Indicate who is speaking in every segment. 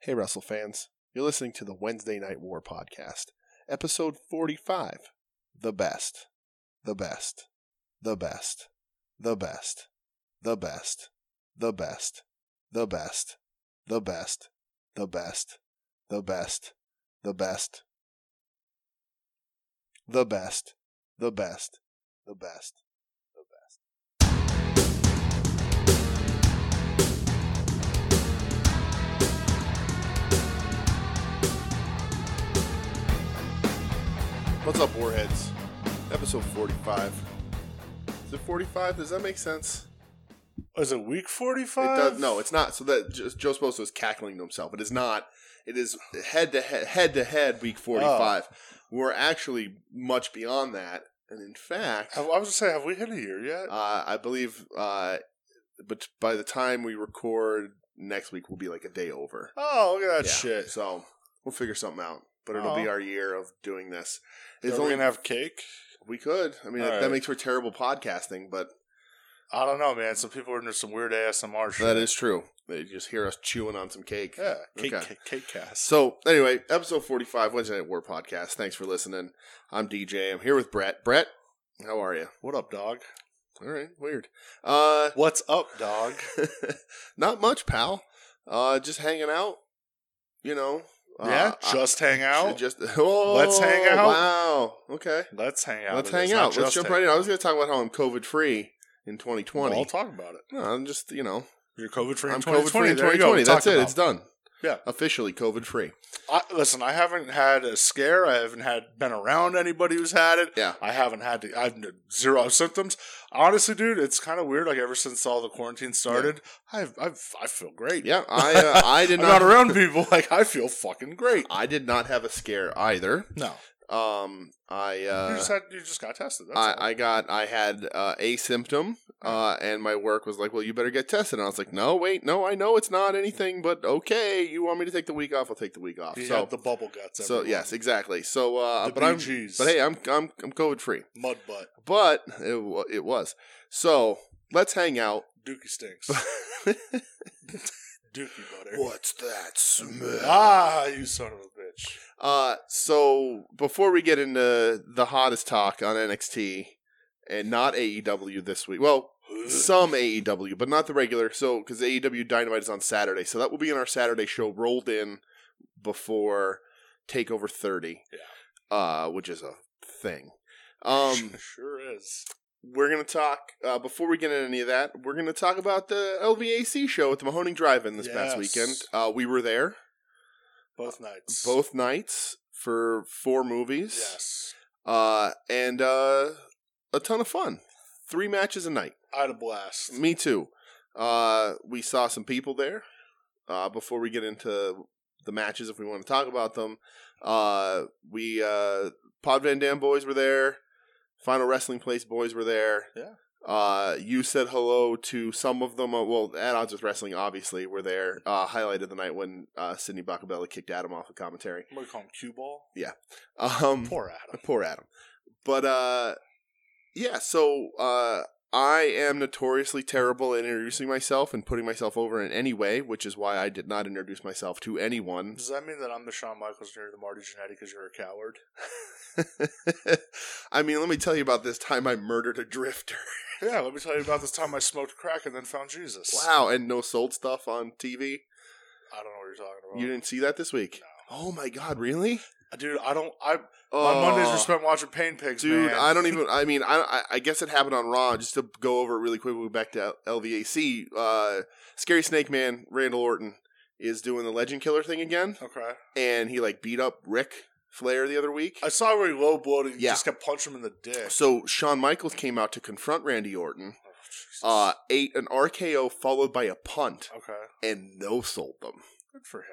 Speaker 1: Hey, Russell fans. You're listening to the Wednesday Night War Podcast, episode 45. The best. The best. The best. The best. The best. The best. The best. The best. The best. The best. The best. The best. The best. The best. The best. What's up, Warheads? Episode 45. Is it 45? Does that make sense?
Speaker 2: Is it week
Speaker 1: It
Speaker 2: 45?
Speaker 1: does, no, it's not. So that Jo- Joe Sposo is cackling to himself. It is not. It is head to head, head to head,
Speaker 2: Oh.
Speaker 1: week forty-five. We're actually much beyond that, and in fact,
Speaker 2: Have- I was just saying, have we hit a year yet?
Speaker 1: uh, I believe, uh, but by the time we record next week, we'll be like a day over.
Speaker 2: oh, look at that
Speaker 1: Yeah.
Speaker 2: shit.
Speaker 1: So we'll figure something out. But it'll be
Speaker 2: Oh.
Speaker 1: our year of doing this.
Speaker 2: Are
Speaker 1: It's
Speaker 2: we
Speaker 1: only
Speaker 2: going to have cake?
Speaker 1: we could. I mean,
Speaker 2: All
Speaker 1: that, that
Speaker 2: right.
Speaker 1: makes for terrible podcasting, but
Speaker 2: I don't know, man. Some people are into some weird ASMR shit.
Speaker 1: that is true. They just hear us chewing on some cake.
Speaker 2: Yeah. Cake,
Speaker 1: Okay.
Speaker 2: cake, cake cast.
Speaker 1: So anyway, episode forty-five, Wednesday Night War podcast. Thanks for listening. I'm DJ. I'm here with Brett. Brett, how are you?
Speaker 2: What up, dog?
Speaker 1: All right, weird. Uh,
Speaker 2: What's up, dog?
Speaker 1: not much, pal. Uh, just hanging out. You know. Uh,
Speaker 2: yeah,
Speaker 1: I-
Speaker 2: just hang out.
Speaker 1: Just oh,
Speaker 2: Let's hang out.
Speaker 1: Wow. Okay.
Speaker 2: Let's hang out.
Speaker 1: Let's
Speaker 2: It
Speaker 1: hang
Speaker 2: is not
Speaker 1: out. Let's
Speaker 2: just
Speaker 1: jump
Speaker 2: hang-
Speaker 1: right in. I was going to talk about how I'm COVID free in 2020.
Speaker 2: Well, I'll talk about it.
Speaker 1: no, I'm just you know
Speaker 2: You're COVID free in
Speaker 1: I'm
Speaker 2: 2020.
Speaker 1: COVID free
Speaker 2: There
Speaker 1: in
Speaker 2: you go.
Speaker 1: 2020.
Speaker 2: We
Speaker 1: That's it.
Speaker 2: talked
Speaker 1: It's done.
Speaker 2: Yeah.
Speaker 1: Officially COVID free.
Speaker 2: about- I, listen, I haven't had a scare. I haven't had been around anybody who's had it.
Speaker 1: Yeah.
Speaker 2: I haven't had to. I've n- zero symptoms. Honestly, dude, it's kind of weird. Like ever since all the quarantine started, I've, I've I feel great.
Speaker 1: Yeah. I uh, I did
Speaker 2: I'm not around people. Like I feel fucking great.
Speaker 1: I did not have a scare either.
Speaker 2: No,
Speaker 1: Um, I
Speaker 2: you
Speaker 1: uh,
Speaker 2: just had you just got tested. That's
Speaker 1: I,
Speaker 2: all.
Speaker 1: I got I had uh, a symptom,
Speaker 2: Hmm.
Speaker 1: uh, and my work was like, "Well, you better get tested." And I was like, "No, wait, no, I know it's not anything, but okay, you want me to take the week off? I'll take the week off."
Speaker 2: you
Speaker 1: uh, so,
Speaker 2: had the bubble guts.
Speaker 1: so
Speaker 2: everyone.
Speaker 1: yes, exactly. So, uh,
Speaker 2: The
Speaker 1: but I'm,
Speaker 2: BGs.
Speaker 1: but hey, uh, I'm I'm I'm COVID free.
Speaker 2: mud butt.
Speaker 1: But it, wa- it was so. Let's hang out.
Speaker 2: Dookie stinks. Dookie butter.
Speaker 1: What's that
Speaker 2: Ah, you son of a bitch.
Speaker 1: Uh, so before we get into the hottest talk on NXT and not AEW this week, well, some AEW, but not the regular. So because AEW Dynamite is on Saturday, so that will be in our Saturday show rolled in before Takeover 30, uh, which is a thing. Um,
Speaker 2: sure is.
Speaker 1: we're gonna talk uh, before we get into any of that. We're gonna talk about the LVAC show at the Mahoning Drive-In this past
Speaker 2: Yes.
Speaker 1: weekend. Uh, we were there
Speaker 2: Both nights.
Speaker 1: both nights for four movies.
Speaker 2: Yes.
Speaker 1: uh, and uh, a ton of fun. Three matches a night.
Speaker 2: I had a blast.
Speaker 1: Me too. Uh, we saw some people there. Uh, before we get into the matches, if we want to talk about them, uh, we uh, Pod Van Dam boys were there. Final Wrestling Place boys were there.
Speaker 2: Yeah.
Speaker 1: Uh, you said hello to some of them. Uh, well, at odds with wrestling, obviously, were there. Uh, highlight of the night when uh, Sydney Bacabella kicked Adam off of commentary.
Speaker 2: I'm gonna call him cue ball.
Speaker 1: Um,
Speaker 2: Poor Adam.
Speaker 1: Poor Adam. But uh yeah, so uh I am notoriously terrible at introducing myself and putting myself over in any way, which is why I did not introduce myself to anyone.
Speaker 2: Does that mean that I'm the Shawn Michaels near the Marty Jannetty because you're a coward?
Speaker 1: I mean, let me tell you about this time I murdered a drifter.
Speaker 2: Yeah, let me tell you about this time I smoked crack and then found Jesus.
Speaker 1: Wow, and no sold stuff on TV.
Speaker 2: I don't know what you're talking about. Uh,
Speaker 1: You didn't see that this week? Oh my god, really?
Speaker 2: Dude, I don't. I
Speaker 1: Oh.
Speaker 2: my Mondays were spent watching Pain Pigs,
Speaker 1: Dude,
Speaker 2: man.
Speaker 1: I don't even. I mean, I, I I guess it happened on Raw. Just to go over it really quick, we'll back to L- LVAC. Uh, Scary Snake Man, Randall Orton is doing the Legend Killer thing again,
Speaker 2: Okay,
Speaker 1: and he like beat up Rick Flair the other week.
Speaker 2: I saw where he low blowed and he
Speaker 1: Yeah.
Speaker 2: just kept punching him in the dick.
Speaker 1: So Shawn Michaels came out to confront Randy Orton,
Speaker 2: Oh, Jesus.
Speaker 1: uh, ate an RKO followed by a punt,
Speaker 2: okay,
Speaker 1: and no sold them.
Speaker 2: good for him.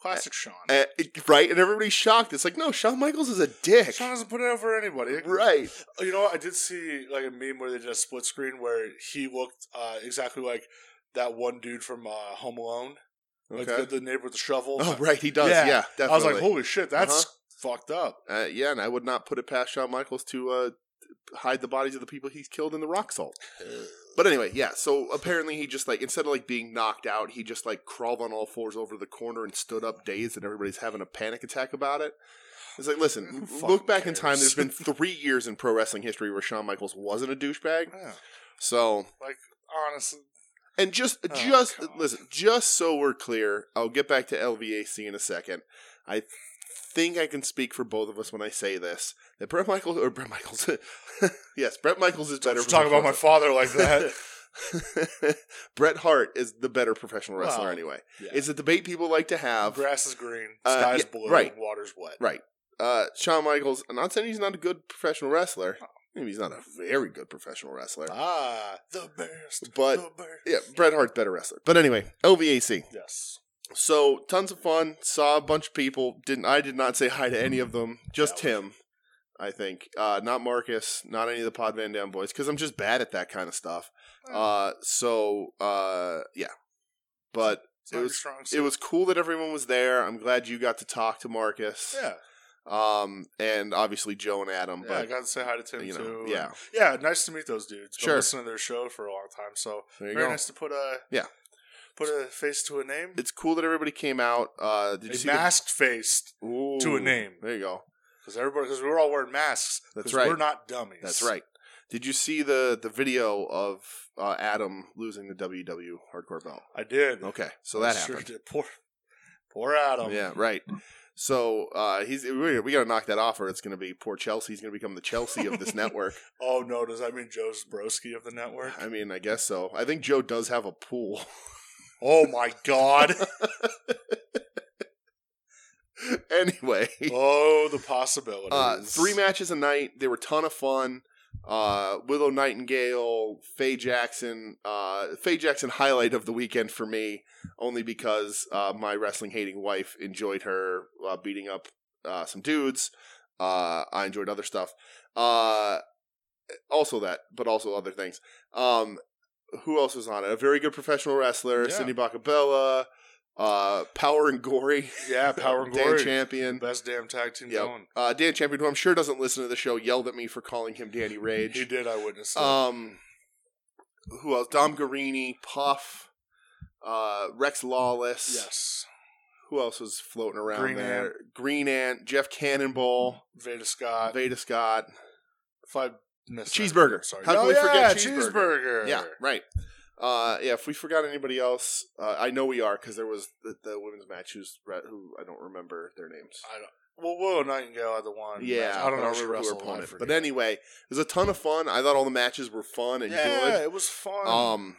Speaker 2: Classic Shawn.
Speaker 1: Uh, it- right, and everybody's shocked. It's like, no, Shawn Michaels is a dick.
Speaker 2: Shawn doesn't put it over anybody.
Speaker 1: Right.
Speaker 2: You know, I did see like a meme where they did a split screen where he looked uh, exactly like that one dude from uh, Home Alone, like
Speaker 1: Okay.
Speaker 2: the, the neighbor with the shovel.
Speaker 1: Oh, right. He does. Yeah.
Speaker 2: Yeah.
Speaker 1: definitely.
Speaker 2: I was like, holy shit, that's fucked up.
Speaker 1: Uh, yeah, and I would not put it past Shawn Michaels to uh, hide the bodies of the people he's killed in the rock salt. But anyway, yeah. So apparently he just like instead of like being knocked out, he just like crawled on all fours over the corner and stood up dazed, and everybody's having a panic attack about it. It's like, listen,
Speaker 2: Who
Speaker 1: look
Speaker 2: fucking
Speaker 1: back in
Speaker 2: cares?
Speaker 1: time. There's been three years in pro wrestling history where Shawn Michaels wasn't a douchebag.
Speaker 2: Yeah.
Speaker 1: So,
Speaker 2: Honestly,
Speaker 1: and just,
Speaker 2: Oh,
Speaker 1: just
Speaker 2: God.
Speaker 1: listen, just so we're clear, I'll get back to LVAC in a second. I think I can speak for both of us when I say this that Brett Michaels or Brett Michaels, yes, Brett Michaels is better.
Speaker 2: don't you talk about my
Speaker 1: professional-
Speaker 2: father like that.
Speaker 1: Bret Hart is the better professional wrestler
Speaker 2: Well,
Speaker 1: anyway.
Speaker 2: yeah.
Speaker 1: It's a debate people like to have.
Speaker 2: Grass is green,
Speaker 1: Uh,
Speaker 2: sky's
Speaker 1: yeah,
Speaker 2: blue,
Speaker 1: right.
Speaker 2: water's wet.
Speaker 1: Right. Uh, Shawn Michaels, I'm not saying he's not a good professional wrestler.
Speaker 2: Oh.
Speaker 1: Maybe he's not a very good professional wrestler.
Speaker 2: Ah, the best.
Speaker 1: But-
Speaker 2: the best.
Speaker 1: Yeah, Bret Hart's better wrestler. But anyway, LVAC.
Speaker 2: Yes.
Speaker 1: So tons of fun. Saw a bunch of people. Didn't I did not say hi to any of them. Just
Speaker 2: Yeah.
Speaker 1: him, I think. Uh, not Marcus. Not any of the Pod Van Dam boys because I'm just bad at that kind of stuff.
Speaker 2: Hmm.
Speaker 1: Uh, so uh, yeah, but
Speaker 2: It's not
Speaker 1: it
Speaker 2: your
Speaker 1: was-
Speaker 2: strong
Speaker 1: it
Speaker 2: suit.
Speaker 1: was cool that everyone was there. I'm glad you got to talk to Marcus.
Speaker 2: yeah.
Speaker 1: Um, and obviously Joe and Adam.
Speaker 2: Yeah, I
Speaker 1: but
Speaker 2: got to say hi to Tim
Speaker 1: you know,
Speaker 2: too.
Speaker 1: yeah.
Speaker 2: and- yeah. Nice to meet those dudes. Been
Speaker 1: Sure.
Speaker 2: listening to their show for a long time, so
Speaker 1: There you
Speaker 2: very
Speaker 1: go.
Speaker 2: nice to put a
Speaker 1: Yeah.
Speaker 2: put a face to a name,
Speaker 1: It's cool that everybody came out. Uh, did you
Speaker 2: a
Speaker 1: see the-
Speaker 2: masked face to a
Speaker 1: Ooh,
Speaker 2: name.
Speaker 1: There you go.
Speaker 2: because everybody because we were all wearing masks.
Speaker 1: That's
Speaker 2: 'cause
Speaker 1: right.
Speaker 2: We're not dummies.
Speaker 1: That's right. Did you see the the video of uh, Adam losing the WW Hardcore belt?
Speaker 2: I did.
Speaker 1: Okay, so that
Speaker 2: I sure
Speaker 1: happened.
Speaker 2: did. Poor, poor Adam.
Speaker 1: yeah, right. So uh, he's we, we got to knock that off, or it's going to be poor Chelsea's going to become the Chelsea of this network.
Speaker 2: Oh no, does that mean Joe Zbrowski of the network?
Speaker 1: I mean, I guess so. I think Joe does have a pool.
Speaker 2: Oh my god.
Speaker 1: anyway,
Speaker 2: oh, the possibilities.
Speaker 1: Uh, three matches a night. They were ton of fun. Uh, Willow Nightingale, Faye Jackson. Uh, Faye Jackson highlight of the weekend for me, only because uh, my wrestling hating wife enjoyed her uh, beating up uh, some dudes. Uh, I enjoyed other stuff. Uh, also that, but also other things. Um, who else was on it? A very good professional wrestler,
Speaker 2: Yeah.
Speaker 1: Cindy Bacabella, uh, Power and Gory,
Speaker 2: Yeah, Power and
Speaker 1: Dan
Speaker 2: Glory.
Speaker 1: Champion.
Speaker 2: Best damn tag team
Speaker 1: Yep.
Speaker 2: going.
Speaker 1: Uh, Dan Champion, who I'm sure doesn't listen to the show, yelled at me for calling him Danny
Speaker 2: He
Speaker 1: Rage.
Speaker 2: did. I witnessed. that.
Speaker 1: Um, who else? Dom Garini, Puff, uh, Rex Lawless.
Speaker 2: yes.
Speaker 1: Who else was floating around
Speaker 2: Green
Speaker 1: there? Green Ant, Jeff Cannonball, uh,
Speaker 2: Veda Scott.
Speaker 1: Veda Scott.
Speaker 2: if I missed
Speaker 1: Cheeseburger.
Speaker 2: that, sorry.
Speaker 1: How can
Speaker 2: Oh,
Speaker 1: we
Speaker 2: yeah,
Speaker 1: forget
Speaker 2: cheeseburger?
Speaker 1: Yeah, right. Uh, yeah, if we forgot anybody else, uh, I know we are because there was the, the women's match who's re- who I don't remember their names.
Speaker 2: I don't. Well, Willow Nightingale had the one.
Speaker 1: Yeah,
Speaker 2: I don't know. if
Speaker 1: remember
Speaker 2: she
Speaker 1: who her
Speaker 2: wrestled, I
Speaker 1: opponent. But
Speaker 2: forget.
Speaker 1: anyway, it was a ton of fun. I thought all the matches were fun and
Speaker 2: yeah,
Speaker 1: good.
Speaker 2: it was fun.
Speaker 1: Um,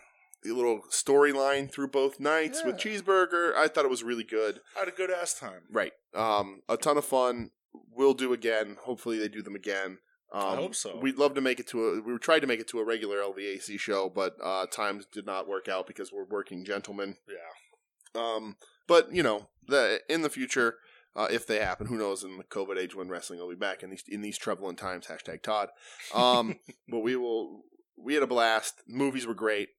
Speaker 1: a little storyline through both nights with
Speaker 2: Yeah.
Speaker 1: Cheeseburger. I thought it was really good.
Speaker 2: I had a good ass time.
Speaker 1: Right. Um, a ton of fun. We'll do again. Hopefully they do them again. Um,
Speaker 2: I hope so.
Speaker 1: We'd love to make it to a. We tried to make it to a regular LVAC show, but uh, times did not work out because we're working gentlemen.
Speaker 2: Yeah,
Speaker 1: Um, but you know, the in the future, uh, if they happen, who knows? In the COVID age, when wrestling will be back in these in these troubling times. Hashtag Todd. Um, but we will. We had a blast. Movies were great.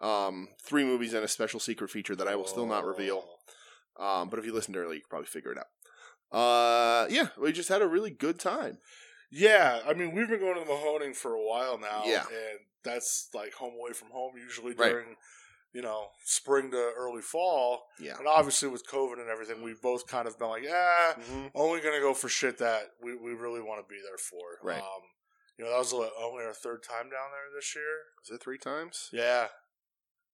Speaker 1: Um, three movies and a special secret feature that I will still not reveal. Um, but if you listened early, you could probably figure it out. Uh, yeah, we just had a really good time.
Speaker 2: Yeah, I mean we've been going to the Mahoning for a while now.
Speaker 1: Yeah.
Speaker 2: and that's like home away from home usually
Speaker 1: Right.
Speaker 2: during, you know, spring to early fall.
Speaker 1: Yeah.
Speaker 2: and obviously with COVID and everything, we've both kind of been like, ah, only gonna go for shit that we, we really want to be there for.
Speaker 1: Right.
Speaker 2: Um, you know, that was like, only our third time down there this year.
Speaker 1: Was it three times?
Speaker 2: Yeah.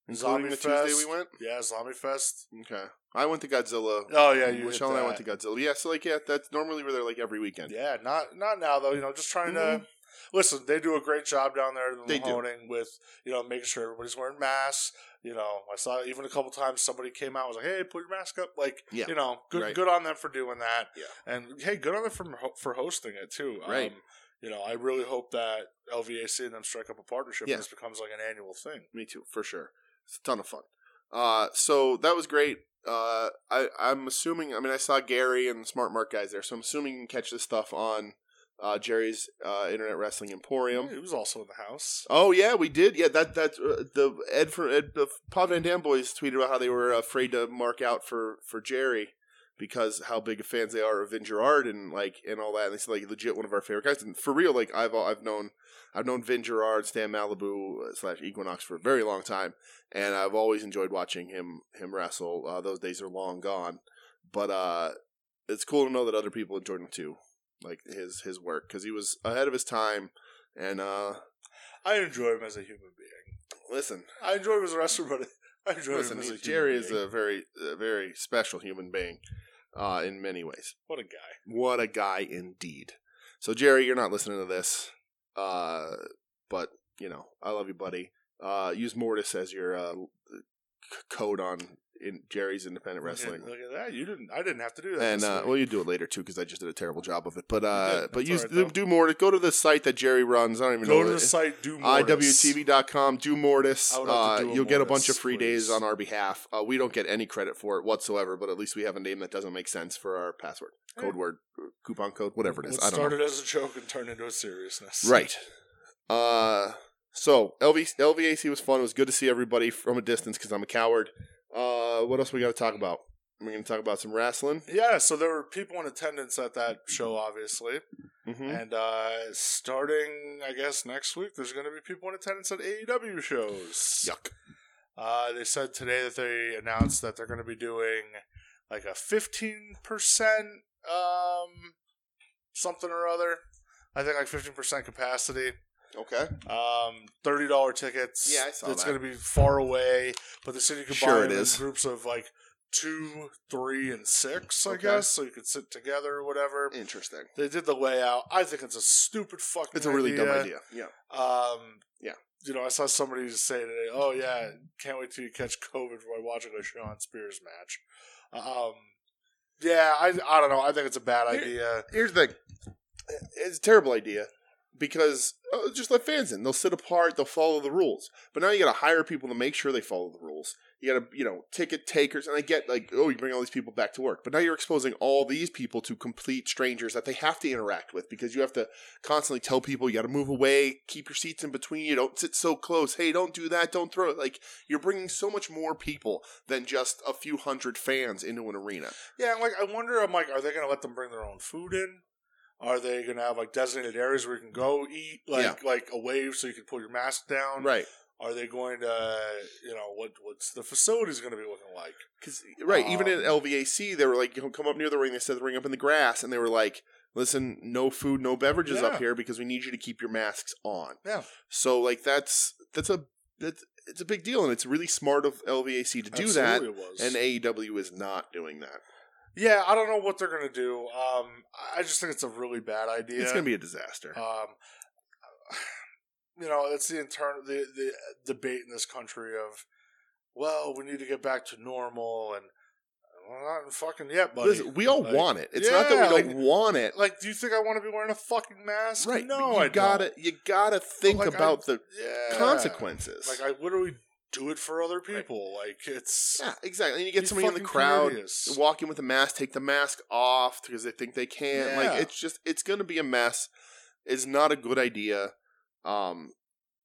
Speaker 1: Including
Speaker 2: Zombie
Speaker 1: the Tuesday
Speaker 2: Fest.
Speaker 1: we went.
Speaker 2: Yeah, Zombie Fest.
Speaker 1: Okay, I went to Godzilla. Mm, uh,
Speaker 2: Oh yeah, you
Speaker 1: Michelle and I went to
Speaker 2: hit
Speaker 1: Godzilla. Yeah, so like yeah, that's normally we're there like every
Speaker 2: that.
Speaker 1: weekend.
Speaker 2: Yeah, not not now though. You know, just trying to listen. They do a great job down there in
Speaker 1: Mm-hmm. They do.
Speaker 2: Mahoning with you know making sure everybody's wearing masks. You know, I saw even a couple times somebody came out and was like, "Hey, put your mask up." Like,
Speaker 1: Yeah,
Speaker 2: you know, good
Speaker 1: right.
Speaker 2: good on them for doing that.
Speaker 1: Yeah.
Speaker 2: and hey, good on them for ho- for hosting it too.
Speaker 1: Right.
Speaker 2: Um, you know, I really hope that LVAC and them strike up a partnership
Speaker 1: Yeah.
Speaker 2: and this becomes like an annual thing.
Speaker 1: Me too, for sure. It's a ton of fun. Uh, so that was great. Uh, I, I'm assuming. I mean, I saw Gary and the Smart Mark guys there, so I'm assuming you can catch this stuff on uh, Jerry's uh, Internet Wrestling Emporium.
Speaker 2: It was also in the house.
Speaker 1: Oh yeah, we did. Yeah, that that's uh, the Ed from Ed, the Pod Van Dam boys tweeted about how they were afraid to mark out for for Jerry because how big of fans they are of Vin Gerard and like and all that. And they said like legit one of our favorite guys. And for real, like I've I've known I've known Vin Gerard, Stan Malibu uh, slash Equinox for a very long time, and I've always enjoyed watching him him wrestle. Uh, those days are long gone, but uh, it's cool to know that other people enjoyed him too, like his his work because he was ahead of his time. And uh,
Speaker 2: I enjoy him as a human being.
Speaker 1: listen,
Speaker 2: I enjoy him as a wrestler, but I enjoy
Speaker 1: listen,
Speaker 2: him as a
Speaker 1: he-
Speaker 2: human
Speaker 1: Jerry is
Speaker 2: being.
Speaker 1: a very a very special human being uh, in many ways.
Speaker 2: what a guy.
Speaker 1: What a guy indeed. So Jerry, you're not listening to this, uh, but you know I love you, buddy. Uh, use Mortis as your uh, c- code on in Jerry's independent
Speaker 2: Look at-
Speaker 1: wrestling,
Speaker 2: Look at, that. You didn't. I didn't have to do that.
Speaker 1: and
Speaker 2: this
Speaker 1: uh,
Speaker 2: week.
Speaker 1: well, you do it later too because I just did a terrible job of it. But
Speaker 2: did.
Speaker 1: uh,
Speaker 2: That's
Speaker 1: but use
Speaker 2: all right, though.
Speaker 1: do Mortis. Go to the site that Jerry runs. I don't even
Speaker 2: go
Speaker 1: know uh,
Speaker 2: to
Speaker 1: what
Speaker 2: the
Speaker 1: it-
Speaker 2: site. Do more.
Speaker 1: IWTV.com. Do Mortis.
Speaker 2: I would have
Speaker 1: Uh,
Speaker 2: to do a
Speaker 1: you'll get a bunch
Speaker 2: Mortis,
Speaker 1: of free days
Speaker 2: please.
Speaker 1: on our behalf. Uh, we don't get any credit for it whatsoever, but at least we have a name that doesn't make sense for our password, code
Speaker 2: Yeah.
Speaker 1: word, coupon code, whatever it is.
Speaker 2: What
Speaker 1: I don't know.
Speaker 2: started as a joke and turned into a seriousness.
Speaker 1: Right. Uh, so LV, LVAC was fun. It was good to see everybody from a distance because I'm a coward. Uh, what else we got to talk about? We're going to talk about some wrestling.
Speaker 2: Yeah. So there were people in attendance at that show, obviously,
Speaker 1: hmm
Speaker 2: and uh starting, I guess, next week, there's going to be people in attendance at AEW shows.
Speaker 1: Yuck.
Speaker 2: Uh, they said today that they announced that they're going to be doing like a 15% um, something or other. I think like 15% capacity.
Speaker 1: Okay.
Speaker 2: Um, $30 tickets.
Speaker 1: Yeah, I saw
Speaker 2: It's
Speaker 1: that.
Speaker 2: going to be far away, but the city could
Speaker 1: Sure
Speaker 2: buy
Speaker 1: it
Speaker 2: them
Speaker 1: is.
Speaker 2: in groups of like two, three, and six, I
Speaker 1: Okay.
Speaker 2: guess. So you could sit together or whatever.
Speaker 1: Interesting.
Speaker 2: They did the layout. I think it's a stupid fucking
Speaker 1: It's a really dumb idea. Yeah.
Speaker 2: um,
Speaker 1: Yeah.
Speaker 2: You know, I saw somebody say today, "Oh yeah, can't wait till you catch COVID by watching a Sean Spears match." Um, yeah, I I don't know. I think it's a bad
Speaker 1: Here-
Speaker 2: idea.
Speaker 1: here's the thing. It's a terrible idea because uh, just let fans in. They'll sit apart. They'll follow the rules. But now you got to hire people to make sure they follow the rules. You got to, you know, ticket takers. And I get like, oh, you bring all these people back to work, but now you're exposing all these people to complete strangers that they have to interact with because you have to constantly tell people you got to move away, keep your seats in between you, don't sit so close. Hey, don't do that. Don't throw it. Like you're bringing so much more people than just a few hundred fans into an arena.
Speaker 2: Yeah, and, like I wonder. I'm like, are they going to let them bring their own food in? Are they going to have like designated areas where you can go eat, like like a wave, so you can pull your mask down?
Speaker 1: Right.
Speaker 2: Are they going to, you know, what what's the facilities going to be looking like?
Speaker 1: Because right, even
Speaker 2: Um,
Speaker 1: at LVAC, they were like, you know, come up near the ring. They set the ring up in the grass, and they were like, listen, no food, no beverages up
Speaker 2: Yeah.
Speaker 1: here because we need you to keep your masks on.
Speaker 2: Yeah.
Speaker 1: So like that's that's a that's it's a big deal, and it's really smart of LVAC to do
Speaker 2: Absolutely it was.
Speaker 1: that. And AEW is not doing that.
Speaker 2: yeah, I don't know what they're going to do. Um, I just think it's a really bad idea.
Speaker 1: It's gonna be a disaster.
Speaker 2: Um, you know, it's the internal the the debate in this country of, well, we need to get back to normal, and well, not fucking yet, buddy.
Speaker 1: Listen, we all
Speaker 2: like-
Speaker 1: want it. It's not that
Speaker 2: Yeah,
Speaker 1: we don't want it.
Speaker 2: like, do you think I want to be wearing a fucking mask?
Speaker 1: right?
Speaker 2: No,
Speaker 1: but you
Speaker 2: I
Speaker 1: gotta
Speaker 2: don't.
Speaker 1: you gotta think
Speaker 2: like, I-
Speaker 1: about the
Speaker 2: Yeah.
Speaker 1: consequences.
Speaker 2: Like I literally do it for other people. Like it's
Speaker 1: yeah, exactly. And you get
Speaker 2: you
Speaker 1: somebody in the
Speaker 2: fucking
Speaker 1: crowd.
Speaker 2: curious.
Speaker 1: walk in with a mask, take the mask off because they think they can.
Speaker 2: Yeah.
Speaker 1: Like it's just it's going to be a mess. It's not a good idea. Um,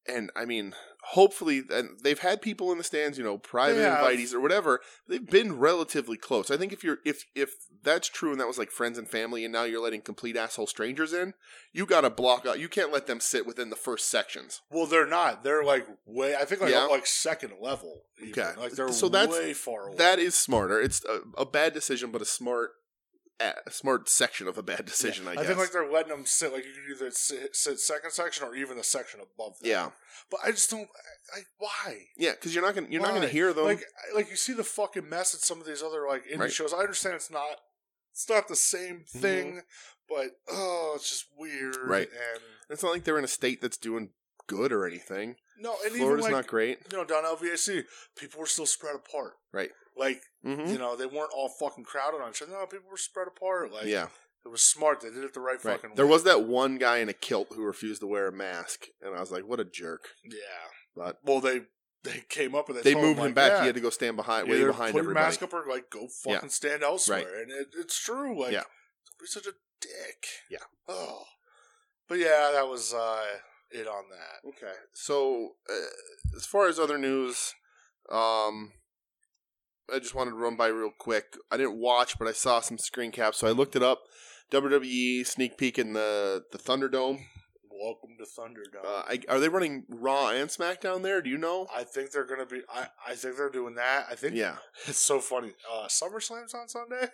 Speaker 1: and I mean, hopefully, and they've had people in the stands, you know, private
Speaker 2: They have.
Speaker 1: invitees or whatever. They've been relatively close. I think if you're if if that's true and that was like friends and family, and now you're letting complete asshole strangers in, you got to block out. You can't let them sit within the first sections.
Speaker 2: Well, they're not. They're like way. I think like
Speaker 1: Yeah.
Speaker 2: like second level. Even.
Speaker 1: Okay.
Speaker 2: Like they're
Speaker 1: So that's-
Speaker 2: way far away.
Speaker 1: That is smarter. It's a, a bad decision, but a smart. A smart section of a bad decision, I
Speaker 2: I
Speaker 1: guess.
Speaker 2: think like they're letting them sit. Like you can either sit, sit second section or even the section above. Them.
Speaker 1: yeah,
Speaker 2: but I just don't. Like why?
Speaker 1: Yeah, because you're not gonna you're not
Speaker 2: Why?
Speaker 1: gonna hear them.
Speaker 2: Like I- like you see the fucking mess at some of these other like indie
Speaker 1: Right. Mm-hmm.
Speaker 2: shows. I understand it's not. It's not the same thing, but oh, it's just weird.
Speaker 1: Right.
Speaker 2: And
Speaker 1: it's not like they're in a state that's doing good or anything.
Speaker 2: no, and
Speaker 1: Florida's
Speaker 2: even like
Speaker 1: not great.
Speaker 2: you know down LVAC, people were still spread apart.
Speaker 1: Right.
Speaker 2: Like
Speaker 1: Mm-hmm.
Speaker 2: you know they weren't all fucking crowded on each other. No, people were spread apart. Like
Speaker 1: yeah,
Speaker 2: It was smart. They did it the right,
Speaker 1: right.
Speaker 2: fucking way.
Speaker 1: There was that one guy in a kilt who refused to wear a mask, and I was like, "What a jerk!"
Speaker 2: yeah.
Speaker 1: But
Speaker 2: Well, they they came up and they,
Speaker 1: they
Speaker 2: told
Speaker 1: moved
Speaker 2: like,
Speaker 1: him back.
Speaker 2: yeah,
Speaker 1: He had to go stand behind, way
Speaker 2: either
Speaker 1: behind
Speaker 2: put your
Speaker 1: everybody.
Speaker 2: mask up or like go fucking stand elsewhere. And it, it's true. Like,
Speaker 1: Yeah.
Speaker 2: don't be such a dick.
Speaker 1: Yeah.
Speaker 2: Oh. But yeah, that was uh, it on that.
Speaker 1: Okay. So, uh, as far as other news, um, I just wanted to run by real quick. I didn't watch, but I saw some screen caps, so I looked it up. WWE sneak peek in the the Thunderdome.
Speaker 2: Welcome to Thunderdome.
Speaker 1: Uh, I, are they running Raw and SmackDown there? Do you know?
Speaker 2: I think they're gonna be. I, I think they're doing that. I think
Speaker 1: Yeah.
Speaker 2: it's so funny. Uh, SummerSlam's on Sunday.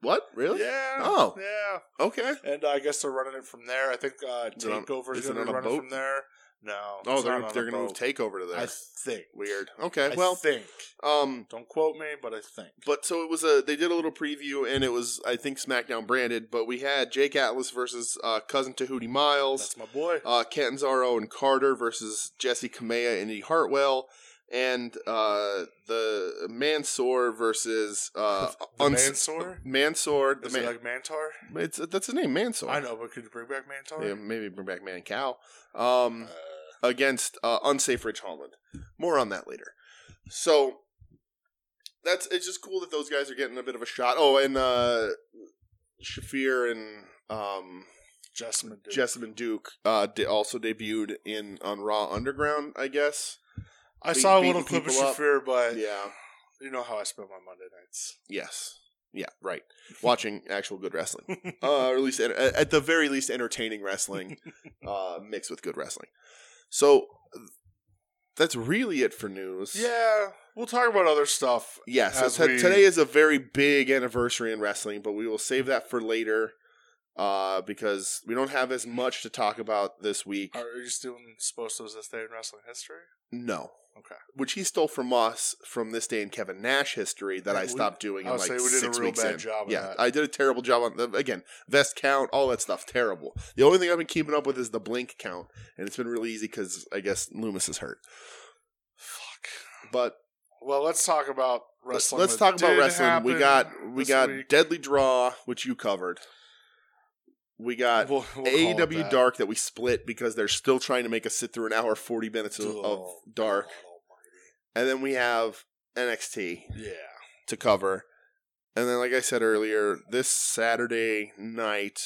Speaker 1: What? Really?
Speaker 2: Yeah.
Speaker 1: Oh.
Speaker 2: Yeah.
Speaker 1: Okay.
Speaker 2: And uh, I guess they're running it from there. I think uh,
Speaker 1: Is it on-
Speaker 2: Takeover
Speaker 1: is
Speaker 2: is
Speaker 1: it
Speaker 2: gonna
Speaker 1: on a
Speaker 2: run it
Speaker 1: boat?
Speaker 2: from there. No.
Speaker 1: Oh,
Speaker 2: it's
Speaker 1: they're
Speaker 2: not on
Speaker 1: they're
Speaker 2: a
Speaker 1: gonna move
Speaker 2: boat.
Speaker 1: takeover to there.
Speaker 2: I think
Speaker 1: Weird. Okay.
Speaker 2: I
Speaker 1: well,
Speaker 2: think.
Speaker 1: um,
Speaker 2: Don't quote me, but I think.
Speaker 1: but so it was a they did a little preview and it was I think SmackDown branded, but we had Jake Atlas versus uh, cousin Tahuti Miles.
Speaker 2: That's my boy.
Speaker 1: uh, Catanzaro and Carter versus Jesse Kamea and Eddie Hartwell, and uh, the Mansoor versus uh,
Speaker 2: the
Speaker 1: uns-
Speaker 2: Mansoor.
Speaker 1: Mansoor. The
Speaker 2: Is it
Speaker 1: man-
Speaker 2: like Mantar?
Speaker 1: it's that's his name, Mansoor.
Speaker 2: I know, but could you bring back Mantar?
Speaker 1: Yeah, maybe bring back Man Cow
Speaker 2: Uh,
Speaker 1: um, against uh, unsafe Rich Holland. More on that later. So that's it's just cool that those guys are getting a bit of a shot. Oh, and uh, Shafir and um,
Speaker 2: Jessamine. Duke.
Speaker 1: Jessamine Duke uh, de- also debuted in on Raw Underground, I guess.
Speaker 2: I
Speaker 1: be-
Speaker 2: saw a
Speaker 1: beating
Speaker 2: little clip of
Speaker 1: people up.
Speaker 2: Shafir, but
Speaker 1: Yeah.
Speaker 2: you know how I spend my Monday nights.
Speaker 1: Yes. Yeah. Right. Watching actual good wrestling, uh, or at least at at the very least entertaining wrestling, uh, mixed with good wrestling. So that's really it for news.
Speaker 2: Yeah, we'll talk about other stuff.
Speaker 1: Yeah. So
Speaker 2: As
Speaker 1: t-
Speaker 2: we-
Speaker 1: today is a very big anniversary in wrestling, but we will save that for later. Uh, because we don't have as much to talk about this week.
Speaker 2: Are you still supposed to this day in wrestling history?
Speaker 1: No.
Speaker 2: Okay.
Speaker 1: Which he stole from us from this day in Kevin Nash history that
Speaker 2: Yeah,
Speaker 1: I
Speaker 2: we-
Speaker 1: stopped doing.
Speaker 2: I
Speaker 1: in
Speaker 2: would
Speaker 1: like
Speaker 2: say we did a
Speaker 1: six
Speaker 2: real
Speaker 1: weeks
Speaker 2: bad
Speaker 1: in.
Speaker 2: job on
Speaker 1: Yeah,
Speaker 2: that.
Speaker 1: I did a terrible job on the again vest count, all that stuff. Terrible. The only thing I've been keeping up with is the blink count, and it's been really easy because I guess Loomis is hurt.
Speaker 2: Fuck.
Speaker 1: But
Speaker 2: Well, let's talk about
Speaker 1: let's,
Speaker 2: wrestling.
Speaker 1: let's
Speaker 2: that
Speaker 1: talk about
Speaker 2: did
Speaker 1: wrestling. we
Speaker 2: happen
Speaker 1: got we
Speaker 2: this
Speaker 1: got
Speaker 2: week.
Speaker 1: Deadly Draw, which you covered. We got
Speaker 2: We'll- we'll call it
Speaker 1: AEW
Speaker 2: that.
Speaker 1: E Dark that we split because they're still trying to make us sit through an hour forty minutes of, of
Speaker 2: Oh,
Speaker 1: Dark, and then we have NXT.
Speaker 2: Yeah.
Speaker 1: to cover. And then, like I said earlier, this Saturday night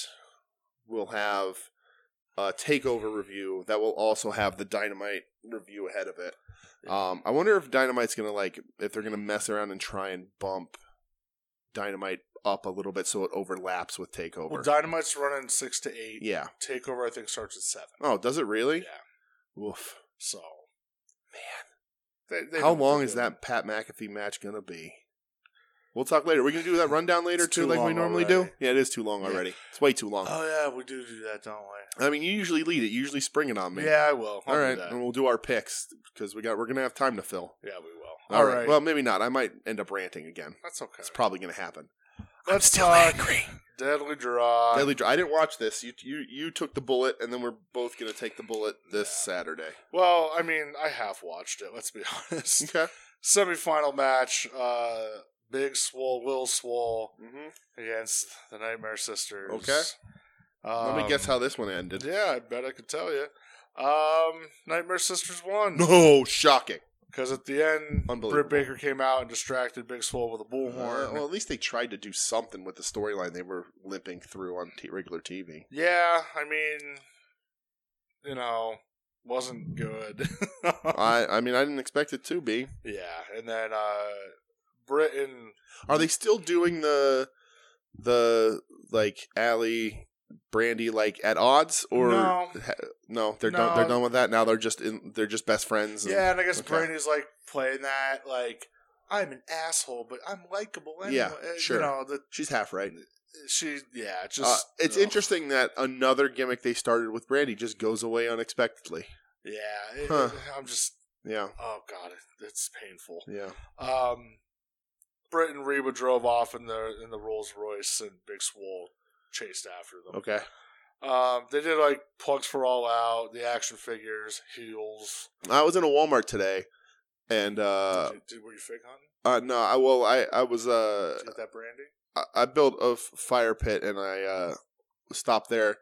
Speaker 1: we'll have a takeover review that will also have the Dynamite review ahead of it. Um, I wonder if Dynamite's gonna like if they're gonna mess around and try and bump Dynamite up a little bit so it overlaps with Takeover.
Speaker 2: Well, Dynamite's running six to eight.
Speaker 1: yeah.
Speaker 2: Takeover, I think, starts at seven.
Speaker 1: Oh, does it really?
Speaker 2: Yeah.
Speaker 1: Woof.
Speaker 2: So, man, they, they
Speaker 1: How
Speaker 2: know what
Speaker 1: long
Speaker 2: they're
Speaker 1: is
Speaker 2: doing.
Speaker 1: that Pat McAfee match gonna be? We'll talk later. We're gonna do that rundown later
Speaker 2: It's
Speaker 1: too,
Speaker 2: too
Speaker 1: like we
Speaker 2: long
Speaker 1: normally
Speaker 2: already.
Speaker 1: do. Yeah, it is too long
Speaker 2: Yeah.
Speaker 1: already. It's way too long.
Speaker 2: Oh yeah, we do do that, don't we?
Speaker 1: I mean, you usually lead it. You usually spring it on me.
Speaker 2: Yeah, I will.
Speaker 1: All
Speaker 2: I'll do
Speaker 1: right,
Speaker 2: that.
Speaker 1: and we'll do our picks because we got we're gonna have time to fill.
Speaker 2: Yeah, we will.
Speaker 1: All right. Well, maybe not. I might end up ranting again.
Speaker 2: that's okay.
Speaker 1: It's probably gonna happen.
Speaker 2: Let's talk Deadly Draw.
Speaker 1: Deadly Dr- I didn't watch this. You you you took the bullet, and then we're both gonna take the bullet this Saturday.
Speaker 2: Well, I mean, I have watched it. Let's be honest.
Speaker 1: Okay.
Speaker 2: Semifinal match: uh, Big Swole, Will Swole
Speaker 1: Mm-hmm.
Speaker 2: against the Nightmare Sisters.
Speaker 1: Okay.
Speaker 2: Um,
Speaker 1: Let me guess how this one ended.
Speaker 2: Yeah, I bet I could tell you. Um, Nightmare Sisters won
Speaker 1: No, Oh, shocking.
Speaker 2: because at the end,
Speaker 1: Unbelievable.
Speaker 2: Britt Baker came out and distracted Big Swole with a
Speaker 1: Uh,
Speaker 2: bullhorn.
Speaker 1: well, at least they tried to do something with the storyline they were limping through on t- regular TV.
Speaker 2: yeah, I mean, you know, wasn't good. Uh-huh.
Speaker 1: I I mean, I didn't expect it to be.
Speaker 2: Yeah, and then uh Britain.
Speaker 1: Are they still doing the the like Alley Brandy like at odds or
Speaker 2: No.
Speaker 1: ha- no, they're
Speaker 2: No.
Speaker 1: done they're done with that now they're just in they're just best friends and-
Speaker 2: Yeah, and I guess
Speaker 1: okay.
Speaker 2: Brady's like playing that like I'm an asshole, but I'm likable anyway.
Speaker 1: Yeah,
Speaker 2: Uh,
Speaker 1: sure.
Speaker 2: You know that
Speaker 1: she's half right
Speaker 2: she. Yeah,
Speaker 1: Uh,
Speaker 2: just
Speaker 1: it's
Speaker 2: ugh.
Speaker 1: interesting that another gimmick they started with Brandy just goes away unexpectedly
Speaker 2: Yeah, it-
Speaker 1: Huh.
Speaker 2: I'm just.
Speaker 1: yeah
Speaker 2: Oh god, it, it's painful.
Speaker 1: yeah
Speaker 2: Um, Britt and Reba drove off in the in the Rolls Royce, and Big Swole chased after them.
Speaker 1: okay
Speaker 2: Um, they did like plugs for All Out, the action figures, heels.
Speaker 1: I was in a Walmart today and uh,
Speaker 2: did you, did, were you fig hunting?
Speaker 1: uh no I well I I was uh
Speaker 2: Did you get that brandy?
Speaker 1: I, I built a f- fire pit and I uh stopped there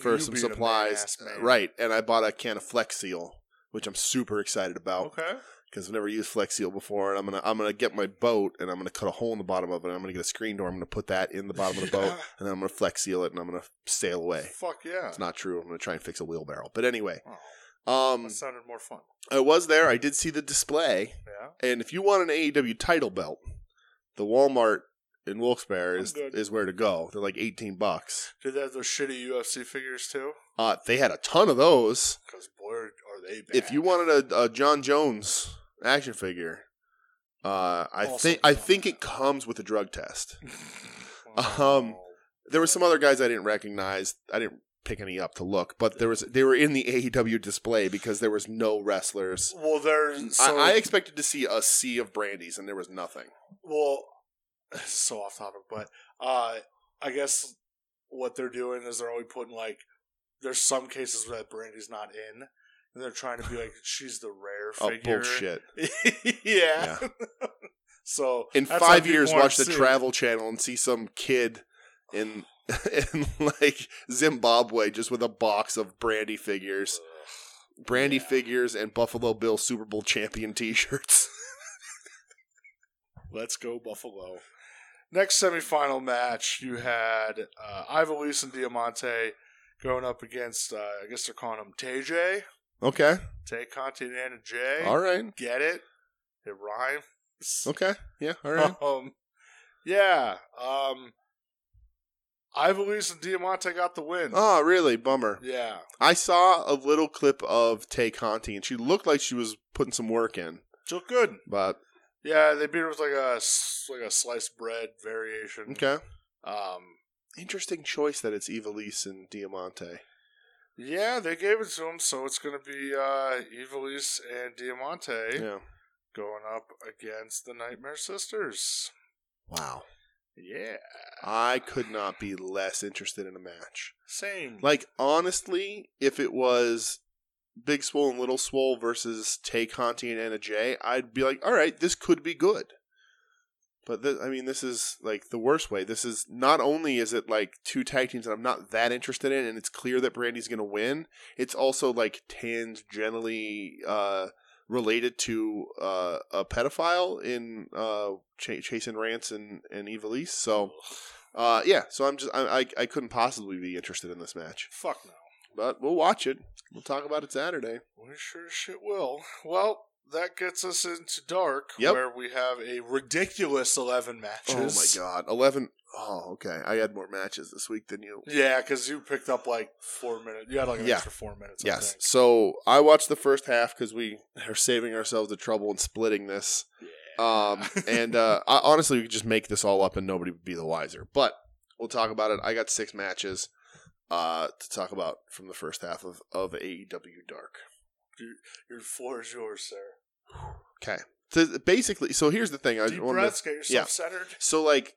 Speaker 1: for
Speaker 2: You
Speaker 1: some
Speaker 2: being a
Speaker 1: supplies.
Speaker 2: man-ass man.
Speaker 1: Right, and I bought a can of Flex Seal, which I'm super excited about
Speaker 2: Okay.
Speaker 1: because I've never used Flex Seal before, and I'm gonna I'm gonna get my boat and I'm gonna cut a hole in the bottom of it. And I'm gonna get a screen door. I'm gonna put that in the bottom of the boat, and then I'm gonna Flex Seal it, and I'm gonna sail away.
Speaker 2: Fuck yeah.
Speaker 1: It's not true. I'm gonna try and fix a wheelbarrow. But anyway,
Speaker 2: Oh,
Speaker 1: um,
Speaker 2: that sounded more fun.
Speaker 1: I was there. I did see the display,
Speaker 2: Yeah.
Speaker 1: and if you want an AEW E title belt, the Walmart in Wilkes-Barre
Speaker 2: I'm
Speaker 1: is,
Speaker 2: good.
Speaker 1: is where to go. They're like 18 bucks.
Speaker 2: Did they have those shitty UFC figures too?
Speaker 1: Uh, they had a ton of those.
Speaker 2: Because boy, are they bad.
Speaker 1: If you wanted a, a John Jones action figure, uh, I
Speaker 2: Also
Speaker 1: think I
Speaker 2: John
Speaker 1: think it comes with a drug test.
Speaker 2: Oh.
Speaker 1: Um, There were some other guys I didn't recognize. I didn't pick any up to look, but there was they were in the AEW display because there was no wrestlers.
Speaker 2: well, there's so,
Speaker 1: I, I expected to see a sea of brandies, and there was nothing.
Speaker 2: well, this is so off topic, but uh, I guess what they're doing is they're only putting like there's some cases that Brandy's not in, and they're trying to be like she's the rare
Speaker 1: Oh,
Speaker 2: figure.
Speaker 1: bullshit!
Speaker 2: yeah. so
Speaker 1: In
Speaker 2: that's how
Speaker 1: five
Speaker 2: people
Speaker 1: years,
Speaker 2: wanna
Speaker 1: watch the
Speaker 2: see it.
Speaker 1: Travel Channel and see some kid in in like Zimbabwe just with a box of brandy figures, brandy
Speaker 2: Yeah.
Speaker 1: figures, and Buffalo Bill Super Bowl champion T-shirts.
Speaker 2: Let's go Buffalo. Next semifinal match, you had uh, Ivalis and Diamante going up against, uh, I guess they're calling him TJ.
Speaker 1: okay,
Speaker 2: Tay Continental J.
Speaker 1: all right,
Speaker 2: Get it? It rhymes.
Speaker 1: okay, yeah, all right.
Speaker 2: Um, yeah. Um, Ivalis and Diamante got the win.
Speaker 1: Oh, really? Bummer.
Speaker 2: Yeah.
Speaker 1: I saw a little clip of Tay Conti, and she looked like she was putting some work in,
Speaker 2: Still good.
Speaker 1: but
Speaker 2: Yeah, they beat her with like a s- like a sliced bread variation.
Speaker 1: okay.
Speaker 2: Um,
Speaker 1: Interesting choice that it's Evilise and Diamante.
Speaker 2: Yeah, they gave it to him, so it's going to be uh, Evilise and Diamante
Speaker 1: Yeah.
Speaker 2: going up against the Nightmare Sisters.
Speaker 1: Wow.
Speaker 2: Yeah,
Speaker 1: I could not be less interested in a match.
Speaker 2: same.
Speaker 1: Like honestly, if it was Big Swole and Little Swole versus Tay Conti and Anna Jay, I'd be like, all right, this could be good. But th- I mean, this is like the worst way. This is not only is it like two tag teams that I'm not that interested in, and it's clear that Brandy's going to win. It's also like tangentially uh, related to uh, a pedophile in uh, Ch- Chase and Rance and and Evilise. So uh, yeah, so I'm just I, I I couldn't possibly be interested in this match
Speaker 2: Fuck no.
Speaker 1: but we'll watch it. We'll talk about it Saturday.
Speaker 2: We sure as shit will. Well, that gets us into Dark,
Speaker 1: Yep.
Speaker 2: where we have a ridiculous 11 matches.
Speaker 1: Oh my god, eleven. Oh, okay. I had more matches this week than you.
Speaker 2: Yeah, because you picked up like four minutes. You had like an
Speaker 1: Yeah.
Speaker 2: extra four minutes. I
Speaker 1: Yes.
Speaker 2: think.
Speaker 1: So I watched the first half because we are saving ourselves the trouble and splitting this. Um, and uh, I, honestly, we could just make this all up and nobody would be the wiser. But we'll talk about it. I got six matches uh, to talk about from the first half of, of AEW Dark.
Speaker 2: Your floor is yours, sir.
Speaker 1: Okay. So basically, so here's the thing. I
Speaker 2: Deep
Speaker 1: wanted to-
Speaker 2: breaths, get yourself
Speaker 1: yeah.
Speaker 2: centered.
Speaker 1: So like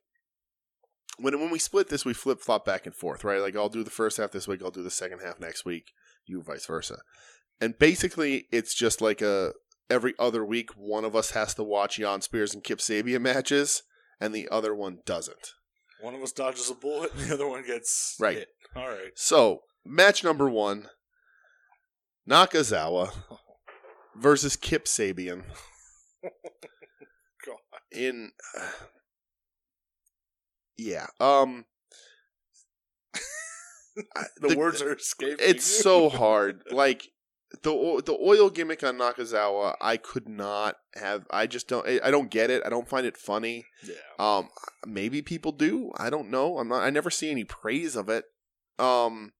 Speaker 1: when when we split this, we flip flop back and forth, right? Like I'll do the first half this week, I'll do the second half next week, you vice versa. And basically, it's just like a every other week, one of us has to watch Jan Spears and Kip Sabia matches, and the other one doesn't.
Speaker 2: One of us dodges a bullet, and the other one gets
Speaker 1: Right.
Speaker 2: hit. All right.
Speaker 1: So match number one, Nakazawa versus Kip Sabian
Speaker 2: God.
Speaker 1: in. Yeah. Um. I-
Speaker 2: the, words are escaping.
Speaker 1: It's
Speaker 2: you.
Speaker 1: so hard. Like the o- the oil gimmick on Nakazawa, I could not have. I just don't. I I don't get it. I don't find it funny.
Speaker 2: yeah.
Speaker 1: Um, maybe people do. I don't know. I'm not. I never see any praise of it. Um,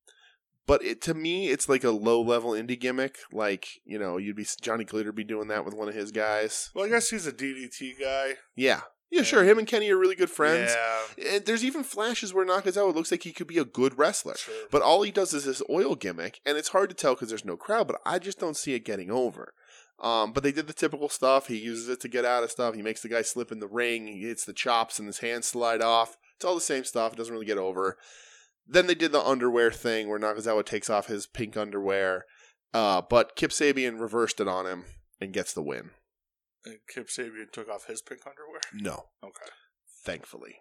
Speaker 1: but it, to me, it's like a low level indie gimmick. Like you know, you'd be Johnny Glitter be doing that with one of his guys.
Speaker 2: Well, I guess he's a DDT guy.
Speaker 1: Yeah, yeah, sure. Him and Kenny are really good friends.
Speaker 2: Yeah.
Speaker 1: And there's even flashes where Nakazawa looks like he could be a good wrestler.
Speaker 2: Sure.
Speaker 1: But all he does is this oil gimmick, and it's hard to tell because there's no crowd. But I just don't see it getting over. Um, but they did the typical stuff. He uses it to get out of stuff. He makes the guy slip in the ring. He hits the chops, and his hands slide off. It's all the same stuff. It doesn't really get over. Then they did the underwear thing where Nakazawa takes off his pink underwear, uh, but Kip Sabian reversed it on him and gets the win.
Speaker 2: and Kip Sabian took off his pink underwear.
Speaker 1: No,
Speaker 2: Okay.
Speaker 1: thankfully,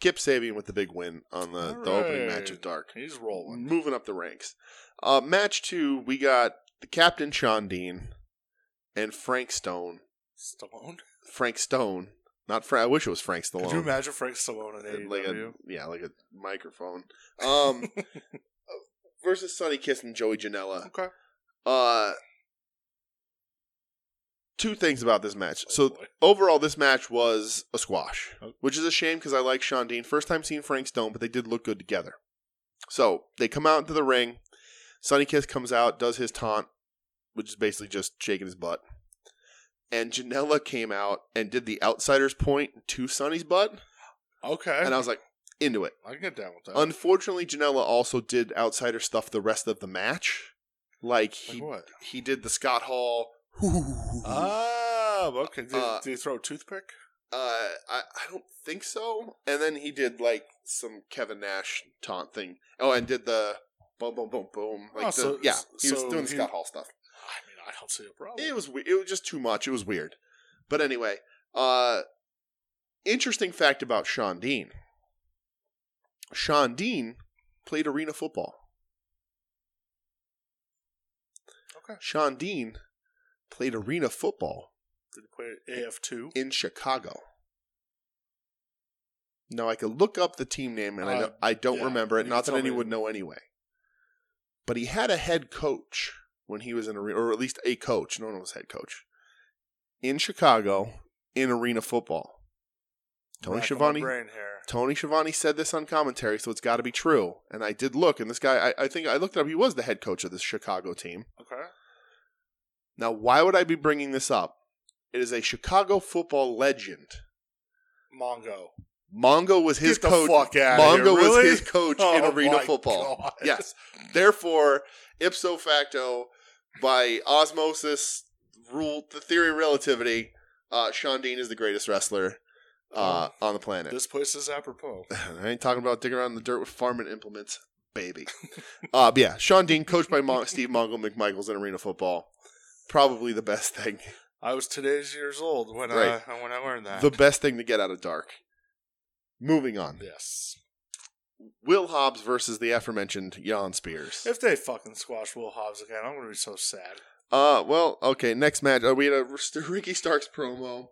Speaker 1: Kip Sabian with the big win on the, the opening match of
Speaker 2: Alright.
Speaker 1: Dark.
Speaker 2: He's rolling.
Speaker 1: moving up the ranks. Uh, match two, we got the Captain Sean Dean and Frank Stone.
Speaker 2: Stallone.
Speaker 1: Frank Stone, not Frank. I wish it was Frank
Speaker 2: Could you
Speaker 1: Stallone.
Speaker 2: imagine Frank Stallone in E AEW?
Speaker 1: like a yeah, like a microphone. Um, versus Sonny Kiss and Joey Janela.
Speaker 2: okay.
Speaker 1: Uh, two things about this match.
Speaker 2: Oh,
Speaker 1: So
Speaker 2: boy.
Speaker 1: overall, this match was a squash,
Speaker 2: Oh.
Speaker 1: which is a shame because I like Sean Dean. First time seeing Frank Stone, but they did look good together. So they come out into the ring. Sunny Kiss comes out, does his taunt, which is basically just shaking his butt. And Janela came out and did the outsider's point to Sonny's butt,
Speaker 2: okay,
Speaker 1: and I was like, into it.
Speaker 2: I can get down with that.
Speaker 1: Unfortunately, Janela also did outsider stuff the rest of the match. Like
Speaker 2: like
Speaker 1: he
Speaker 2: what?
Speaker 1: he did the Scott Hall.
Speaker 2: Oh, okay. Did,
Speaker 1: Uh,
Speaker 2: did he throw a toothpick?
Speaker 1: Uh, I, I don't think so. And then he did like some Kevin Nash taunt thing. Oh, and did the boom, boom, boom, boom. Like
Speaker 2: Oh,
Speaker 1: the,
Speaker 2: so-
Speaker 1: yeah, he was
Speaker 2: so
Speaker 1: doing
Speaker 2: he- Oh.
Speaker 1: Scott Hall stuff.
Speaker 2: I mean, I don't see a problem.
Speaker 1: It was we- it was just too much. It was weird. But anyway, uh, interesting fact about Sean Dean. Sean Dean played arena football.
Speaker 2: Okay.
Speaker 1: Sean Dean played arena football
Speaker 2: Did he play AF two?
Speaker 1: in Chicago. Now I could look up the team name, and I
Speaker 2: Uh,
Speaker 1: don't, I don't
Speaker 2: yeah,
Speaker 1: remember it.
Speaker 2: you
Speaker 1: Not that
Speaker 2: can tell me.
Speaker 1: anyone would know anyway. But he had a head coach when he was in arena, or at least a coach. No one was head coach in Chicago in arena football. Tony Schiavone.
Speaker 2: Brain here.
Speaker 1: Tony Schiavone said this on commentary, so it's got to be true. And I did look, and this guy, I, I think I looked it up. He was the head coach of this Chicago team.
Speaker 2: Okay.
Speaker 1: Now, why would I be bringing this up? It is a Chicago football legend.
Speaker 2: Mongo.
Speaker 1: Mongo was his
Speaker 2: Get the
Speaker 1: coach.
Speaker 2: fuck outta
Speaker 1: Mongo
Speaker 2: here,
Speaker 1: was
Speaker 2: really?
Speaker 1: his coach
Speaker 2: Oh
Speaker 1: in arena
Speaker 2: my
Speaker 1: football.
Speaker 2: God.
Speaker 1: Yes. Therefore, ipso facto, by osmosis, rule the theory of relativity. Uh, Sean Dean is the greatest wrestler uh, on the planet.
Speaker 2: Oh. This place is apropos.
Speaker 1: I ain't talking about digging around in the dirt with farming implements, baby. uh, but yeah, Sean Dean, coached by Mon- Steve Mongo McMichaels in arena football, probably the best thing,
Speaker 2: I was today's years old when I when I learned that.
Speaker 1: the best thing to get out of dark. Moving on,
Speaker 2: yes.
Speaker 1: Will Hobbs versus the aforementioned Jan Spears.
Speaker 2: If they fucking squash Will Hobbs again, I'm gonna be so sad.
Speaker 1: Uh, well, okay. Next match, uh, we had a Ricky Starks promo.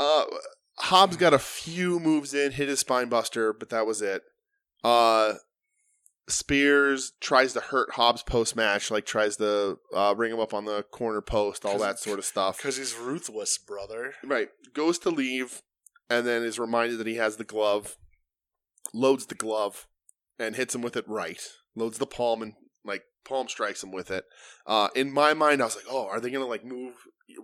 Speaker 1: Uh, Hobbs got a few moves in, hit his spine buster, but that was it. Uh, Spears tries to hurt Hobbs post match, like tries to uh, ring him up on the corner post, all that sort of stuff.
Speaker 2: Because he's ruthless, brother.
Speaker 1: Right, goes to leave, and then is reminded that he has the glove. Loads the glove, and hits him with it right. Loads the palm and like palm strikes him with it. Uh, in my mind, I was like, oh, are they gonna like move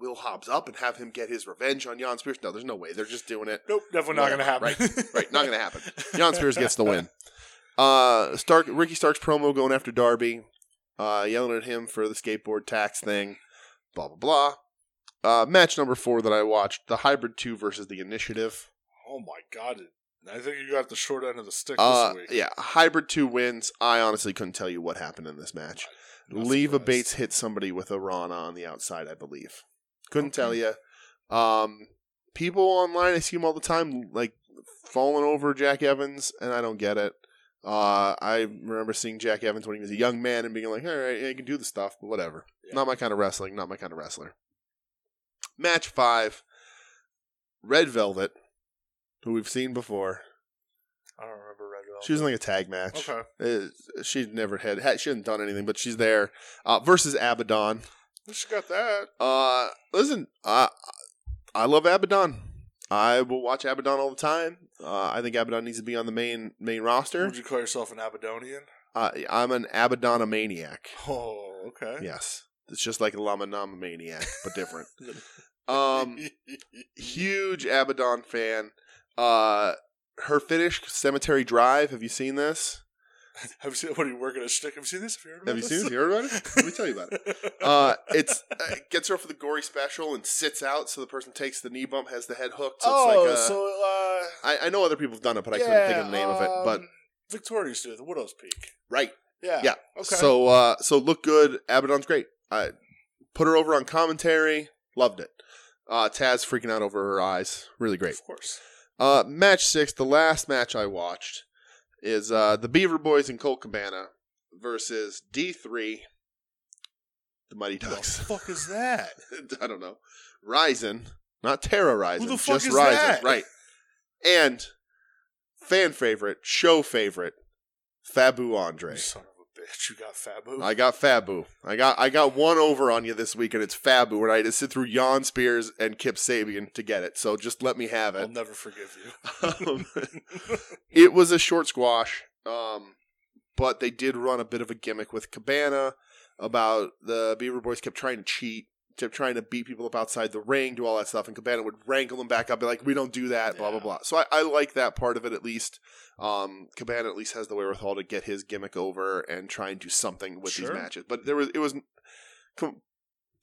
Speaker 1: Will Hobbs up and have him get his revenge on Jan Spears? No, there's no way. They're just doing it.
Speaker 2: Nope, definitely not
Speaker 1: Whatever.
Speaker 2: gonna happen.
Speaker 1: Right, not gonna happen. Jan Spears gets the win. Uh, Stark Ricky Stark's promo going after Darby, uh, yelling at him for the skateboard tax thing. Blah blah blah. Uh, match number four that I watched: the Hybrid Two versus the Initiative.
Speaker 2: Oh my god. I think you got the short end of the stick
Speaker 1: Uh,
Speaker 2: this week.
Speaker 1: yeah, Hybrid Two wins. I honestly couldn't tell you what happened in this match.
Speaker 2: Not
Speaker 1: Leva
Speaker 2: surprised.
Speaker 1: Bates hit somebody with a Rana on the outside, I believe. Couldn't
Speaker 2: Okay.
Speaker 1: tell you. Um, people online, I see them all the time, like falling over Jack Evans, and I don't get it. Uh, I remember seeing Jack Evans when he was a young man and being like, all right, I can do the stuff, but whatever.
Speaker 2: Yeah.
Speaker 1: Not my kind of wrestling, not my kind of wrestler. Match five Red Velvet, who we've seen before.
Speaker 2: I don't remember Red Velvet.
Speaker 1: She was in like a tag match.
Speaker 2: Okay.
Speaker 1: Uh, she never had, had, she hadn't done anything, but she's there uh, versus Abaddon.
Speaker 2: She got that.
Speaker 1: Uh, listen, I I love Abaddon. I will watch Abaddon all the time. Uh, I think Abaddon needs to be on the main main roster.
Speaker 2: Would you call yourself an Abadonian?
Speaker 1: Uh, I'm an Abaddonomaniac.
Speaker 2: Oh, okay.
Speaker 1: Yes, it's just like a Lama Nama maniac, but different. Um, huge Abaddon fan. Uh, her finish, Cemetery Drive. Have you seen this?
Speaker 2: Have you seen what are you working a stick? Have you seen this? Have you heard about
Speaker 1: Have you seen
Speaker 2: this?
Speaker 1: this? You heard about it? Let me tell you about it.
Speaker 2: it?
Speaker 1: Uh, it's uh, gets her up for the gory special and sits out, so the person takes the knee bump, has the head hooked. So
Speaker 2: oh,
Speaker 1: it's like a,
Speaker 2: so uh,
Speaker 1: I, I know other people have done it, but I couldn't
Speaker 2: yeah,
Speaker 1: think of the name of it. But
Speaker 2: um, Victoria's do it, the Widow's Peak.
Speaker 1: right,
Speaker 2: Yeah.
Speaker 1: Yeah.
Speaker 2: Okay.
Speaker 1: so uh, so look good. Abaddon's great. I put her over on commentary. Loved it. Uh, Taz freaking out over her eyes. Really great.
Speaker 2: Of course.
Speaker 1: Uh, match six, the last match I watched is uh, the Beaver Boys and Colt Cabana versus D three, the Mighty
Speaker 2: What the
Speaker 1: Ducks.
Speaker 2: fuck is that?
Speaker 1: I don't know. Rising, not terrorizing.
Speaker 2: Who the fuck
Speaker 1: just
Speaker 2: is
Speaker 1: Ryzen,
Speaker 2: that?
Speaker 1: Right. And fan favorite, show favorite, Fabu
Speaker 2: You
Speaker 1: Andre.
Speaker 2: son of a Bitch, you got Fabu.
Speaker 1: I got Fabu. I got I got one over on you this week, and it's Fabu, and I had to sit through Jan Spears and Kip Sabian to get it. So just let me have
Speaker 2: I'll
Speaker 1: it.
Speaker 2: never forgive you.
Speaker 1: Um, it was a short squash, um, but they did run a bit of a gimmick with Cabana about the Beaver Boys kept trying to cheat, kept trying to beat people up outside the ring, do all that stuff, and Cabana would wrangle them back up, be like, "We don't do that," blah blah
Speaker 2: Yeah.
Speaker 1: blah. So I, I like that part of it at least. Um, Cabana at least has the wherewithal to get his gimmick over and try and do something with
Speaker 2: Sure.
Speaker 1: these matches. But there was it was com-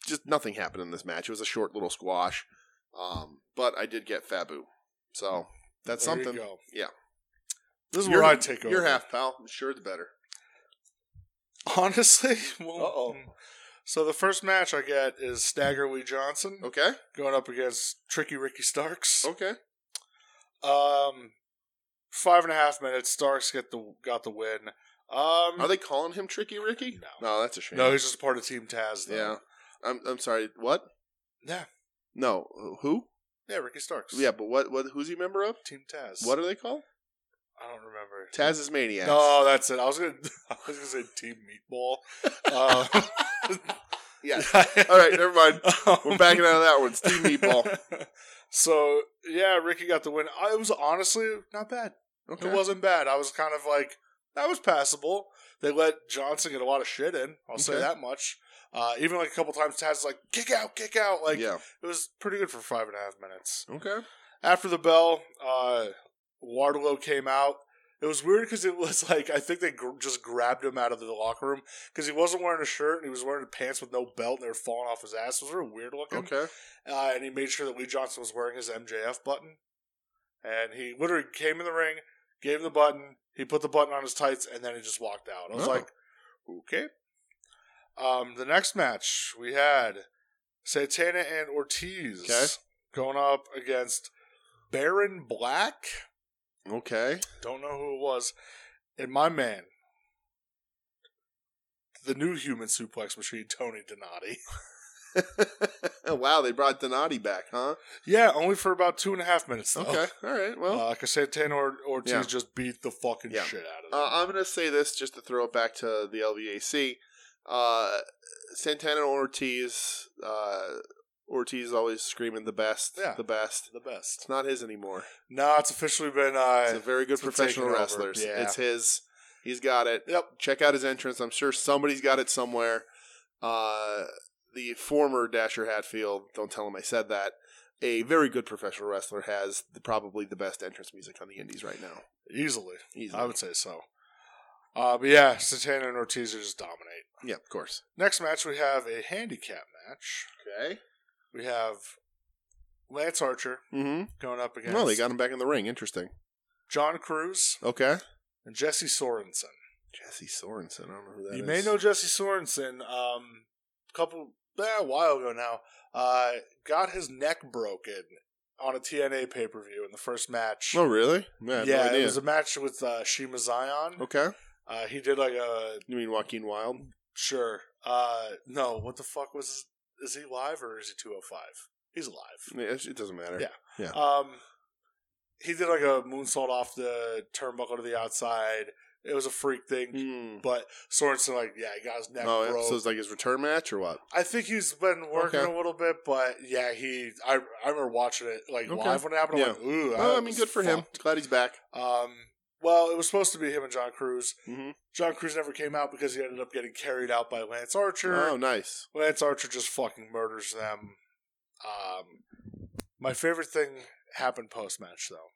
Speaker 1: just nothing happened in this match. It was a short little squash. Um, but I did get Fabu, so that's
Speaker 2: There you
Speaker 1: something.
Speaker 2: go.
Speaker 1: Yeah.
Speaker 2: This is
Speaker 1: You're-
Speaker 2: where I take over.
Speaker 1: You're half pal. I'm sure it's better.
Speaker 2: Honestly, well, hmm.
Speaker 1: Uh-oh.
Speaker 2: So the first match I get is Stagger Lee Johnson
Speaker 1: Okay.
Speaker 2: going up against Tricky Ricky Starks.
Speaker 1: Okay.
Speaker 2: Um, five and a half minutes. Starks get the got the win. Um,
Speaker 1: Are they calling him Tricky Ricky?
Speaker 2: No.
Speaker 1: No, that's a shame.
Speaker 2: no, he's just part of Team Taz. Though.
Speaker 1: yeah. I'm I'm sorry. What?
Speaker 2: yeah,
Speaker 1: No. Who?
Speaker 2: yeah. Ricky Starks.
Speaker 1: Yeah, but what what who's he a member of?
Speaker 2: Team Taz.
Speaker 1: What are they called?
Speaker 2: I don't remember.
Speaker 1: Taz's Maniacs.
Speaker 2: No, that's it. I was gonna, I was gonna say Team Meatball. Um,
Speaker 1: Yeah. All right, never mind. We're backing out of that one. Steve Meatball.
Speaker 2: so yeah, Ricky got the win. I, it was honestly not bad.
Speaker 1: Okay.
Speaker 2: It wasn't bad. I was kind of like that was passable. They let Johnson get a lot of shit in. I'll say
Speaker 1: Okay.
Speaker 2: that much. Uh, even like a couple times, Taz was like kick out, kick out. Like
Speaker 1: yeah.
Speaker 2: it was pretty good for five and a half minutes.
Speaker 1: Okay.
Speaker 2: After the bell, uh, Wardlow came out. It was weird because it was like I think they gr- just grabbed him out of the locker room because he wasn't wearing a shirt and he was wearing pants with no belt and they were falling off his ass. It was really weird looking.
Speaker 1: Okay.
Speaker 2: Uh, and he made sure that Lee Johnson was wearing his MJF button. And he literally came in the ring, gave him the button, he put the button on his tights, and then he just walked out. I was
Speaker 1: Oh.
Speaker 2: like, okay. Um, the next match we had Santana and Ortiz
Speaker 1: Okay.
Speaker 2: going up against Baron Black.
Speaker 1: Okay.
Speaker 2: Don't know who it was. And my man, the new human suplex machine, Tony Donati.
Speaker 1: wow, they brought Donati back, huh?
Speaker 2: Yeah, only for about two and a half minutes, though.
Speaker 1: Okay. All right. Well,
Speaker 2: Uh, Cassantana or Ortiz
Speaker 1: Yeah.
Speaker 2: just beat the fucking
Speaker 1: Yeah.
Speaker 2: shit out of them.
Speaker 1: Uh, I'm going to say this just to throw it back to the LVAC. Uh, Santana and Ortiz. Uh, Ortiz is always screaming the best,
Speaker 2: Yeah.
Speaker 1: the best.
Speaker 2: the best.
Speaker 1: It's not his anymore.
Speaker 2: Nah, it's officially been. Uh,
Speaker 1: It's a very good
Speaker 2: it's been
Speaker 1: professional
Speaker 2: taken over.
Speaker 1: wrestler.
Speaker 2: Yeah.
Speaker 1: It's his. He's got it.
Speaker 2: yep.
Speaker 1: Check out his entrance. I'm sure somebody's got it somewhere. Uh, the former Dasher Hatfield, don't tell him I said that, a very good professional wrestler has the, probably the best entrance music on the indies right now.
Speaker 2: Easily.
Speaker 1: Easily.
Speaker 2: I would say so. Uh, but yeah, Santana and Ortiz are just dominate.
Speaker 1: yeah, of course.
Speaker 2: Next match, we have a handicap match.
Speaker 1: Okay.
Speaker 2: We have Lance Archer
Speaker 1: Mm-hmm.
Speaker 2: going up against
Speaker 1: Well, they got him back in the ring. Interesting.
Speaker 2: John Cruz
Speaker 1: Okay.
Speaker 2: and Jesse Sorensen.
Speaker 1: Jesse Sorensen. I don't know who that is.
Speaker 2: you may know Jesse Sorensen. Um, a couple eh, a while ago now, uh, got his neck broken on a TNA pay per view in the first match.
Speaker 1: Oh, really? Yeah. I had no
Speaker 2: yeah,
Speaker 1: idea. Oh.
Speaker 2: it was a match with uh, Shima Zion.
Speaker 1: okay.
Speaker 2: Uh, he did like a
Speaker 1: You mean Joaquin Wild?
Speaker 2: sure. Uh, no, what the fuck was? Is he live or is he two hundred five? He's alive.
Speaker 1: Yeah, It it doesn't matter.
Speaker 2: Yeah. Um, he did like a moonsault off the turnbuckle to the outside. It was a freak thing,
Speaker 1: Hmm.
Speaker 2: but Sorensen like yeah, he got his neck
Speaker 1: Oh,
Speaker 2: broke.
Speaker 1: so it's like his return match or what?
Speaker 2: I think he's been working
Speaker 1: Okay.
Speaker 2: a little bit, but yeah, he. I I remember watching it like
Speaker 1: Okay.
Speaker 2: live when it happened. I'm
Speaker 1: Yeah.
Speaker 2: like, ooh,
Speaker 1: Well, Oh, I
Speaker 2: that
Speaker 1: mean,
Speaker 2: was
Speaker 1: good for him.
Speaker 2: fucked.
Speaker 1: Glad he's back.
Speaker 2: Um, well, it was supposed to be him and John Cruz.
Speaker 1: Mm-hmm.
Speaker 2: John Cruz never came out because he ended up getting carried out by Lance Archer.
Speaker 1: Oh, nice.
Speaker 2: Lance Archer just fucking murders them. Um, my favorite thing happened post match though.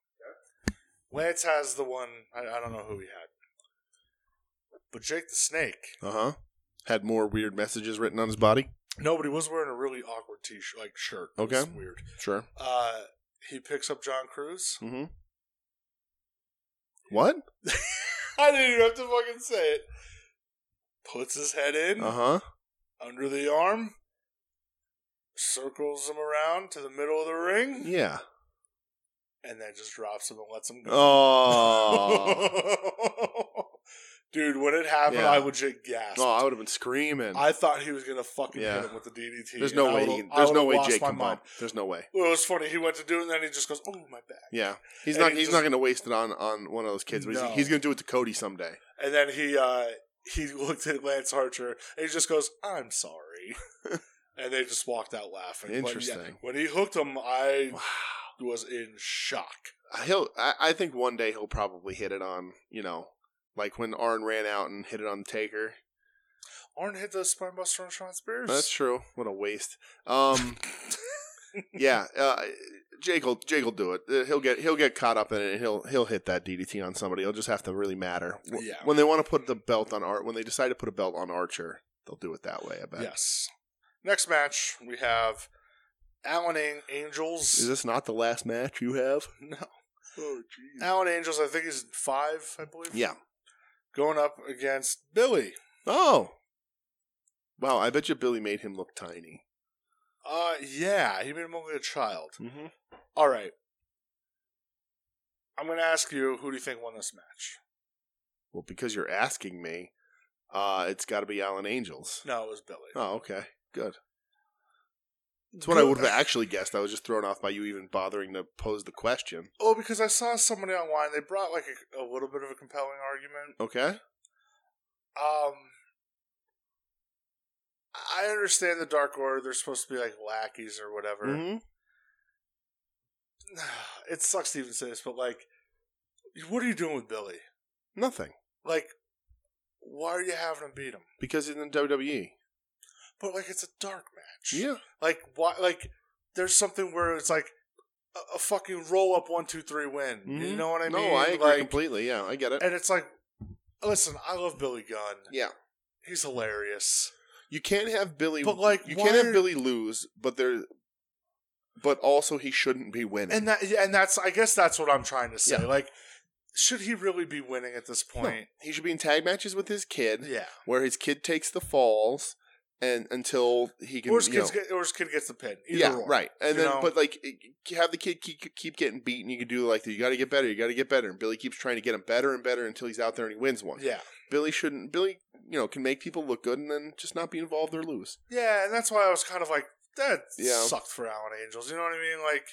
Speaker 2: Lance has the one I, I don't know who he had, but Jake the Snake
Speaker 1: Uh huh. Had more weird messages written on his body.
Speaker 2: No, but he was wearing a really awkward t-shirt, like shirt. It
Speaker 1: Okay.
Speaker 2: was weird.
Speaker 1: Sure.
Speaker 2: Uh, he picks up John Cruz.
Speaker 1: Mm-hmm. What?
Speaker 2: I didn't even have to fucking say it. Puts his head in
Speaker 1: Uh huh.
Speaker 2: under the arm, circles him around to the middle of the ring,
Speaker 1: Yeah.
Speaker 2: and then just drops him and lets him go.
Speaker 1: Oh.
Speaker 2: Dude, when it happened,
Speaker 1: Yeah.
Speaker 2: I legit gasped.
Speaker 1: oh, I would have been screaming.
Speaker 2: I thought he was gonna fucking
Speaker 1: Yeah.
Speaker 2: hit him with the DDT.
Speaker 1: there's
Speaker 2: and
Speaker 1: no
Speaker 2: I
Speaker 1: way.
Speaker 2: would've-
Speaker 1: He,
Speaker 2: I
Speaker 1: there's
Speaker 2: would've
Speaker 1: no way
Speaker 2: lost
Speaker 1: Jake
Speaker 2: my
Speaker 1: can
Speaker 2: mind.
Speaker 1: bump. There's no way.
Speaker 2: Well, it was funny. He went to do it, and then he just goes, "Oh my back."
Speaker 1: Yeah. He's
Speaker 2: And
Speaker 1: not.
Speaker 2: he
Speaker 1: He's
Speaker 2: just-
Speaker 1: not going to waste it on on one of those kids. But he's,
Speaker 2: No.
Speaker 1: he's going to do it to Cody someday.
Speaker 2: And then he uh, he looked at Lance Archer and he just goes, "I'm sorry," and they just walked out laughing. But yeah,
Speaker 1: Interesting.
Speaker 2: when he hooked him, I
Speaker 1: Wow.
Speaker 2: was in shock.
Speaker 1: Uh, He'll. I, I think one day he'll probably hit it on. You know, like when Arn ran out and hit it on Taker.
Speaker 2: Arn hit the spinebuster on Sean Spears.
Speaker 1: That's true. What a waste. Um, yeah. Uh, Jake will Jake will do it. Uh, He'll get he'll get caught up in it. And he'll he'll hit that DDT on somebody. It'll just have to really matter. W-
Speaker 2: Yeah.
Speaker 1: When they want to put the belt on Art, when they decide to put a belt on Archer, they'll do it that way. I bet.
Speaker 2: Yes. Next match we have Allen Ang- Angels.
Speaker 1: Is this not the last match you have?
Speaker 2: no.
Speaker 1: Oh, jeez.
Speaker 2: Allen Angels, I think he's five, I believe.
Speaker 1: Yeah.
Speaker 2: Going up against Billy.
Speaker 1: Oh. Wow. I bet you Billy made him look tiny.
Speaker 2: Uh yeah, he made him look like a child.
Speaker 1: Mm-hmm.
Speaker 2: All right. I'm gonna ask you, who do you think won this match?
Speaker 1: Well, because you're asking me, uh, it's got to be Allen Angels.
Speaker 2: No, it was Billy.
Speaker 1: Oh, okay. Good. That's what I would have actually guessed. I was just thrown off by you even bothering to pose the question.
Speaker 2: Oh, because I saw somebody online. They brought like a, a little bit of a compelling argument.
Speaker 1: Okay.
Speaker 2: Um, I understand the Dark Order. They're supposed to be like lackeys or whatever.
Speaker 1: Mm-hmm.
Speaker 2: It sucks to even say this, but like, what are you doing with Billy?
Speaker 1: Nothing.
Speaker 2: Like, why are you having him beat him?
Speaker 1: Because it's in WWE.
Speaker 2: But like, it's a dark match.
Speaker 1: E. Yeah.
Speaker 2: Like, why? Like, there's something where it's like a, a fucking roll up one two three win. You
Speaker 1: Mhm.
Speaker 2: know what I
Speaker 1: no,
Speaker 2: mean?
Speaker 1: I agree
Speaker 2: like,
Speaker 1: completely. Yeah, I get it.
Speaker 2: And it's like, listen, I love Billy Gunn.
Speaker 1: yeah.
Speaker 2: He's hilarious.
Speaker 1: You can't have Billy
Speaker 2: But, like,
Speaker 1: you
Speaker 2: why
Speaker 1: can't
Speaker 2: are-
Speaker 1: have Billy lose, but there but also he shouldn't be winning.
Speaker 2: And that, yeah, and that's, I guess that's what I'm trying to say.
Speaker 1: Yeah.
Speaker 2: Like, should he really be winning at this
Speaker 1: No.
Speaker 2: point?
Speaker 1: he should be in tag matches with his kid
Speaker 2: Yeah.
Speaker 1: where his kid takes the falls and until he can
Speaker 2: or, his
Speaker 1: you know,
Speaker 2: kids get, or his kid gets the pin. Either
Speaker 1: yeah,
Speaker 2: or.
Speaker 1: right. And
Speaker 2: You
Speaker 1: then,
Speaker 2: know?
Speaker 1: but like, it- have the kid keep, keep getting beaten. You can do like, you got to get better. You got to get better. And Billy keeps trying to get him better and better until he's out there and he wins one.
Speaker 2: Yeah.
Speaker 1: Billy shouldn't. Billy, you know, can make people look good and then just not be involved or lose.
Speaker 2: Yeah, and that's why I was kind of like, that
Speaker 1: Yeah.
Speaker 2: sucked for Allen Angels. You know what I mean? Like,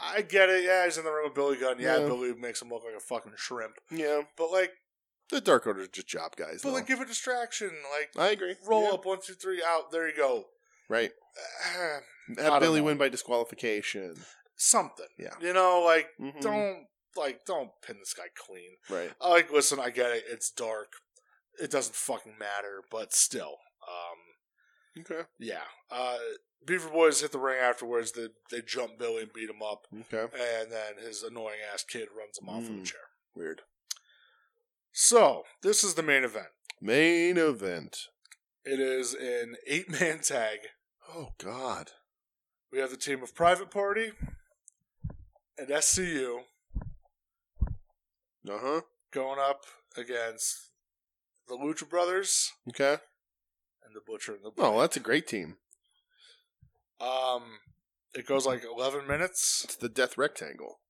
Speaker 2: I get it. Yeah, he's in the ring with Billy Gunn. Yeah,
Speaker 1: Yeah.
Speaker 2: Billy makes him look like a fucking shrimp.
Speaker 1: Yeah,
Speaker 2: But like,
Speaker 1: the Dark Order's just job guys.
Speaker 2: but
Speaker 1: though.
Speaker 2: like, give a distraction. Like,
Speaker 1: I agree.
Speaker 2: roll
Speaker 1: Yeah.
Speaker 2: up one, two, three, out. There you go.
Speaker 1: right.
Speaker 2: Ah, don't
Speaker 1: Have Billy
Speaker 2: know.
Speaker 1: win by disqualification.
Speaker 2: Something.
Speaker 1: Yeah.
Speaker 2: You know, like,
Speaker 1: Mhm.
Speaker 2: don't like, don't pin this guy clean.
Speaker 1: right.
Speaker 2: I like listen, I get it. It's dark. It doesn't fucking matter, but still. Um
Speaker 1: Okay.
Speaker 2: yeah. Uh Beaver Boys hit the ring afterwards. They they jump Billy and beat him up,
Speaker 1: Okay.
Speaker 2: and then his annoying ass kid runs him off with a
Speaker 1: Mm.
Speaker 2: chair.
Speaker 1: Weird.
Speaker 2: So this is the main event.
Speaker 1: Main event.
Speaker 2: It is an eight man tag.
Speaker 1: Oh God.
Speaker 2: We have the team of Private Party and SCU
Speaker 1: Uh huh.
Speaker 2: Uh-huh. going up against the Lucha Brothers
Speaker 1: Okay.
Speaker 2: and the Butcher and the Blade.
Speaker 1: Oh, that's a great team.
Speaker 2: Um, it goes like eleven minutes.
Speaker 1: It's the Death Rectangle.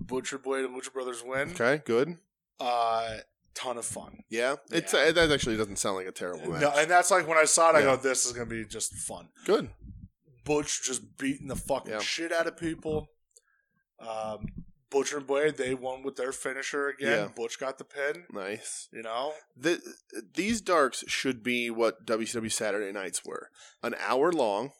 Speaker 2: Butcher Blade and Lucha Brothers win.
Speaker 1: Okay. Good.
Speaker 2: Uh, ton of fun.
Speaker 1: Yeah. It's uh, that actually doesn't sound like a terrible match.
Speaker 2: No, and that's like when I saw it, I
Speaker 1: Yeah.
Speaker 2: go, "This is gonna be just fun."
Speaker 1: Good.
Speaker 2: Butch just beating the fucking
Speaker 1: Yeah.
Speaker 2: shit out of people. Um, Butcher and Blade they won with their finisher again.
Speaker 1: Yeah.
Speaker 2: Butch got the pin.
Speaker 1: Nice.
Speaker 2: You know,
Speaker 1: The, these darks should be what WCW Saturday nights were an hour long,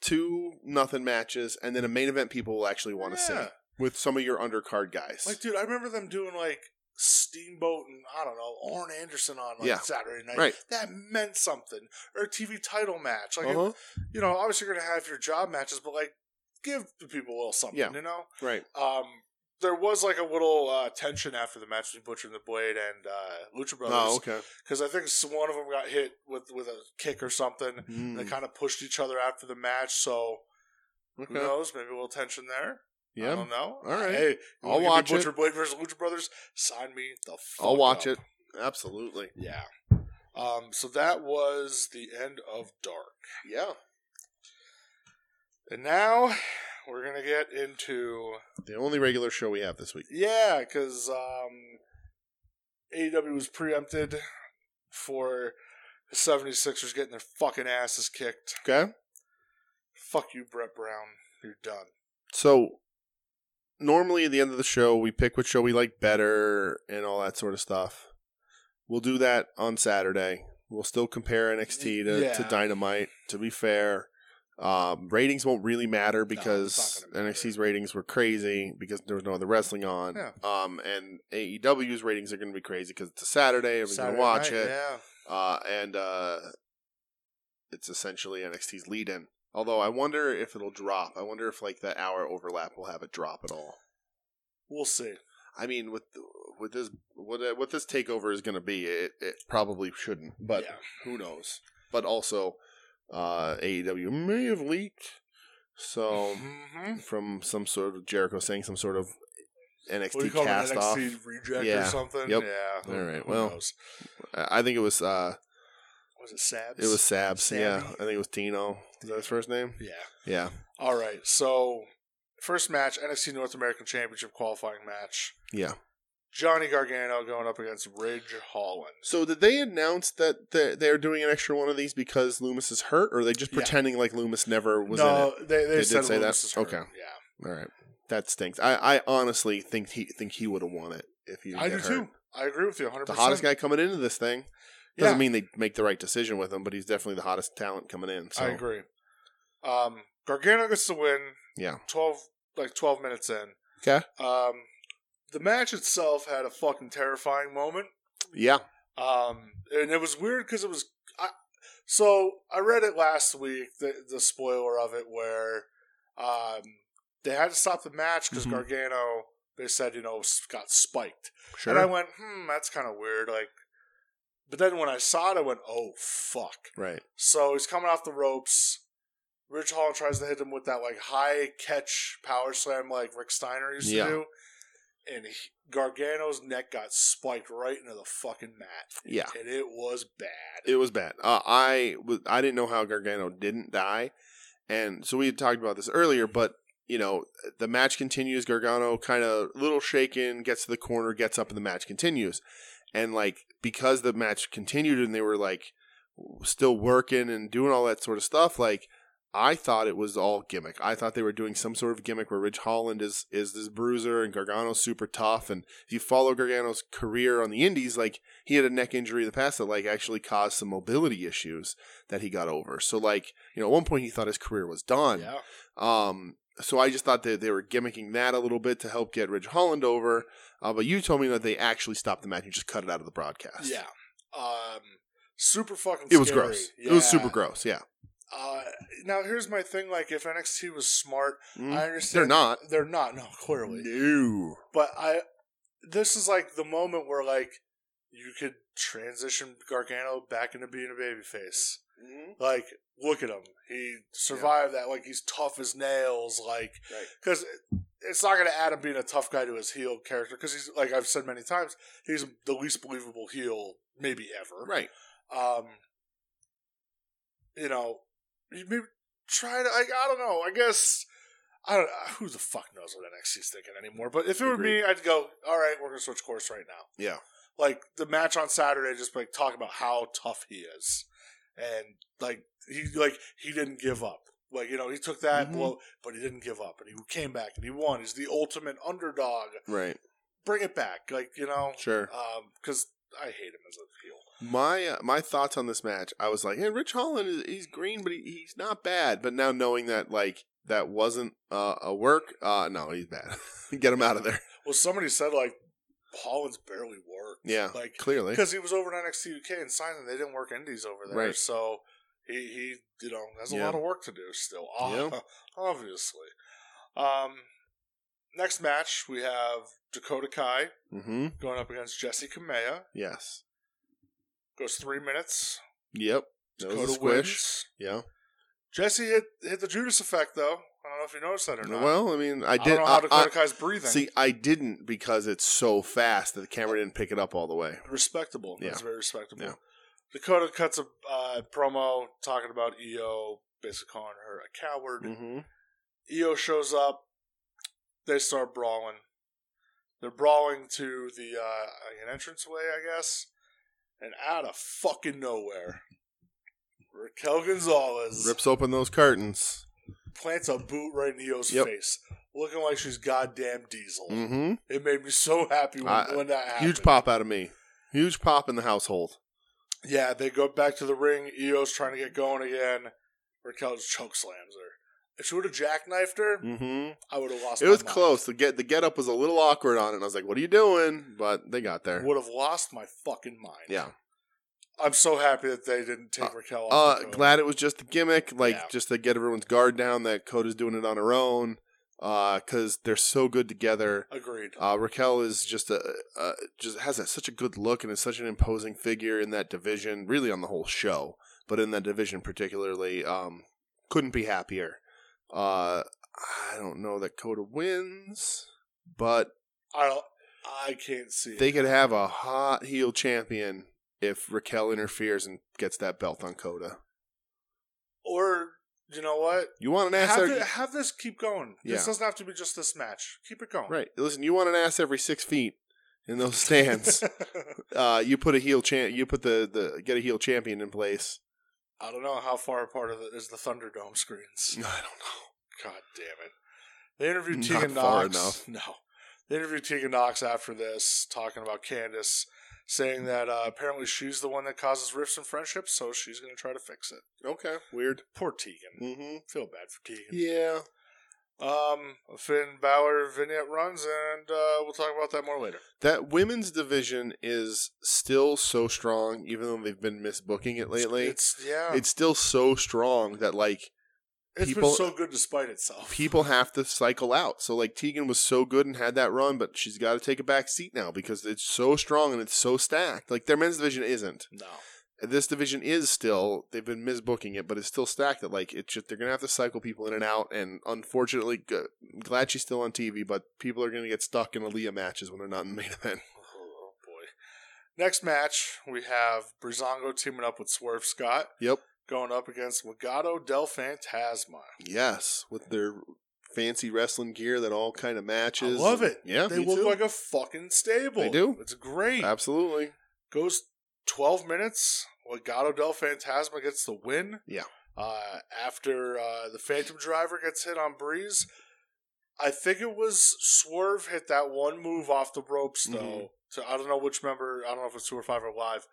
Speaker 1: two nothing matches, and then a main event people will actually want to
Speaker 2: Yeah.
Speaker 1: see with some of your undercard guys.
Speaker 2: Like, dude, I remember them doing like Steamboat and I don't know Orrin Anderson on like
Speaker 1: Yeah.
Speaker 2: Saturday night.
Speaker 1: Right.
Speaker 2: That meant something. Or a TV title match. Like, it-
Speaker 1: Uh-huh.
Speaker 2: you know, obviously you're gonna have your job matches, but like, give the people a little something.
Speaker 1: Yeah.
Speaker 2: You know.
Speaker 1: Right.
Speaker 2: Um, there was like a little uh, tension after the match between Butcher and the Blade and uh, Lucha
Speaker 1: Oh,
Speaker 2: Brothers
Speaker 1: okay.
Speaker 2: because I think s- one of them got hit with with a kick or something.
Speaker 1: Mm,
Speaker 2: They kind of pushed each other after the match, so
Speaker 1: okay.
Speaker 2: who knows? Maybe a little tension there. I
Speaker 1: Yeah.
Speaker 2: don't know.
Speaker 1: All right.
Speaker 2: Um, Hey, you
Speaker 1: I'll
Speaker 2: wanna give me
Speaker 1: watch it.
Speaker 2: Butcher Blade versus Lucha Brothers. Sign me the. Fuck
Speaker 1: I'll watch it.
Speaker 2: up.
Speaker 1: Absolutely.
Speaker 2: Yeah. Um. So that was the end of Dark,
Speaker 1: Yeah.
Speaker 2: and now we're gonna get into
Speaker 1: The only regular show we have this week.
Speaker 2: Yeah, because um, AEW was preempted for the 76ers getting their fucking asses kicked.
Speaker 1: Okay.
Speaker 2: Fuck you, Brett Brown. You're done.
Speaker 1: So normally at the end of the show we pick what show we like better and all that sort of stuff. We'll do that on Saturday. We'll still compare NXT to, to
Speaker 2: Yeah.
Speaker 1: Dynamite. To be fair, um, ratings won't really matter
Speaker 2: it's not
Speaker 1: because
Speaker 2: gonna matter.
Speaker 1: NXT's ratings were crazy because there was no other wrestling on.
Speaker 2: Yeah.
Speaker 1: Um, and AEW's ratings are going to be crazy because it's a Saturday. Everyone's going to watch
Speaker 2: night,
Speaker 1: it
Speaker 2: Yeah.
Speaker 1: uh, and uh, it's essentially NXT's lead-in. Although I wonder if it'll drop. I wonder if like that hour overlap will have it drop at all.
Speaker 2: We'll see.
Speaker 1: I mean, with with this what uh, what this takeover is going to be, it, it probably shouldn't. But
Speaker 2: Yeah.
Speaker 1: who knows? But also, uh, AEW may have leaked. So
Speaker 2: Mhm.
Speaker 1: from some sort of Jericho saying some sort of
Speaker 2: What do you
Speaker 1: NXT
Speaker 2: call it?
Speaker 1: cast
Speaker 2: NXT
Speaker 1: off.
Speaker 2: reject or
Speaker 1: Yeah.
Speaker 2: something?
Speaker 1: Yep.
Speaker 2: Yeah.
Speaker 1: All right,
Speaker 2: Who
Speaker 1: well.
Speaker 2: knows?
Speaker 1: I I think it was uh,
Speaker 2: was it Sabs?
Speaker 1: it was Sabs. Yeah,
Speaker 2: Sammy.
Speaker 1: I think it was Dino. Is that his first name?
Speaker 2: Yeah.
Speaker 1: Yeah.
Speaker 2: All right. So, first match NXT North American Championship qualifying match.
Speaker 1: Yeah.
Speaker 2: Johnny Gargano going up against Ridge Holland.
Speaker 1: So did they announce that they're, they're doing an extra one of these because Loomis is hurt, or are they just
Speaker 2: Yeah.
Speaker 1: pretending like Loomis never was in
Speaker 2: no,
Speaker 1: it?
Speaker 2: they they,
Speaker 1: did
Speaker 2: said
Speaker 1: say that?
Speaker 2: Loomis is hurt.
Speaker 1: Okay.
Speaker 2: Yeah,
Speaker 1: All right, that stinks. I, I honestly think he think he would have won it if he. Didn't
Speaker 2: I do
Speaker 1: get hurt.
Speaker 2: too. I agree with you 100.
Speaker 1: The hottest guy coming into this thing
Speaker 2: Yeah,
Speaker 1: doesn't mean they make the right decision with him, but he's definitely the hottest talent coming in. So
Speaker 2: I agree. Um, Gargano gets the win.
Speaker 1: Yeah.
Speaker 2: twelve like twelve minutes in.
Speaker 1: 'Kay.
Speaker 2: Um, the match itself had a fucking terrifying moment.
Speaker 1: yeah,
Speaker 2: Um, and it was weird because it was. I, so I read it last week, the, the spoiler of it, where um, they had to stop the match because
Speaker 1: Mhm.
Speaker 2: Gargano, they said, you know, s- got spiked.
Speaker 1: sure.
Speaker 2: And I went, hmm, that's kind of weird. Like, but then when I saw it, I went, oh fuck.
Speaker 1: right.
Speaker 2: So he's coming off the ropes. Rich Holland tries to hit him with that like high catch power slam like Rick Steiner used
Speaker 1: Yeah.
Speaker 2: to do, and he, Gargano's neck got spiked right into the fucking mat
Speaker 1: Yeah,
Speaker 2: and it was bad.
Speaker 1: it was bad. Uh, I was I didn't know how Gargano didn't die, and so we had talked about this earlier, but you know the match continues. Gargano kind of little shaken, gets to the corner, gets up, and the match continues. And like because the match continued and they were like still working and doing all that sort of stuff, like I thought it was all gimmick. I thought they were doing some sort of gimmick where Ridge Holland is is this bruiser and Gargano's super tough. And if you follow Gargano's career on the Indies, like he had a neck injury in the past that like actually caused some mobility issues that he got over. So like you know at one point he thought his career was done.
Speaker 2: yeah.
Speaker 1: Um, so I just thought that they were gimmicking that a little bit to help get Ridge Holland over. Uh, but you told me that they actually stopped the match and just cut it out of the broadcast.
Speaker 2: Yeah. Um super fucking
Speaker 1: It was
Speaker 2: scary.
Speaker 1: gross. It was
Speaker 2: Yeah.
Speaker 1: super gross. Yeah.
Speaker 2: Uh now here's my thing like if NXT was smart,
Speaker 1: Mm.
Speaker 2: I understand
Speaker 1: They're not. Mm-hmm.
Speaker 2: they're not, no, clearly.
Speaker 1: No.
Speaker 2: But I this is like the moment where like you could transition Gargano back into being a babyface. Like look at him. He survived that like he's tough as nails like
Speaker 1: Right.
Speaker 2: cuz it's not going to add him being a tough guy to his heel character because he's like I've said many times, he's the least believable heel maybe ever
Speaker 1: Right.
Speaker 2: um, you know, you maybe try to. Like, I don't know. I guess I don't. Who the fuck knows what NXT's thinking anymore? But if it were me, I'd go. All right, we're gonna switch course right now.
Speaker 1: Yeah.
Speaker 2: Like the match on Saturday, just like talk about how tough he is, and like he like he didn't give up. Like you know, he took that
Speaker 1: Mhm.
Speaker 2: blow, but he didn't give up, and he came back and he won. He's the ultimate underdog.
Speaker 1: Right.
Speaker 2: Bring it back, like you know,
Speaker 1: Sure.
Speaker 2: because I hate him as a heel.
Speaker 1: My uh, my thoughts on this match. I was like, "Hey, Rich Holland is he's green, but he, he's not bad." But now knowing that like that wasn't uh, a work, uh, no, he's bad. Get him out of there.
Speaker 2: Well, somebody said like Holland's barely worked.
Speaker 1: Yeah.
Speaker 2: like
Speaker 1: Clearly.
Speaker 2: because he was over in NXT UK and signed, and they didn't work indies over there.
Speaker 1: Right.
Speaker 2: So he, he, you know, has a
Speaker 1: Yeah.
Speaker 2: lot of work to do still.
Speaker 1: Yeah.
Speaker 2: ob- Obviously. Um, next match we have Dakota Kai
Speaker 1: Mm-hmm.
Speaker 2: going up against Jesse Kamea.
Speaker 1: Yes.
Speaker 2: Goes three minutes.
Speaker 1: Yep. That was a
Speaker 2: Dakota
Speaker 1: squish.
Speaker 2: wins.
Speaker 1: Yeah.
Speaker 2: Jesse hit hit the Judas effect though. I don't know if you noticed that or not.
Speaker 1: Well, I mean, I
Speaker 2: I,
Speaker 1: did.
Speaker 2: don't know how
Speaker 1: I-
Speaker 2: Dakota
Speaker 1: I-
Speaker 2: Kai's breathing.
Speaker 1: see, I didn't because it's so fast that the camera didn't pick it up all the way.
Speaker 2: respectable.
Speaker 1: Yeah.
Speaker 2: That's very respectable.
Speaker 1: Yeah.
Speaker 2: Dakota cuts a uh, promo talking about EO, basically calling her a coward.
Speaker 1: Mm-hmm.
Speaker 2: EO shows up. They start brawling. They're brawling to the uh, like an entranceway, I guess. And out of fucking nowhere, Raquel Gonzalez
Speaker 1: Rips open those curtains.
Speaker 2: plants a boot right in EO's
Speaker 1: Yep.
Speaker 2: face. looking like she's goddamn Diesel.
Speaker 1: Mm-hmm.
Speaker 2: It made me so happy when,
Speaker 1: I-
Speaker 2: when that happened.
Speaker 1: Huge pop out of me. Huge pop in the household.
Speaker 2: Yeah, they go back to the ring. Io's trying to get going again. Raquel just choke slams her. If she would have jackknifed her,
Speaker 1: Mm-hmm.
Speaker 2: I would have lost.
Speaker 1: It was close. The get the get up was a little awkward on it. And I was like, "What are you doing?" But they got there.
Speaker 2: Would have lost my fucking mind.
Speaker 1: Yeah.
Speaker 2: I'm so happy that they didn't take Raquel. Off
Speaker 1: Uh,
Speaker 2: the
Speaker 1: glad it was just a gimmick, like
Speaker 2: Yeah.
Speaker 1: just to get everyone's guard down that Coda's doing it on her own, because they're so good together.
Speaker 2: Agreed.
Speaker 1: Uh, Raquel is just a uh, just has a, such a good look and is such an imposing figure in that division, really on the whole show, but in that division particularly, um, couldn't be happier. Uh, I don't know that Coda wins, but
Speaker 2: I don't. I can't see. it.
Speaker 1: they could have a hot heel champion if Raquel interferes and gets that belt on Coda.
Speaker 2: Or you know what?
Speaker 1: You want an ass
Speaker 2: Have,
Speaker 1: every-
Speaker 2: it- have this keep going.
Speaker 1: Yeah.
Speaker 2: This doesn't have to be just this match. Keep it going.
Speaker 1: right? Listen, you want an ass every six feet in those stands. uh, you put a heel champ. You put the, the get a heel champion in place.
Speaker 2: I don't know how far apart of it is the Thunderdome screens.
Speaker 1: I don't know.
Speaker 2: God damn it. They interviewed
Speaker 1: Not
Speaker 2: Tegan
Speaker 1: far
Speaker 2: Knox. No. They interviewed Tegan Knox after this, talking about Candace, saying that uh, apparently she's the one that causes rifts in friendships, so she's going to try to fix it.
Speaker 1: Okay, weird.
Speaker 2: Poor Tegan.
Speaker 1: Mm-hmm.
Speaker 2: Feel bad for Tegan.
Speaker 1: Yeah.
Speaker 2: Um, Finn Balor vignette runs, and uh, we'll talk about that more later.
Speaker 1: That women's division is still so strong, even though they've been misbooking it lately. It's,
Speaker 2: it's yeah, it's,
Speaker 1: still so strong that like people-
Speaker 2: been so good despite itself.
Speaker 1: people have to cycle out. So like Tegan was so good and had that run, but she's got to take a back seat now because it's so strong and it's so stacked. Like their men's division isn't.
Speaker 2: no,
Speaker 1: this division is still they've been misbooking it, but it's still stacked. That like it's just they're gonna have to cycle people in and out. And unfortunately, g- glad she's still on TV, but people are gonna get stuck in Aaliyah matches when they're not in the main event.
Speaker 2: oh boy. Next match, we have Brizongo teaming up with Swerve Scott.
Speaker 1: Yep.
Speaker 2: going up against Legado del Fantasma.
Speaker 1: Yes, with their fancy wrestling gear that all kind of matches.
Speaker 2: I love it.
Speaker 1: Yeah,
Speaker 2: they
Speaker 1: me
Speaker 2: look
Speaker 1: too.
Speaker 2: like a fucking stable.
Speaker 1: They do.
Speaker 2: It's great.
Speaker 1: absolutely.
Speaker 2: Goes 12 minutes. Legado del Fantasma gets the win.
Speaker 1: Yeah.
Speaker 2: Uh, after uh, the Phantom Driver gets hit on Breeze, I think it was Swerve hit that one move off the ropes though.
Speaker 1: Mhm.
Speaker 2: So I don't know which member. I don't know if it's two or five or live.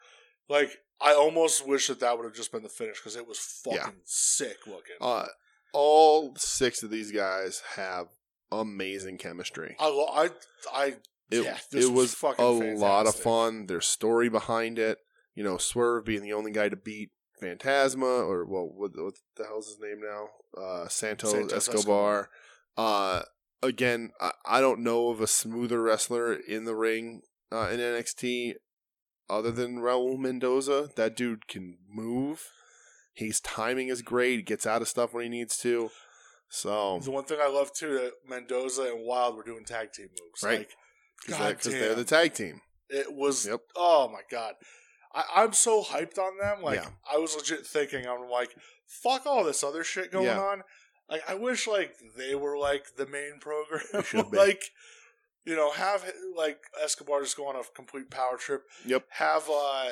Speaker 2: Like I almost wish that that would have just been the finish because it was fucking
Speaker 1: Yeah.
Speaker 2: sick looking.
Speaker 1: Uh, all six of these guys have amazing chemistry.
Speaker 2: I, lo- I I
Speaker 1: It,
Speaker 2: Yeah, this
Speaker 1: it was,
Speaker 2: was fucking
Speaker 1: a lot of
Speaker 2: fantastic.
Speaker 1: fun. Their story behind it, you know, Swerve being the only guy to beat Phantasma, or well, what, what the hell's his name now? Uh, Santos,
Speaker 2: Santos
Speaker 1: Escobar. Uh, again, I, I don't know of a smoother wrestler in the ring uh, in NXT other than Raul Mendoza. That dude can move. His timing is great. He gets out of stuff when he needs to. So
Speaker 2: The one thing I love too that Mendoza and Wild were doing tag team moves.
Speaker 1: Right.
Speaker 2: Like, God
Speaker 1: because they're
Speaker 2: damn.
Speaker 1: the tag team.
Speaker 2: it was
Speaker 1: Yep.
Speaker 2: oh my god. I, I'm so hyped on them. Like
Speaker 1: Yeah.
Speaker 2: I was legit thinking, I'm like, fuck all this other shit going
Speaker 1: Yeah.
Speaker 2: on. Like I wish like they were like the main
Speaker 1: They should
Speaker 2: program.
Speaker 1: be.
Speaker 2: like you know, have like Escobar just go on a complete power trip.
Speaker 1: Yep.
Speaker 2: Have uh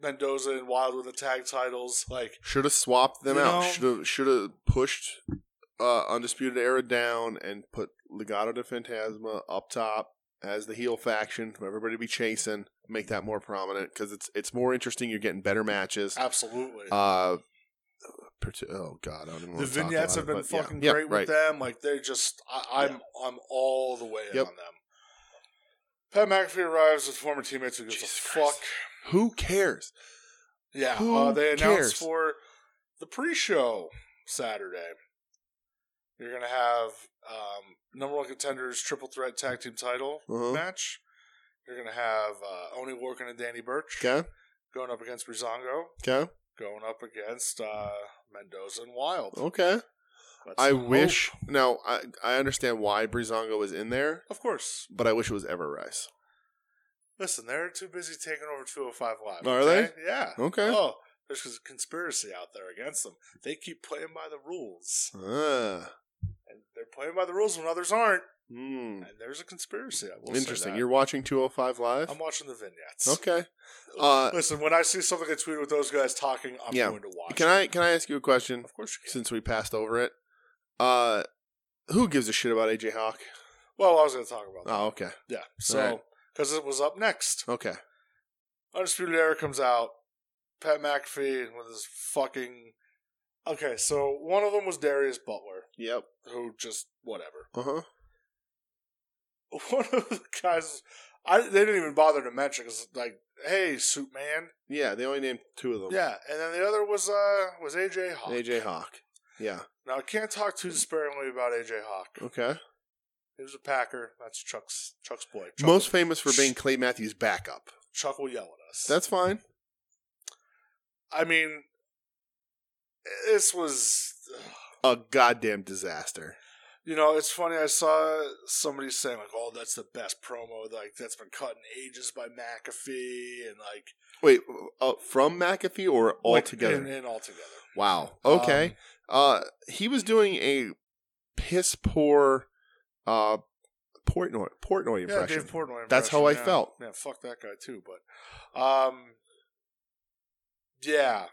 Speaker 2: Mendoza and Wild with the tag titles. Like
Speaker 1: Should have swapped them
Speaker 2: You
Speaker 1: out.
Speaker 2: know-
Speaker 1: Should have should have pushed uh, Undisputed Era down and put Legado de Fantasma up top as the heel faction for everybody to be chasing. Make that more prominent because it's it's more interesting. You're getting better matches.
Speaker 2: absolutely.
Speaker 1: Uh, parti- oh god, I don't even
Speaker 2: the
Speaker 1: want to talk
Speaker 2: vignettes have
Speaker 1: about it,
Speaker 2: been
Speaker 1: but yeah.
Speaker 2: fucking
Speaker 1: Yeah,
Speaker 2: great
Speaker 1: right.
Speaker 2: with them. Like they're just, I, I'm, I'm all the way in
Speaker 1: Yep.
Speaker 2: on them. Pat McAfee arrives with former teammates who gives
Speaker 1: Jesus
Speaker 2: a
Speaker 1: Christ.
Speaker 2: fuck.
Speaker 1: Who cares?
Speaker 2: Yeah,
Speaker 1: Who
Speaker 2: uh, they announced
Speaker 1: cares?
Speaker 2: for the pre-show Saturday. You're gonna have um, number one contenders triple threat tag team title
Speaker 1: Uh-huh.
Speaker 2: match. You're gonna have uh, Oni Lorcan and Danny Burch
Speaker 1: Okay,
Speaker 2: going up against Brizongo,
Speaker 1: okay,
Speaker 2: going up against uh, Mendoza and Wild.
Speaker 1: okay.
Speaker 2: That's
Speaker 1: Oh, I
Speaker 2: the hope.
Speaker 1: wish now. I I understand why Brizongo was in there,
Speaker 2: of course,
Speaker 1: but I wish it was Ever Rice.
Speaker 2: Listen, they're too busy taking over 205 Live.
Speaker 1: Are
Speaker 2: they? Yeah.
Speaker 1: Okay.
Speaker 2: Oh, there's a conspiracy out there against them. They keep playing by the rules. Oh.
Speaker 1: Ah.
Speaker 2: And they're playing by the rules when others aren't.
Speaker 1: Hmm.
Speaker 2: And there's a conspiracy. I will say
Speaker 1: Interesting.
Speaker 2: that.
Speaker 1: You're watching 205 live.
Speaker 2: I'm watching the vignettes.
Speaker 1: okay. Uh,
Speaker 2: Listen, when I see something get tweeted with those guys talking, I'm
Speaker 1: Yeah.
Speaker 2: going to watch.
Speaker 1: can
Speaker 2: it.
Speaker 1: I can I ask you a question
Speaker 2: Of course you can.
Speaker 1: since we passed over it? Uh, Who gives a shit about AJ Hawk?
Speaker 2: Well, I was going to talk about that.
Speaker 1: Oh, okay,
Speaker 2: Yeah. So,
Speaker 1: Alright.
Speaker 2: because it was up next.
Speaker 1: okay.
Speaker 2: Undisputed Era comes out. Pat McAfee with his fucking. Okay, so one of them was Darius Butler,
Speaker 1: Yep.
Speaker 2: who just whatever.
Speaker 1: Uh huh.
Speaker 2: One of the guys, I they didn't even bother to mention because like, hey, suit man,
Speaker 1: Yeah, they only named two of them.
Speaker 2: yeah. And then the other was uh was AJ Hawk.
Speaker 1: AJ Hawk. Yeah.
Speaker 2: Now I can't talk too sparingly about AJ Hawk.
Speaker 1: Okay.
Speaker 2: He was a Packer. That's Chuck's Chuck's boy. Chuck,
Speaker 1: Most famous for being Clay Matthews' backup.
Speaker 2: Chuck will yell at us.
Speaker 1: That's fine.
Speaker 2: I mean, this was,
Speaker 1: A goddamn disaster.
Speaker 2: you know, it's funny. I saw somebody saying like, "Oh, that's the best promo like that's been cut in ages by McAfee," and like
Speaker 1: Wait, uh, from McAfee or
Speaker 2: like,
Speaker 1: altogether?
Speaker 2: and, and all together.
Speaker 1: wow. Okay.
Speaker 2: Um,
Speaker 1: Uh, he was doing a piss poor, uh, Portnoy Portnoy
Speaker 2: yeah,
Speaker 1: impression.
Speaker 2: Dave Portnoy.
Speaker 1: That's how I
Speaker 2: impression, yeah.
Speaker 1: felt.
Speaker 2: Yeah, fuck that guy too. But, um, yeah,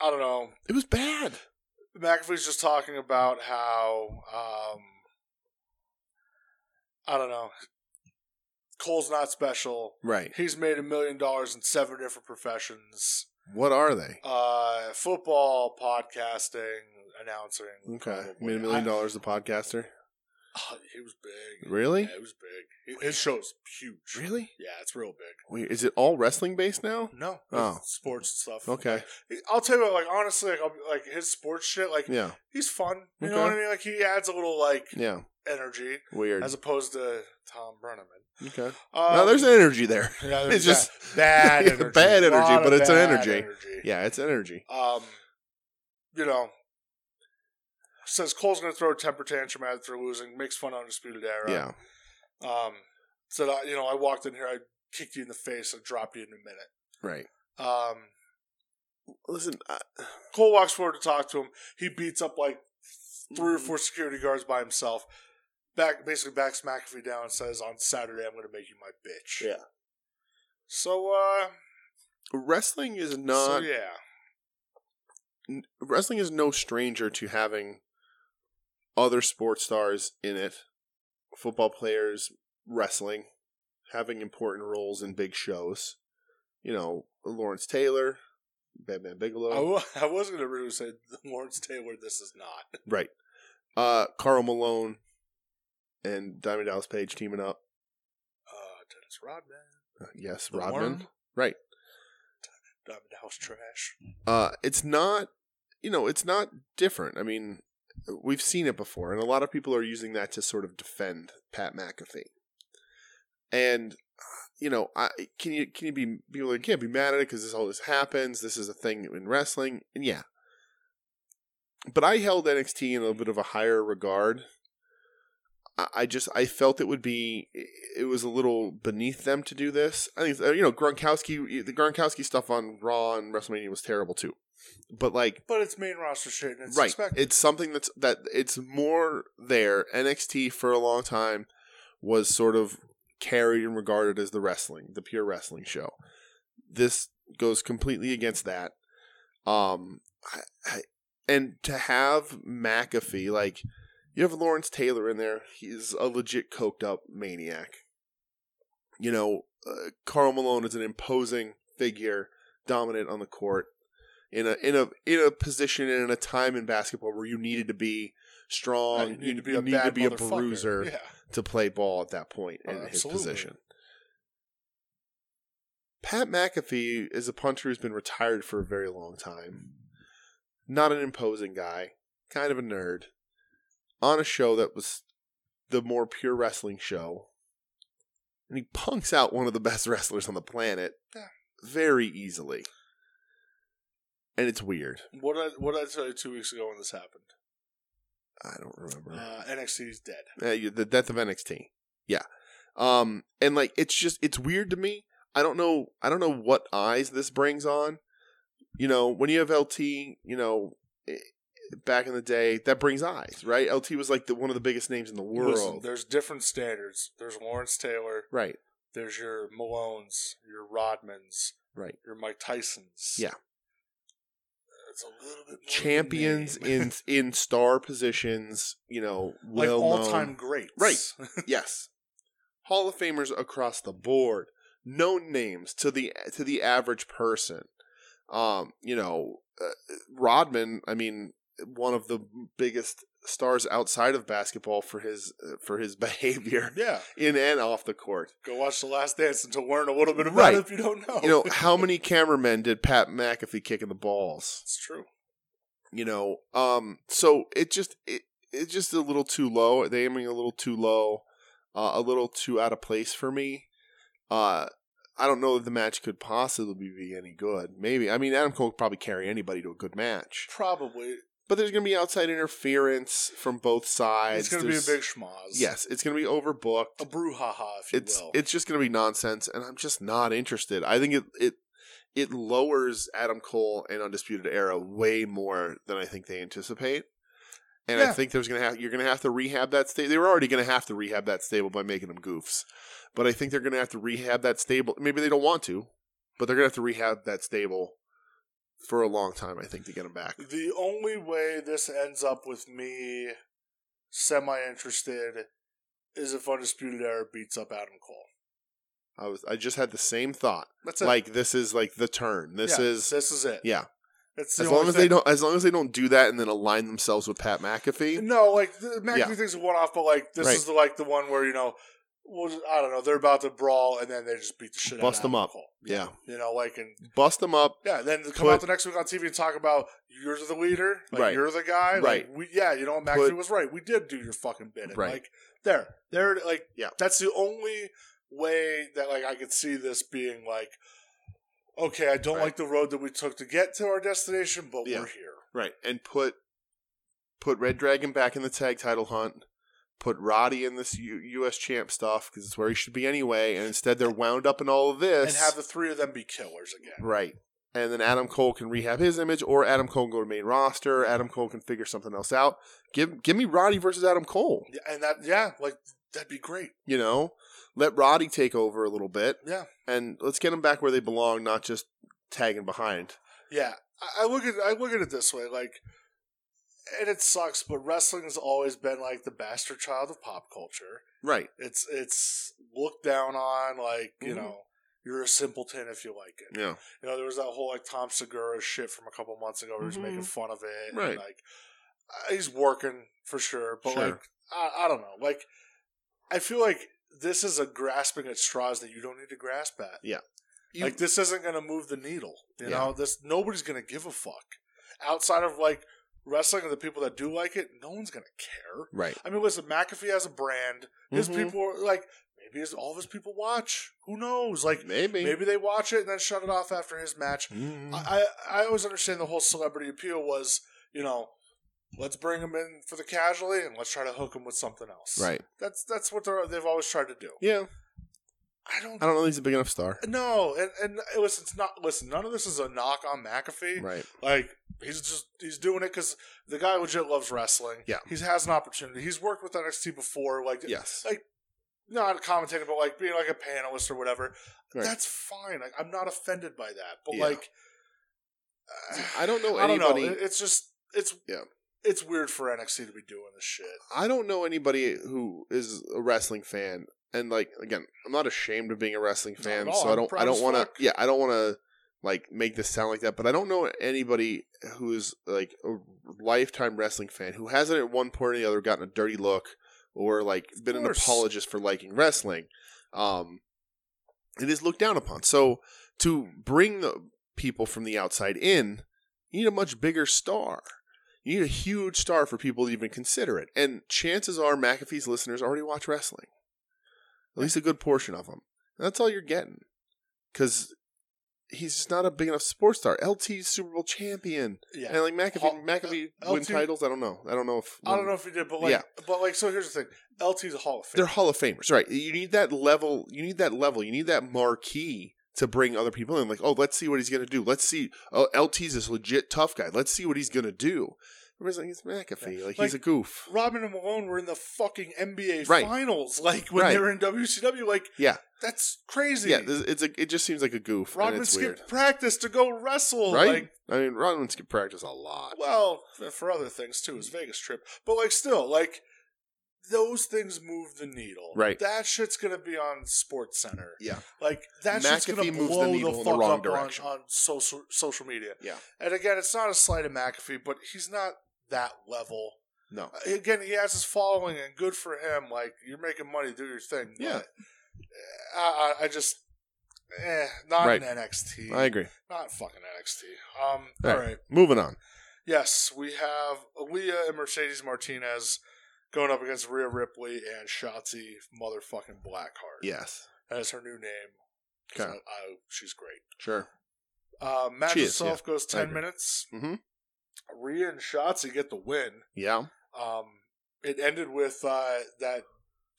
Speaker 2: I don't know.
Speaker 1: it was bad.
Speaker 2: McAfee's just talking about how um, I don't know. Cole's not special.
Speaker 1: Right.
Speaker 2: He's made a million dollars in seven different professions:
Speaker 1: What are they?
Speaker 2: uh, football, podcasting, announcing.
Speaker 1: Okay.
Speaker 2: probably.
Speaker 1: Made a million
Speaker 2: I-
Speaker 1: dollars. The podcaster.
Speaker 2: Oh, he was big.
Speaker 1: Really?
Speaker 2: Yeah, he was big. His show's huge.
Speaker 1: Really?
Speaker 2: Yeah, it's real big.
Speaker 1: Wait, is it all wrestling based now?
Speaker 2: No,
Speaker 1: Oh.
Speaker 2: sports and stuff.
Speaker 1: Okay.
Speaker 2: I'll tell you what. Like honestly, like, I'll, be- like his sports shit. Like
Speaker 1: Yeah.
Speaker 2: he's fun. You
Speaker 1: Okay.
Speaker 2: know what I mean? Like he adds a little like
Speaker 1: Yeah.
Speaker 2: energy.
Speaker 1: Weird.
Speaker 2: as opposed to Tom Brenneman.
Speaker 1: okay.
Speaker 2: Um,
Speaker 1: no, there's an energy there.
Speaker 2: yeah, there's
Speaker 1: It's just
Speaker 2: bad, bad
Speaker 1: yeah,
Speaker 2: energy,
Speaker 1: bad
Speaker 2: A lot
Speaker 1: energy, but
Speaker 2: of
Speaker 1: it's an
Speaker 2: bad
Speaker 1: energy. Yeah, it's energy.
Speaker 2: Um, you know, says Cole's going to throw a temper tantrum at it for losing, makes fun of Undisputed Era.
Speaker 1: Yeah.
Speaker 2: Yeah. Um, said I, you know, I walked in here, I kicked you in the face, I dropped you in a minute.
Speaker 1: Right.
Speaker 2: Um,
Speaker 1: Listen, uh, I,
Speaker 2: Cole walks forward to talk to him. He beats up like three or
Speaker 1: Mm-hmm.
Speaker 2: four security guards by himself. Back basically backs McAfee down and says, "On Saturday, I'm going to make you my bitch."
Speaker 1: Yeah.
Speaker 2: So, uh,
Speaker 1: wrestling is
Speaker 2: so
Speaker 1: not
Speaker 2: yeah.
Speaker 1: n- wrestling is no stranger to having other sports stars in it, football players wrestling, having important roles in big shows. You know, Lawrence Taylor, Batman Bigelow,
Speaker 2: I, w- I was going to really say Lawrence Taylor. This is not.
Speaker 1: right? Uh, Carl Malone and Diamond Dallas Page teaming up.
Speaker 2: Uh, Dennis Rodman.
Speaker 1: Uh, yes,
Speaker 2: The
Speaker 1: Rodman.
Speaker 2: Worm,
Speaker 1: Right.
Speaker 2: Diamond House Trash.
Speaker 1: Uh, it's not, you know, it's not different. I mean, we've seen it before, and a lot of people are using that to sort of defend Pat McAfee. And you know, I can you can you be people are like, can't be mad at it because this always happens. This is a thing in wrestling, and yeah. But I held NXT in a little bit of a higher regard. I- I just I felt it would be it was a little beneath them to do this. I think uh, you know Gronkowski the Gronkowski stuff on Raw and WrestleMania was terrible too, but like
Speaker 2: But it's main roster shit, and it's
Speaker 1: right.
Speaker 2: expected.
Speaker 1: It's something that's that it's more there. NXT for a long time was sort of carried and regarded as the wrestling, the pure wrestling show. This goes completely against that. Um, I, I, and to have McAfee like you have Lawrence Taylor in there, he's a legit coked up maniac. You know, uh, Carl Malone is an imposing figure, dominant on the court in a in a in a position and in a time in basketball where you needed to be strong,
Speaker 2: Uh,
Speaker 1: you need to be, need to
Speaker 2: bad
Speaker 1: be a
Speaker 2: motherfucker.
Speaker 1: bruiser
Speaker 2: Yeah.
Speaker 1: to play ball at that point
Speaker 2: Oh,
Speaker 1: in his
Speaker 2: absolutely.
Speaker 1: position. Pat McAfee is a punter who's been retired for a very long time. Not an imposing guy, kind of a nerd. On a show that was the more pure wrestling show. And he punks out one of the best wrestlers on the planet eh,
Speaker 2: Yeah.
Speaker 1: very easily. And it's weird.
Speaker 2: What I, what I tell you two weeks ago when this happened?
Speaker 1: I don't remember.
Speaker 2: Uh, NXT's dead.
Speaker 1: Uh, you- the death of NXT. Yeah. Um, and like it's just it's weird to me. I don't know. I don't know what eyes this brings on. You know, when you have LT, you know, i- back in the day, that brings eyes, right? LT was like the one of the biggest names in the world,
Speaker 2: Listen, there's different standards. There's Lawrence Taylor.
Speaker 1: right?
Speaker 2: There's your Malones, your Rodmans,
Speaker 1: Right.
Speaker 2: your Mike Tysons.
Speaker 1: Yeah.
Speaker 2: It's a little bit more of a
Speaker 1: champions
Speaker 2: name.
Speaker 1: in in star positions. You know,
Speaker 2: like
Speaker 1: well
Speaker 2: all
Speaker 1: known.
Speaker 2: time greats.
Speaker 1: Right. Yes, Hall of Famers across the board, known names to the to the average person. Um, you know, uh, Rodman. I mean, one of the biggest stars outside of basketball for his uh, for his behavior
Speaker 2: Yeah.
Speaker 1: in and off the court.
Speaker 2: Go watch The Last Dance and to learn a little bit about
Speaker 1: Right.
Speaker 2: it if you don't know.
Speaker 1: You know, how many cameramen did Pat McAfee kick in the balls?
Speaker 2: it's true.
Speaker 1: you know um so it just it it's just a little too low they aiming a little too low uh, a little too out of place for me uh i don't know that the match could possibly be any good maybe i mean adam cole could probably carry anybody to a good match
Speaker 2: Probably.
Speaker 1: but there's gonna be outside interference from both sides
Speaker 2: It's going to be a
Speaker 1: There's-
Speaker 2: big schmoz.
Speaker 1: yes it's gonna be overbooked
Speaker 2: A brouhaha, if you
Speaker 1: it's
Speaker 2: will.
Speaker 1: it's just going to be nonsense and i'm just not interested i think it it it lowers adam cole and undisputed era way more than i think they anticipate and i
Speaker 2: Yeah.
Speaker 1: think there's going to have you're going to have to rehab that stable they were already going to have to rehab that stable by making them goofs but i think they're going to have to rehab that stable maybe they don't want to but they're going to have to rehab that stable for a long time i think to get them back
Speaker 2: The only way this ends up with me semi interested is if Undisputed Era beats up Adam Cole.
Speaker 1: i was i just had the same thought
Speaker 2: That's it.
Speaker 1: like this is like the turn this
Speaker 2: Yeah,
Speaker 1: is
Speaker 2: this is it.
Speaker 1: yeah
Speaker 2: It's the
Speaker 1: As
Speaker 2: only
Speaker 1: long as
Speaker 2: thing-
Speaker 1: they don't, as long as they don't do that and then align themselves with Pat McAfee,
Speaker 2: No, like the McAfee
Speaker 1: Yeah.
Speaker 2: thing's a one off, but like this
Speaker 1: Right.
Speaker 2: is the, like the one where you know, well, just- I don't know, they're about to brawl and then they just beat the shit
Speaker 1: Bust
Speaker 2: out of
Speaker 1: them
Speaker 2: Adam
Speaker 1: up.
Speaker 2: Cole.
Speaker 1: yeah,
Speaker 2: You know, like and
Speaker 1: bust them up.
Speaker 2: yeah, then they come
Speaker 1: Put-
Speaker 2: out the next week on TV and talk about you're the leader, like
Speaker 1: Right.
Speaker 2: you're the guy, like,
Speaker 1: Right.
Speaker 2: We, yeah, you know, McAfee
Speaker 1: Put-
Speaker 2: was right. We did do your fucking bit. And,
Speaker 1: Right.
Speaker 2: Like there, there, like
Speaker 1: Yeah.
Speaker 2: that's the only way that like I could see this being like, okay, I don't
Speaker 1: Right.
Speaker 2: like the road that we took to get to our destination, but
Speaker 1: Yeah.
Speaker 2: we're here.
Speaker 1: Right, and put put Red Dragon back in the tag title hunt. Put Roddy in this U- U.S. champ stuff because it's where he should be anyway. And instead, they're wound up in all of this.
Speaker 2: And have the three of them be killers again.
Speaker 1: right, and then Adam Cole can rehab his image, or Adam Cole can go to main roster. Adam Cole can figure something else out. Give give me Roddy versus Adam Cole.
Speaker 2: Yeah, and that yeah, like that'd be great.
Speaker 1: You know, let Roddy take over a little bit.
Speaker 2: Yeah.
Speaker 1: and let's get them back where they belong, not just tagging behind.
Speaker 2: Yeah, I, I look at I look at it this way, like, and it sucks, but wrestling's always been like the bastard child of pop culture.
Speaker 1: Right.
Speaker 2: It's it's looked down on, like you
Speaker 1: Mhm.
Speaker 2: know, you're a simpleton if you like it.
Speaker 1: Yeah.
Speaker 2: You know, there was that whole like Tom Segura shit from a couple months ago. Where he
Speaker 1: Mhm.
Speaker 2: was making fun of it,
Speaker 1: Right.
Speaker 2: And, like, uh, he's working for sure, but
Speaker 1: Sure.
Speaker 2: like, I, I don't know, like, I feel like this is a grasping at straws that you don't need to grasp at.
Speaker 1: You-
Speaker 2: like this isn't going to move the needle. You
Speaker 1: Yeah.
Speaker 2: know, this nobody's going to give a fuck outside of like wrestling and the people that do like it. No one's going to care.
Speaker 1: right.
Speaker 2: I mean, listen, McAfee has a brand. His
Speaker 1: Mhm.
Speaker 2: people are like maybe his, all of his people watch. Who knows? Like
Speaker 1: Maybe.
Speaker 2: maybe they watch it and then shut it off after his match.
Speaker 1: Mhm.
Speaker 2: I I I always understand the whole celebrity appeal was you know. Let's bring him in for the casualty, and let's try to hook him with something else.
Speaker 1: right.
Speaker 2: That's that's what they're, they've always tried to do.
Speaker 1: Yeah.
Speaker 2: I don't
Speaker 1: I don't know if he's a big enough star.
Speaker 2: no, and and listen, it's not listen. None of this is a knock on McAfee.
Speaker 1: Right.
Speaker 2: Like he's just he's doing it because the guy legit loves wrestling.
Speaker 1: Yeah.
Speaker 2: he has an opportunity. He's worked with NXT before, like
Speaker 1: Yes.
Speaker 2: not commentating, but like being like a panelist or whatever.
Speaker 1: Right.
Speaker 2: That's fine. Like I'm not offended by that. But
Speaker 1: Yeah.
Speaker 2: like, uh,
Speaker 1: I don't know
Speaker 2: I don't know.
Speaker 1: anybody.
Speaker 2: It- It's just it's
Speaker 1: Yeah.
Speaker 2: It's weird for NXT to be doing this shit.
Speaker 1: I don't know anybody who is a wrestling fan. And like again, I'm not ashamed of being a wrestling
Speaker 2: Not
Speaker 1: fan,
Speaker 2: at all.
Speaker 1: so I
Speaker 2: I'm
Speaker 1: don't.
Speaker 2: proud
Speaker 1: I don't
Speaker 2: as
Speaker 1: want to.
Speaker 2: fuck.
Speaker 1: Yeah, I don't want to like make this sound like that. But I don't know anybody who is like a lifetime wrestling fan who hasn't at one point or the other gotten a dirty look or like been an
Speaker 2: course.
Speaker 1: apologist for liking wrestling. Um, it is looked down upon. So to bring the people from the outside in, you need a much bigger star. You need a huge star for people to even consider it. And chances are McAfee's listeners already watch wrestling, at least a good portion of them. And that's all you're getting because he's just not a big enough sports star. LT's Super Bowl champion.
Speaker 2: Yeah,
Speaker 1: And like McAfee,
Speaker 2: Hall-
Speaker 1: McAfee
Speaker 2: uh,
Speaker 1: win
Speaker 2: LT
Speaker 1: titles. I don't know. I don't know if
Speaker 2: I don't know if you did, but like,
Speaker 1: um, Yeah.
Speaker 2: but like, so here's the thing: LT's a Hall of Fame.
Speaker 1: They're Hall of Famers, right? You need that level. You need that level. You need that marquee to bring other people in. Like, oh, let's see what he's gonna do. Let's see. Oh, LT's this legit tough guy. Let's see what he's gonna do. Everybody's like, it's McAfee. Like,
Speaker 2: Like-
Speaker 1: he's a goof.
Speaker 2: Robin and Malone were in the fucking NBA
Speaker 1: Right.
Speaker 2: finals, like when they
Speaker 1: Right.
Speaker 2: were in WCW. Like,
Speaker 1: Yeah.
Speaker 2: that's crazy.
Speaker 1: Yeah, this, it's a, it just seems like a goof. and
Speaker 2: Rodman
Speaker 1: it's
Speaker 2: skipped
Speaker 1: weird.
Speaker 2: practice to go wrestle.
Speaker 1: right?
Speaker 2: Like,
Speaker 1: I mean, Rodman skipped practice a lot.
Speaker 2: well, for other things too, his Vegas trip. But like, still, like those things move the needle.
Speaker 1: Right.
Speaker 2: That shit's gonna be on Sports Center.
Speaker 1: Yeah.
Speaker 2: Like that shit's
Speaker 1: McAfee
Speaker 2: gonna
Speaker 1: moves the
Speaker 2: blow the,
Speaker 1: needle in the
Speaker 2: fuck
Speaker 1: wrong
Speaker 2: up
Speaker 1: direction.
Speaker 2: on, on social social media.
Speaker 1: Yeah.
Speaker 2: And again, it's not a slight of McAfee, but he's not that level. Uh,
Speaker 1: No.
Speaker 2: Again, he has his following, and good for him. Like you're making money, do your thing.
Speaker 1: Yeah.
Speaker 2: But, I, I, I just. Eh, not
Speaker 1: Right.
Speaker 2: an NXT.
Speaker 1: I agree.
Speaker 2: Not fucking NXT. Um,
Speaker 1: All
Speaker 2: all
Speaker 1: right.
Speaker 2: right.
Speaker 1: Moving on.
Speaker 2: Yes, we have Aaliyah and Mercedes Martinez going up against Rhea Ripley and Shotzi motherfucking Blackheart.
Speaker 1: Yes.
Speaker 2: That is her new name. So
Speaker 1: Okay.
Speaker 2: I, she's great.
Speaker 1: Sure.
Speaker 2: Uh, match
Speaker 1: She is,
Speaker 2: itself goes
Speaker 1: I
Speaker 2: 10
Speaker 1: agree.
Speaker 2: minutes.
Speaker 1: Mhm.
Speaker 2: Rhea and Shotzi get the win.
Speaker 1: Yeah.
Speaker 2: Um, it ended with uh, that,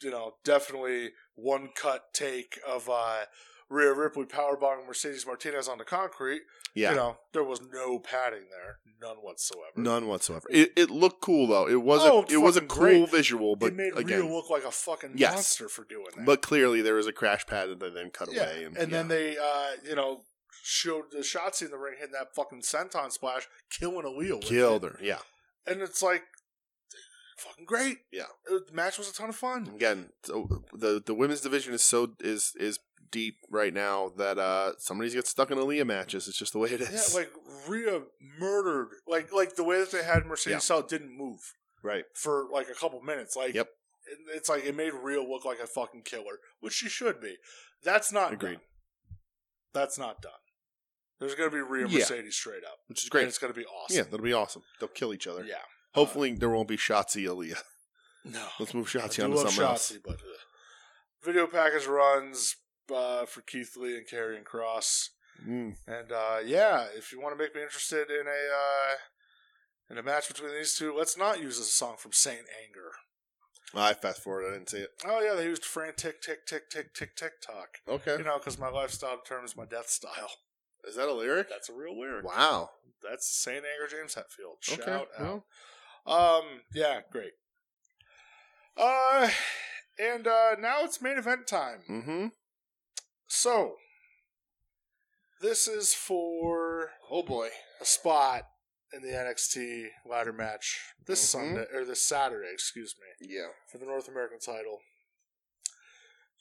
Speaker 2: you know, definitely one cut take of uh, Rhea Ripley powerbombing Mercedes Martinez on the concrete.
Speaker 1: Yeah.
Speaker 2: You know, there was no padding there, none whatsoever.
Speaker 1: None whatsoever. It, it looked cool though. It was
Speaker 2: Oh,
Speaker 1: a it was a
Speaker 2: fucking
Speaker 1: cool
Speaker 2: great.
Speaker 1: visual, but
Speaker 2: it made
Speaker 1: again,
Speaker 2: Rhea look like a fucking
Speaker 1: Yes.
Speaker 2: monster for doing that.
Speaker 1: but clearly there was a crash pad that they then cut
Speaker 2: yeah.
Speaker 1: away,
Speaker 2: and,
Speaker 1: and,
Speaker 2: then
Speaker 1: yeah.
Speaker 2: they, uh, you know, showed the Shotzi in the ring hitting that fucking senton splash, killing Aaliyah. With
Speaker 1: killed
Speaker 2: it.
Speaker 1: her. Yeah.
Speaker 2: and it's like fucking great.
Speaker 1: Yeah.
Speaker 2: It- the match was a ton of fun.
Speaker 1: Again, so the the women's division is so is is deep right now that uh somebody's gets stuck in Aaliyah matches. It's just the way it
Speaker 2: Yeah,
Speaker 1: is.
Speaker 2: like Rhea murdered, like like the way that they had Mercedes Cell didn't move
Speaker 1: right.
Speaker 2: for like a couple minutes. Like,
Speaker 1: Yep.
Speaker 2: it- it's like it made Rhea look like a fucking killer, which she should be. That's not
Speaker 1: Agreed.
Speaker 2: Done. That's not done. There's gonna be Rhea
Speaker 1: Yeah.
Speaker 2: Mercedes straight up.
Speaker 1: Which is
Speaker 2: And
Speaker 1: great.
Speaker 2: it's gonna be
Speaker 1: Yeah,
Speaker 2: awesome.
Speaker 1: that'll be awesome. They'll kill each other.
Speaker 2: yeah.
Speaker 1: Hopefully there won't be Shotzi Aaliyah.
Speaker 2: No.
Speaker 1: Let's move
Speaker 2: I
Speaker 1: Shotzi
Speaker 2: do
Speaker 1: on to
Speaker 2: love
Speaker 1: something else.
Speaker 2: Shotzi, but uh, video package runs uh, for Keith Lee and Karrion Cross.
Speaker 1: Mm.
Speaker 2: And uh, yeah, if you want to make me interested in a uh, in a match between these two, let's not use a song from Saint Anger.
Speaker 1: I fast forward. I didn't see it.
Speaker 2: Oh yeah, they used frantic tick tick tick tick tick tock.
Speaker 1: Okay.
Speaker 2: You know, because my lifestyle determines my death style.
Speaker 1: Is that a lyric?
Speaker 2: That's a real lyric.
Speaker 1: Wow.
Speaker 2: That's Saint Anger James Hetfield. Shout
Speaker 1: Okay.
Speaker 2: out.
Speaker 1: well,
Speaker 2: Um, yeah, great. Uh, and uh, now it's main event time.
Speaker 1: mm-hmm.
Speaker 2: So, this is for oh boy, a spot in the NXT ladder match this
Speaker 1: Mhm.
Speaker 2: Sunday or this Saturday, excuse me,
Speaker 1: Yeah.
Speaker 2: for the North American title.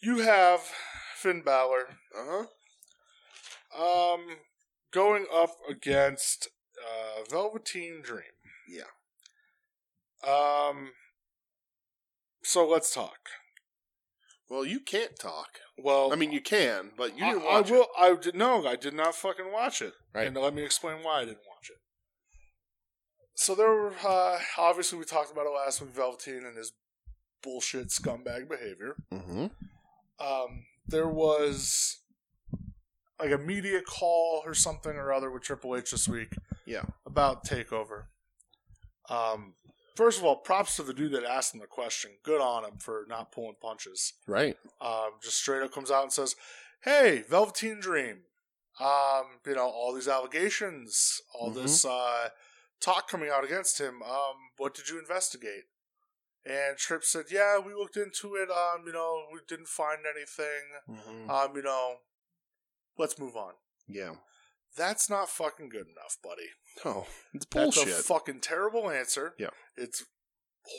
Speaker 2: You have Finn Balor
Speaker 1: Uh-huh.
Speaker 2: um, going up against uh, Velveteen Dream.
Speaker 1: Yeah.
Speaker 2: Um. So let's talk.
Speaker 1: Well, you can't talk.
Speaker 2: Well,
Speaker 1: I mean, you can, but you
Speaker 2: I-
Speaker 1: didn't
Speaker 2: I,
Speaker 1: watch it.
Speaker 2: will. I did no. I did not fucking watch it.
Speaker 1: Right.
Speaker 2: And let me explain why I didn't watch it. So there were uh, obviously we talked about it last week. Velveteen and his bullshit scumbag behavior.
Speaker 1: Mm-hmm.
Speaker 2: Um, there was like a media call or something or other with Triple H this week.
Speaker 1: Yeah.
Speaker 2: About Takeover. Um, first of all, props to the dude that asked him the question. Good on him for not pulling punches
Speaker 1: Right.
Speaker 2: um, just straight up comes out and says, "Hey, Velveteen Dream, um, you know all these allegations, all this uh, talk coming out against him. Um, what did you investigate?" And Tripp said, "Yeah, we looked into it. Um, you know, we didn't find anything.
Speaker 1: Mm-hmm.
Speaker 2: Um, you know, let's move on."
Speaker 1: Yeah.
Speaker 2: That's not fucking good enough, buddy.
Speaker 1: No. It's
Speaker 2: That's a
Speaker 1: bullshit.
Speaker 2: fucking terrible answer.
Speaker 1: Yeah.
Speaker 2: It's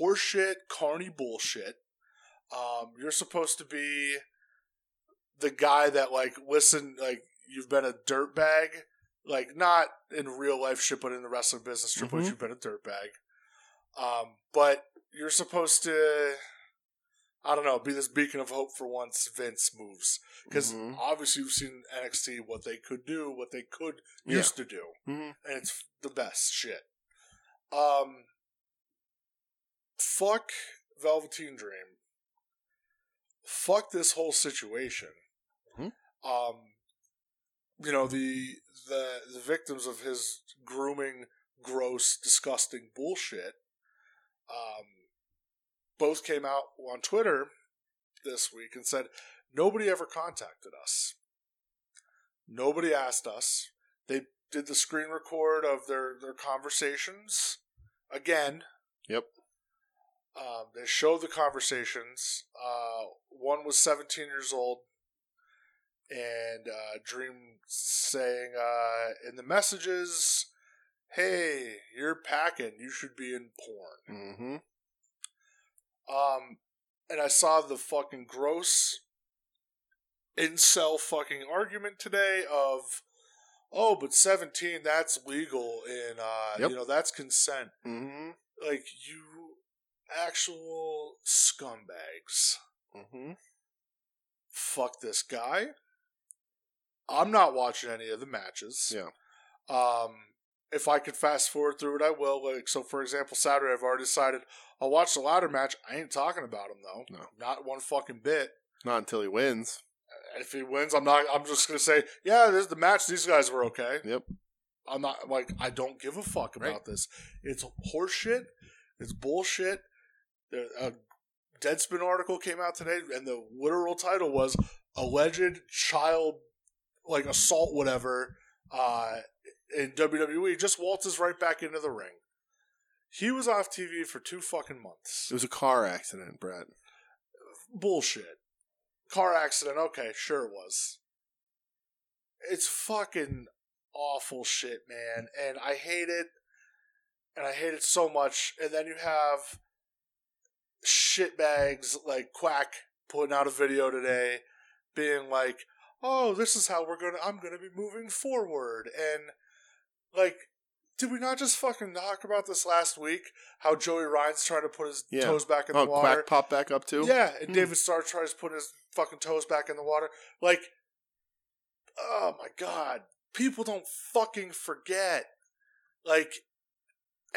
Speaker 2: horseshit, carny bullshit. Um, you're supposed to be the guy that like listen, like you've been a dirtbag. Like not in real life shit, but in the wrestling business, Triple H,
Speaker 1: Mhm.
Speaker 2: you've been a dirtbag. Um, but you're supposed to I don't know, be this beacon of hope for once Vince moves. Because
Speaker 1: Mhm.
Speaker 2: obviously you've seen NXT what they could do, what they could
Speaker 1: Yeah.
Speaker 2: used to do
Speaker 1: Mm-hmm.
Speaker 2: and it's the best shit. Um, fuck Velveteen Dream. Fuck this whole situation.
Speaker 1: Mhm.
Speaker 2: Um, you know the the the victims of his grooming, gross, disgusting bullshit. Um, both came out on Twitter this week and said nobody ever contacted us. Nobody asked us did the screen record of their their conversations again.
Speaker 1: Yep.
Speaker 2: Um, they showed the conversations. Uh, one was 17 years old, and uh, Dream saying uh, in the messages, "Hey, you're packing. You should be in porn."
Speaker 1: Mm-hmm.
Speaker 2: Um, and I saw the fucking gross incel fucking argument today of, oh, but 17, that's legal, and, uh,
Speaker 1: Yep.
Speaker 2: you know, that's consent.
Speaker 1: Mm-hmm.
Speaker 2: Like, you actual scumbags.
Speaker 1: Mm-hmm.
Speaker 2: Fuck this guy. I'm not watching any of the matches.
Speaker 1: Yeah.
Speaker 2: Um, if I could fast forward through it, I will. Like, so for example, Saturday, I've already decided I'll watch the ladder match. I ain't talking about him though.
Speaker 1: No.
Speaker 2: Not one fucking bit.
Speaker 1: Not until he wins.
Speaker 2: And if he wins, I'm not. I'm just gonna say, yeah, this is the match. These guys were okay.
Speaker 1: Yep.
Speaker 2: I'm not like I don't give a fuck about
Speaker 1: Right.
Speaker 2: this. It's horseshit. It's bullshit. There, a Deadspin article came out today, and the literal title was alleged child like assault, whatever. Uh, in WWE, just waltzes right back into the ring. He was off TV for two fucking months.
Speaker 1: It was a car accident, Brett.
Speaker 2: bullshit. Car accident, okay, sure it was. It's fucking awful shit, man. And I hate it. And I hate it so much. And then you have shitbags like Quack putting out a video today being like, oh, this is how we're gonna, I'm gonna be moving forward. And like, did we not just fucking talk about this last week? How Joey Ryan's trying to put his
Speaker 1: Yeah.
Speaker 2: toes back in
Speaker 1: Oh,
Speaker 2: the water.
Speaker 1: Quack popped back up too.
Speaker 2: Yeah, and
Speaker 1: Hmm.
Speaker 2: David Starr tries to put his fucking toes back in the water. Like, oh my god, people don't fucking forget. Like,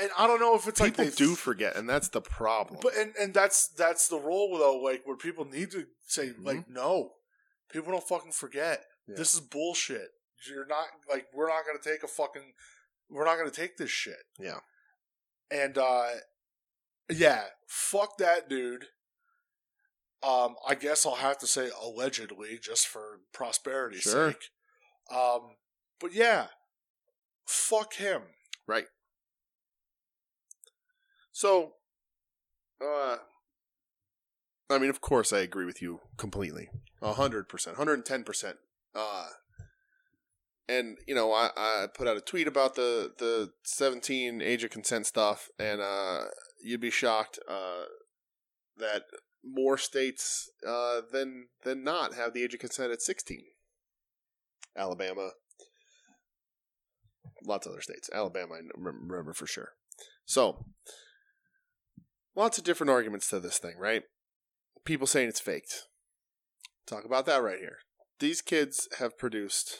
Speaker 2: and I don't know if it's
Speaker 1: people
Speaker 2: like they
Speaker 1: do forget, and that's the problem.
Speaker 2: but and and that's that's the role though. Like where people need to say like no, people don't fucking forget.
Speaker 1: Mm-hmm. Yeah.
Speaker 2: This is bullshit. You're not like we're not gonna take a fucking we're not gonna take this shit.
Speaker 1: Yeah.
Speaker 2: And uh yeah, fuck that dude. Um, I guess I'll have to say allegedly just for prosperity's
Speaker 1: Sure.
Speaker 2: sake. Um, but yeah, fuck him.
Speaker 1: so, uh, I mean, of course, I agree with you completely, a hundred percent, hundred and ten percent. Uh, and you know, I, I put out a tweet about the the seventeen age of consent stuff, and uh, you'd be shocked uh, that more states uh, than than not have the age of consent at sixteen. Alabama, lots of other states. Alabama, I rem- remember for sure. So, lots of different arguments to this thing, right? People saying it's faked. Talk about that right here. These kids have produced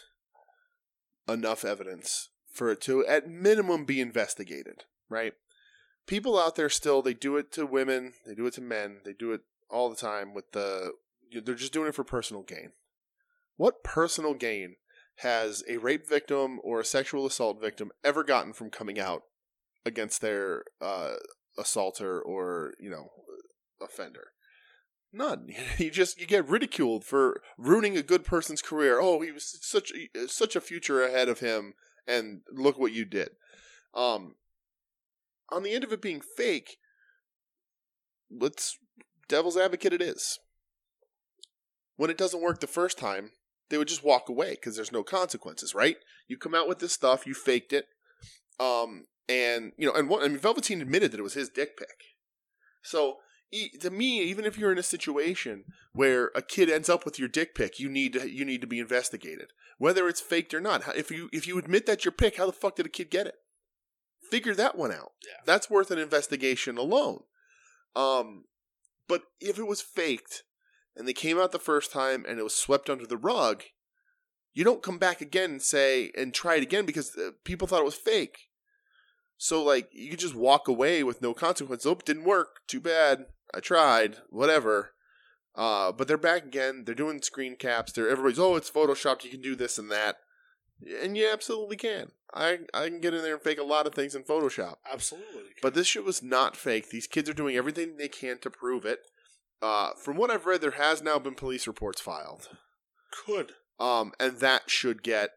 Speaker 1: enough evidence for it to, at minimum, be investigated, right? People out there still, they do it to women, they do it to men, they do it all the time with the, they're just doing it for personal gain. What personal gain has a rape victim or a sexual assault victim ever gotten from coming out against their uh, assaulter or you know offender none you just you get ridiculed for ruining a good person's career oh he was such such a future ahead of him and look what you did um on the end of it being fake let's devil's advocate it is when it doesn't work the first time they would just walk away because there's no consequences right you come out with this stuff you faked it um and you know, and one, I mean, Velveteen admitted that it was his dick pic. So e- to me, even if you're in a situation where a kid ends up with your dick pic, you need to, you need to be investigated, whether it's faked or not. How- If you if you admit that's your pic, how the fuck did a kid get it? Figure that one out.
Speaker 2: Yeah.
Speaker 1: That's worth an investigation alone. Um, but if it was faked and they came out the first time and it was swept under the rug, you don't come back again and say and try it again because uh, people thought it was fake. So like you could just walk away with no consequence. Oh, it didn't work. Too bad. I tried. Whatever. Uh, but they're back again. They're doing screen caps. They're everybody's. Oh, it's photoshopped. You can do this and that, and you absolutely can. I I can get in there and fake a lot of things in Photoshop.
Speaker 2: Absolutely.
Speaker 1: But this shit was not fake. These kids are doing everything they can to prove it. Uh, from what I've read, there has now been police reports filed,
Speaker 2: Good.
Speaker 1: um, and that should get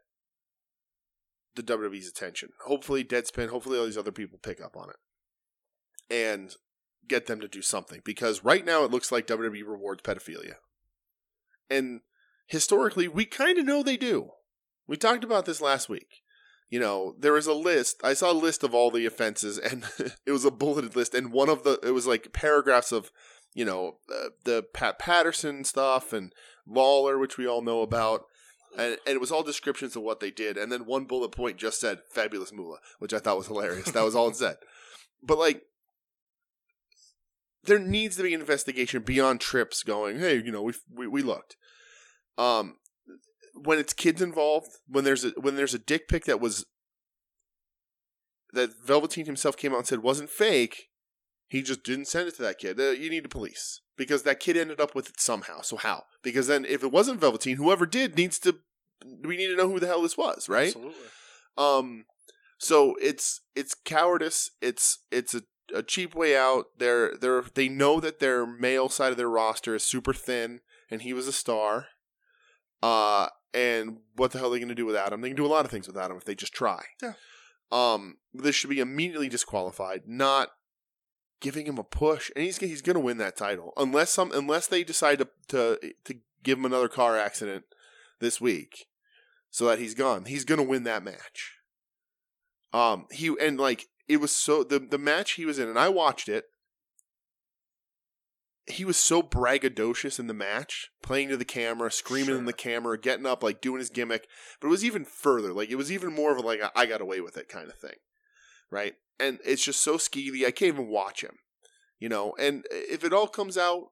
Speaker 1: the WWE's attention. Hopefully, Deadspin. Hopefully, all these other people pick up on it. and get them to do something because right now it looks like WWE rewards pedophilia. And historically, we kind of know they do. We talked about this last week. You know, there was a list. I saw a list of all the offenses, and it was a bulleted list. And one of the, it was like paragraphs of, you know, uh, the Pat Patterson stuff and Lawler, which we all know about. And, and it was all descriptions of what they did. And then one bullet point just said, fabulous moolah, which I thought was hilarious. That was all it said. But like, there needs to be an investigation beyond trips going hey you know we we, we looked um when it's kids involved when there's a when there's a dick pic that was that velveteen himself came out and said wasn't fake he just didn't send it to that kid uh, you need to police because that kid ended up with it somehow so how because then if it wasn't velveteen whoever did needs to we need to know who the hell this was right
Speaker 2: Absolutely.
Speaker 1: um, so it's it's cowardice. It's it's a, a cheap way out. They're they're they know that their male side of their roster is super thin, and he was a star. Uh, and what the hell are they going to do without him? They can do a lot of things without him if they just try.
Speaker 2: Yeah.
Speaker 1: Um, this should be immediately disqualified. Not giving him a push, and he's he's going to win that title unless some unless they decide to to to give him another car accident this week so that he's gone. He's gonna win that match. Um, he and like it was so the the match he was in, and I watched it. He was so braggadocious in the match, playing to the camera, screaming in
Speaker 2: Sure.
Speaker 1: the camera, getting up, like doing his gimmick. But it was even further. Like it was even more of a, like a, I got away with it kind of thing, right? And it's just so skeevy. I can't even watch him, you know. And if it all comes out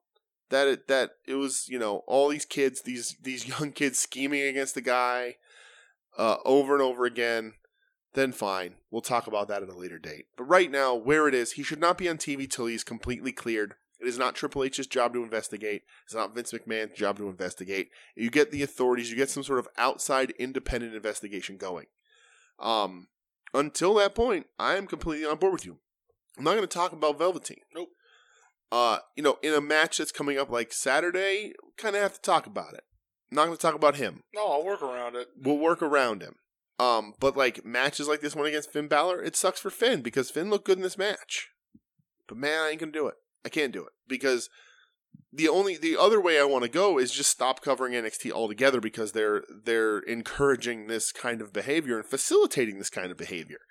Speaker 1: that it that it was you know all these kids these these young kids scheming against the guy uh, over and over again then fine we'll talk about that at a later date but right now where it is he should not be on tv till he's completely cleared it is not triple h's job to investigate it's not vince mcmahon's job to investigate you get the authorities you get some sort of outside independent investigation going um until that point i am completely on board with you i'm not going to talk about velveteen uh, you know, in a match that's coming up like Saturday, kind of have to talk about it. Not going to talk about him.
Speaker 2: No, I'll work around it.
Speaker 1: We'll work around him. Um, but like matches like this one against Finn Balor, it sucks for Finn because Finn looked good in this match. But man, I ain't gonna do it. I can't do it because the only the other way I want to go is just stop covering NXT altogether because they're they're encouraging this kind of behavior and facilitating this kind of behavior.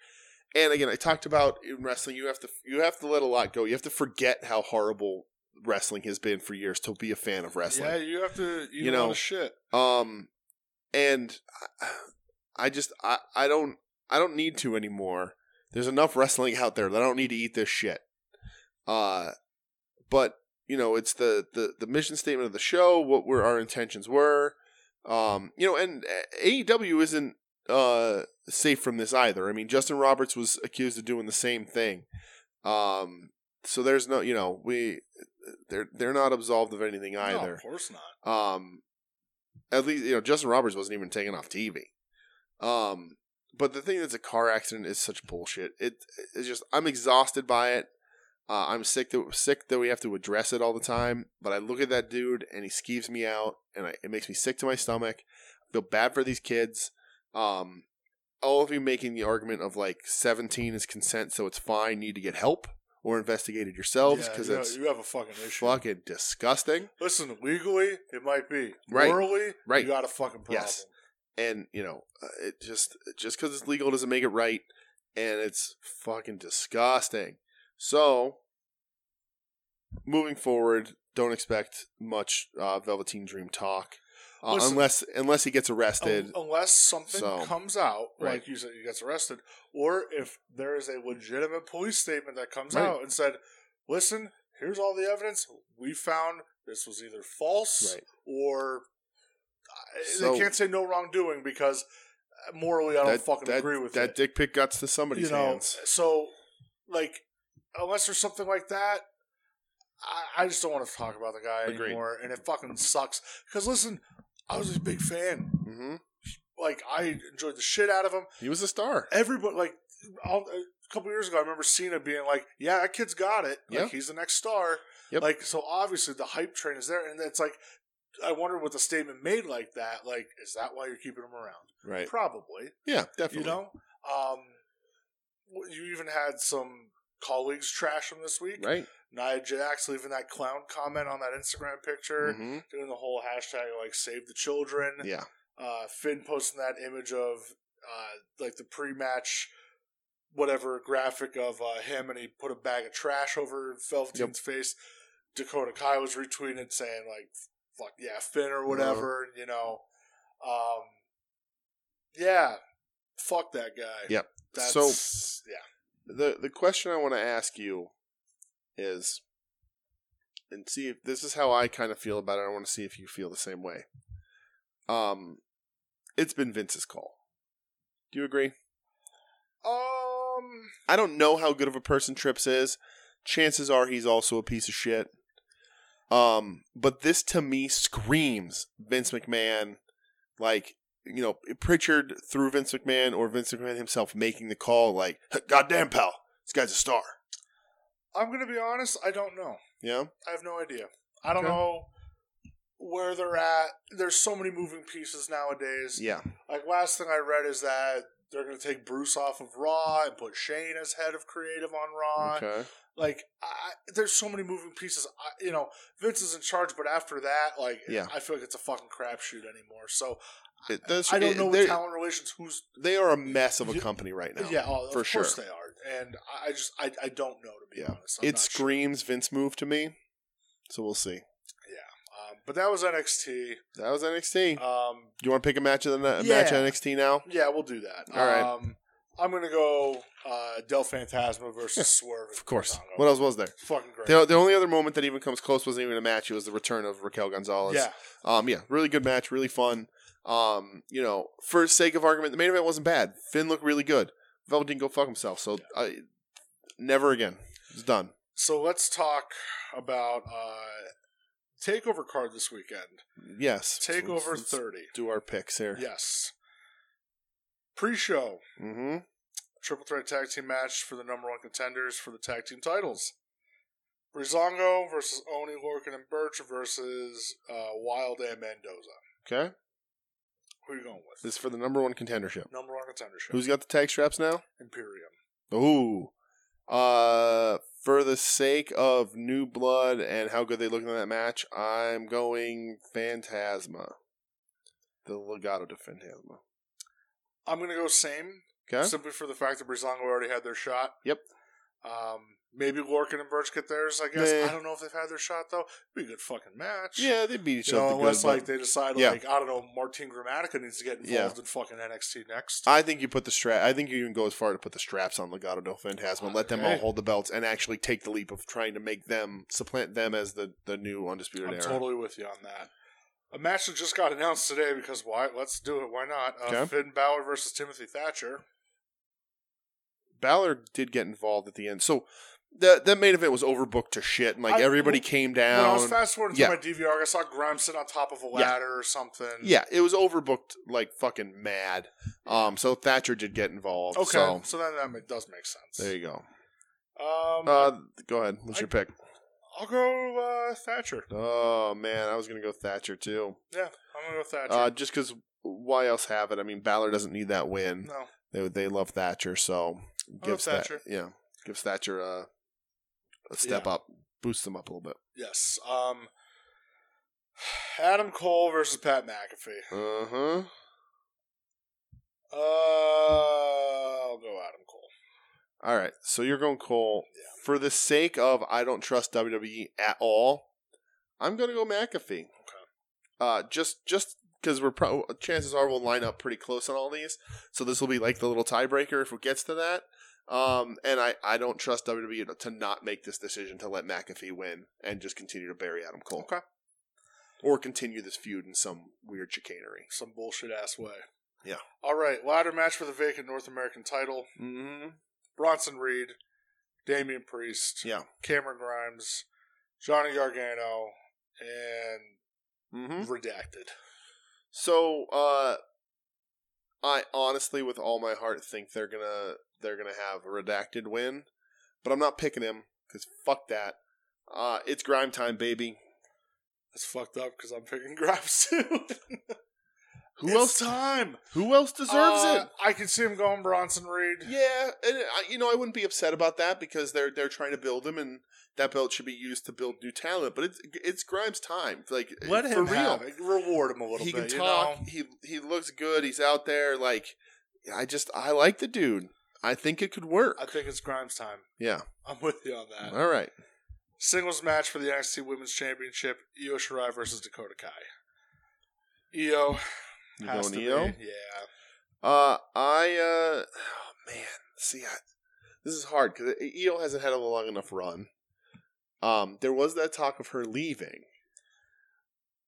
Speaker 1: And again, I talked about in wrestling, you have to you have to let a lot go. You have to forget how horrible wrestling has been for years to be a fan of wrestling.
Speaker 2: Yeah, you have to. You,
Speaker 1: You
Speaker 2: know,
Speaker 1: know,
Speaker 2: shit.
Speaker 1: Um, and I- I just I I don't I don't need to anymore. There's enough wrestling out there that I don't need to eat this shit. Uh, but you know it's the the the mission statement of the show, what were our intentions were. Um, you know, and AEW isn't uh safe from this either. I mean, Justin Roberts was accused of doing the same thing. Um, so there's no you know we they're they're not absolved of anything
Speaker 2: No,
Speaker 1: either.
Speaker 2: of course not.
Speaker 1: Um, at least you know Justin Roberts wasn't even taken off TV. Um, but the thing that's a car accident is such bullshit. It it's just I'm exhausted by it. Uh, I'm sick that sick that we have to address it all the time. But I look at that dude and he skeeves me out, and I, it makes me sick to my stomach. I feel bad for these kids. Um, all of you making the argument of like 17 is consent, so it's fine. Need to get help or investigate it yourselves
Speaker 2: Yeah,
Speaker 1: because
Speaker 2: you,
Speaker 1: it's
Speaker 2: you have a fucking issue.
Speaker 1: fucking disgusting.
Speaker 2: Listen, legally it might be.
Speaker 1: Right.
Speaker 2: Morally,
Speaker 1: Right.
Speaker 2: you got a fucking problem.
Speaker 1: Yes. and you know uh, it just just because it's legal doesn't make it right and it's fucking disgusting so moving forward don't expect much uh, velveteen dream talk uh,
Speaker 2: Listen- Oh,
Speaker 1: unless unless he gets arrested
Speaker 2: Un- unless something
Speaker 1: So-
Speaker 2: comes out,
Speaker 1: Right.
Speaker 2: like you said, he gets arrested, or if there is a legitimate police statement that comes
Speaker 1: Right.
Speaker 2: out and said, "Listen, here's all the evidence we found. This was either false
Speaker 1: Right.
Speaker 2: or I
Speaker 1: So-
Speaker 2: they can't say no wrongdoing because uh, morally I don't fucking
Speaker 1: that,
Speaker 2: agree with
Speaker 1: that
Speaker 2: it."
Speaker 1: dick pic guts to somebody's
Speaker 2: you know,
Speaker 1: hands
Speaker 2: so like unless there's something like that. I, I just don't want to talk about the guy
Speaker 1: Agreed.
Speaker 2: anymore, and it fucking sucks. Because listen, I was a big fan
Speaker 1: hmm
Speaker 2: like I enjoyed the shit out of him.
Speaker 1: he was a star
Speaker 2: Everybody like all, uh, a couple years ago, I remember Cena being like, "Yeah, that kid's got it. Like
Speaker 1: Yeah.
Speaker 2: he's the next star."
Speaker 1: Yep.
Speaker 2: Like so, obviously the hype train is there, and it's like I wonder what the statement made like that. Like, is that why you're keeping him around?
Speaker 1: right
Speaker 2: Probably.
Speaker 1: yeah definitely
Speaker 2: You know, um, w- you even had some colleagues trash him this week.
Speaker 1: right?
Speaker 2: Nia Jax leaving that clown comment on that Instagram picture,
Speaker 1: Mhm.
Speaker 2: doing the whole hashtag like save the children.
Speaker 1: Yeah,
Speaker 2: Uh, Finn posting that image of uh, like the pre match whatever graphic of uh, him and he put a bag of trash over Velveteen's face. Dakota Kai was retweeted saying like fuck yeah, Finn or whatever, you know. Um Yeah. Fuck that guy.
Speaker 1: Yep.
Speaker 2: That's
Speaker 1: So-
Speaker 2: yeah.
Speaker 1: the the question I want to ask you is, and see if this is how I kind of feel about it. I want to see if you feel the same way. Um, it's been Vince's call. Do you agree?
Speaker 2: Um
Speaker 1: I don't know how good of a person Trips is. Chances are he's also a piece of shit. Um, but this to me screams Vince McMahon, like you know Pritchard through Vince McMahon or Vince McMahon himself making the call. Like, goddamn pal, this guy's a star.
Speaker 2: I'm gonna be honest, I don't know.
Speaker 1: Yeah.
Speaker 2: I have no idea. I don't
Speaker 1: Okay.
Speaker 2: know where they're at. There's so many moving pieces nowadays.
Speaker 1: Yeah.
Speaker 2: Like last thing I read is that they're going to take Bruce off of Raw and put Shane as head of creative on Raw.
Speaker 1: Okay.
Speaker 2: Like I, there's so many moving pieces. I, you know, Vince is in charge, but after that, like
Speaker 1: Yeah.
Speaker 2: I feel like it's a fucking crapshoot anymore. So
Speaker 1: It- that's-
Speaker 2: I don't
Speaker 1: it-
Speaker 2: know with
Speaker 1: they're-
Speaker 2: talent relations who's
Speaker 1: They are a mess of a
Speaker 2: Yeah.
Speaker 1: company right now.
Speaker 2: yeah. Oh,
Speaker 1: for
Speaker 2: of course
Speaker 1: sure.
Speaker 2: they are, and I- I just I, I don't know to be
Speaker 1: Yeah.
Speaker 2: honest. I'm
Speaker 1: It
Speaker 2: not sure.
Speaker 1: screams Vince move to me. So we'll see.
Speaker 2: Um, but that was NXT.
Speaker 1: That was NXT.
Speaker 2: Um,
Speaker 1: you want to pick a match of the a
Speaker 2: Yeah.
Speaker 1: match of NXT now?
Speaker 2: Yeah, we'll do that.
Speaker 1: All right.
Speaker 2: Um, I'm gonna go uh, Del Fantasma versus Swerve.
Speaker 1: Of course.
Speaker 2: Congo.
Speaker 1: What else was there?
Speaker 2: Fucking great.
Speaker 1: The, the only other moment that even comes close wasn't even a match. It was the return of Raquel Gonzalez.
Speaker 2: yeah,
Speaker 1: Um, yeah, really good match, really fun. Um, you know, for sake of argument, the main event wasn't bad. Finn looked really good. Velvet didn't go fuck himself. So, I, never again. It's done.
Speaker 2: So let's talk about uh, Takeover card this weekend.
Speaker 1: Yes.
Speaker 2: Takeover
Speaker 1: Let's- let's
Speaker 2: 30.
Speaker 1: Do our picks here.
Speaker 2: Yes. Pre-show
Speaker 1: Mm-hmm.
Speaker 2: triple threat tag team match for the number one contenders for the tag team titles. Brizongo versus Oni Lorcan and Birch versus uh, Wild and Mendoza.
Speaker 1: Okay.
Speaker 2: Who are you going with?
Speaker 1: This is for the number one contendership.
Speaker 2: number one contendership.
Speaker 1: Who's got the tag straps now?
Speaker 2: Imperium?
Speaker 1: Ooh. Uh, for the sake of new blood and how good they look in that match, I'm going Phantasma. The Legato de Phantasma.
Speaker 2: I'm gonna go same
Speaker 1: Okay.
Speaker 2: simply for the fact that Brizongo already had their shot.
Speaker 1: Yep.
Speaker 2: Um, maybe Lorcan and Birch get theirs. I guess
Speaker 1: Nah.
Speaker 2: I don't know if they've had their shot though. It'd be a good fucking match.
Speaker 1: yeah, they beat each
Speaker 2: You know,
Speaker 1: other. Good,
Speaker 2: unless like
Speaker 1: but
Speaker 2: they decide
Speaker 1: Yeah.
Speaker 2: like I don't know, Martin Gramatica needs to get involved
Speaker 1: Yeah.
Speaker 2: in fucking NXT next.
Speaker 1: I think you put the strap. I think you even go as far to put the straps on Legato del Phantasma and let them all
Speaker 2: Okay.
Speaker 1: hold the belts and actually take the leap of trying to make them supplant them as the the new undisputed
Speaker 2: I'm
Speaker 1: era.
Speaker 2: totally with you on that. A match that just got announced today because why? Let's do it. Why not? Uh,
Speaker 1: Okay.
Speaker 2: Finn Balor versus Timothy Thatcher.
Speaker 1: Balor did get involved at the end, so that that main event was overbooked to shit, and like
Speaker 2: I-
Speaker 1: everybody came
Speaker 2: When I was
Speaker 1: down.
Speaker 2: fast forwarding
Speaker 1: Yeah.
Speaker 2: through my DVR, I saw Grimes sit on top of a ladder or something.
Speaker 1: Yeah, it was overbooked like fucking mad. Um, so Thatcher did get involved.
Speaker 2: Okay. So,
Speaker 1: So
Speaker 2: then that ma- does make sense.
Speaker 1: there you go.
Speaker 2: Um,
Speaker 1: Uh, go ahead. What's
Speaker 2: I-
Speaker 1: your pick?
Speaker 2: I'll go uh, Thatcher.
Speaker 1: Oh man, I was gonna go Thatcher too.
Speaker 2: Yeah, I'm gonna go Thatcher.
Speaker 1: Uh, just because why else have it? I mean, Balor doesn't need that win.
Speaker 2: no,
Speaker 1: They they love Thatcher, so gives that
Speaker 2: Thatcher.
Speaker 1: yeah gives Thatcher a, a step up, boosts them up a little bit.
Speaker 2: yes. Um, Adam Cole versus Pat McAfee.
Speaker 1: Uh huh.
Speaker 2: Uh, I'll go Adam Cole.
Speaker 1: All right, so you're going Cole
Speaker 2: Yeah.
Speaker 1: for the sake of I don't trust WWE at all. I'm going to go McAfee. Uh, just just because we're pro- chances are we'll line up pretty close on all these, so this will be like the little tiebreaker if it gets to that. Um, and I I don't trust WWE to not make this decision to let McAfee win and just continue to bury Adam Cole.
Speaker 2: Okay.
Speaker 1: Or continue this feud in some weird chicanery.
Speaker 2: Some bullshit ass way.
Speaker 1: Yeah.
Speaker 2: All right, ladder match for the vacant North American title.
Speaker 1: Mm-hmm.
Speaker 2: Bronson Reed, Damian Priest,
Speaker 1: Yeah.
Speaker 2: Cameron Grimes, Johnny Gargano, and
Speaker 1: Mm-hmm.
Speaker 2: Redacted.
Speaker 1: So, uh, I honestly, with all my heart, think they're gonna they're gonna have a redacted win, but I'm not picking him because fuck that. Uh, it's grime time, baby.
Speaker 2: That's fucked up because I'm picking Grimes too.
Speaker 1: Who
Speaker 2: It's
Speaker 1: else?
Speaker 2: time
Speaker 1: Who else deserves
Speaker 2: Uh,
Speaker 1: it?
Speaker 2: I can see him going Bronson Reed.
Speaker 1: Yeah, and I, you know I wouldn't be upset about that because they're they're trying to build him, and that belt should be used to build new talent. But it's it's Grimes' time, like
Speaker 2: Let
Speaker 1: for
Speaker 2: him
Speaker 1: real.
Speaker 2: have it. Reward him a little
Speaker 1: He can
Speaker 2: bit.
Speaker 1: talk.
Speaker 2: You know?
Speaker 1: He he looks good. He's out there. Like I just I like the dude. I think it could work.
Speaker 2: I think it's Grimes time.
Speaker 1: yeah.
Speaker 2: I'm with you on that.
Speaker 1: All right.
Speaker 2: Singles match for the NXT Women's Championship: Io Shirai versus Dakota Kai. Io
Speaker 1: You
Speaker 2: has
Speaker 1: going E
Speaker 2: to
Speaker 1: Io?
Speaker 2: be. Yeah,
Speaker 1: Uh, I uh, oh man, see, I, this is hard because Io hasn't had a long enough run. Um, there was that talk of her leaving,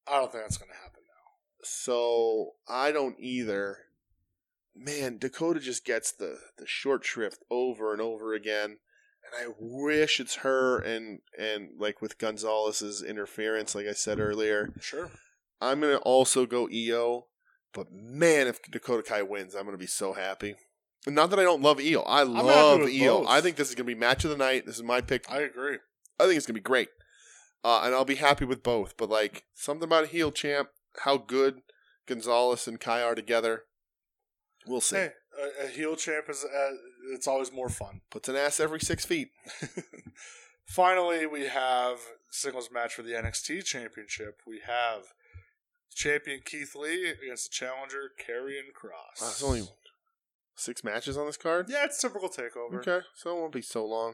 Speaker 2: I don't think that's going to happen.
Speaker 1: so I don't either. Man, Dakota just gets the the short shrift over and over again, and I wish it's her and and like with Gonzalez's interference, like I said earlier.
Speaker 2: Sure.
Speaker 1: I'm gonna also go EO, but man, if Dakota Kai wins, I'm gonna be so happy. Not that I don't love EO, I
Speaker 2: happy
Speaker 1: love
Speaker 2: with
Speaker 1: EO.
Speaker 2: both.
Speaker 1: I think this is gonna be match of the night. This is my pick.
Speaker 2: I
Speaker 1: I,
Speaker 2: agree.
Speaker 1: think it's gonna be great, uh, and I'll be happy with both. But like something about a heel champ, how good Gonzalez and Kai are together. We'll see.
Speaker 2: Hey, a, a heel champ is uh, it's always more fun.
Speaker 1: Puts an ass every six feet.
Speaker 2: Finally, we have singles match for the NXT Championship. We have champion Keith Lee against the challenger Karrion Cross.
Speaker 1: Wow, there's Uh, only six matches on this card.
Speaker 2: yeah, it's typical takeover.
Speaker 1: Okay, so it won't be so long.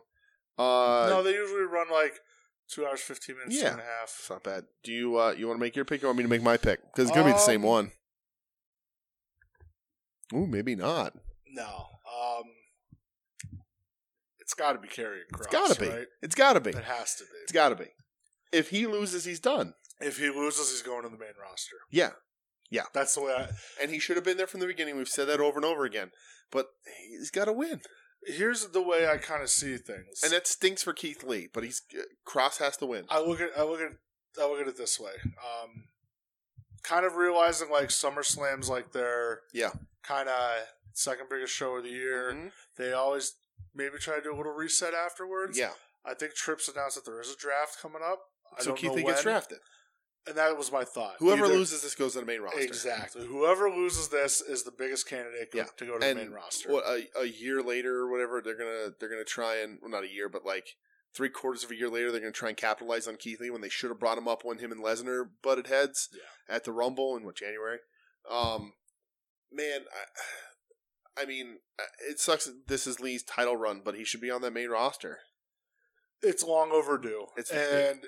Speaker 1: Uh,
Speaker 2: no, they usually run like two hours, fifteen minutes,
Speaker 1: Yeah.
Speaker 2: two and a
Speaker 1: It's
Speaker 2: half.
Speaker 1: not bad. Do you uh you want to make your pick? Or you want me to make my pick? Because it's gonna be the same
Speaker 2: Um,
Speaker 1: one. Ooh, maybe not.
Speaker 2: No, um, it's got to be Karrion
Speaker 1: It's
Speaker 2: Cross.
Speaker 1: gotta be.
Speaker 2: Right?
Speaker 1: It's gotta be.
Speaker 2: It has to be.
Speaker 1: It's gotta be. If he loses, he's done.
Speaker 2: if he loses, he's going to the main roster.
Speaker 1: Yeah,
Speaker 2: That's the way. I,
Speaker 1: and he should have been there from the beginning. We've said that over and over again. But he's got to win,
Speaker 2: here's the way I kind of see things.
Speaker 1: and that stinks for Keith Lee. But he's uh, Cross has to win.
Speaker 2: I look at I look at I look at it this way. Um, kind of realizing like SummerSlam's like their
Speaker 1: Yeah.
Speaker 2: kind of second biggest show of the year.
Speaker 1: Mhm.
Speaker 2: They always maybe try to do a little reset afterwards.
Speaker 1: Mm-hmm. Yeah,
Speaker 2: I think Trips announced that there is a draft coming up. I
Speaker 1: so
Speaker 2: don't
Speaker 1: Keith
Speaker 2: know
Speaker 1: Lee gets
Speaker 2: when,
Speaker 1: drafted.
Speaker 2: and that was my thought.
Speaker 1: Whoever
Speaker 2: Either-
Speaker 1: loses this goes to the main roster.
Speaker 2: exactly whoever loses this is the biggest candidate go-
Speaker 1: Yeah.
Speaker 2: to go to
Speaker 1: And
Speaker 2: the main roster.
Speaker 1: What a, a year later or whatever they're gonna they're gonna try and well, not a year but like three quarters of a year later they're gonna try and capitalize on Keith Lee when they should have brought him up when him and Lesnar butted heads
Speaker 2: Yeah.
Speaker 1: at the Rumble in what January. Um, man, I, I mean it sucks. That this is Lee's title run, but he should be on that main roster.
Speaker 2: It's long overdue,
Speaker 1: It's-
Speaker 2: and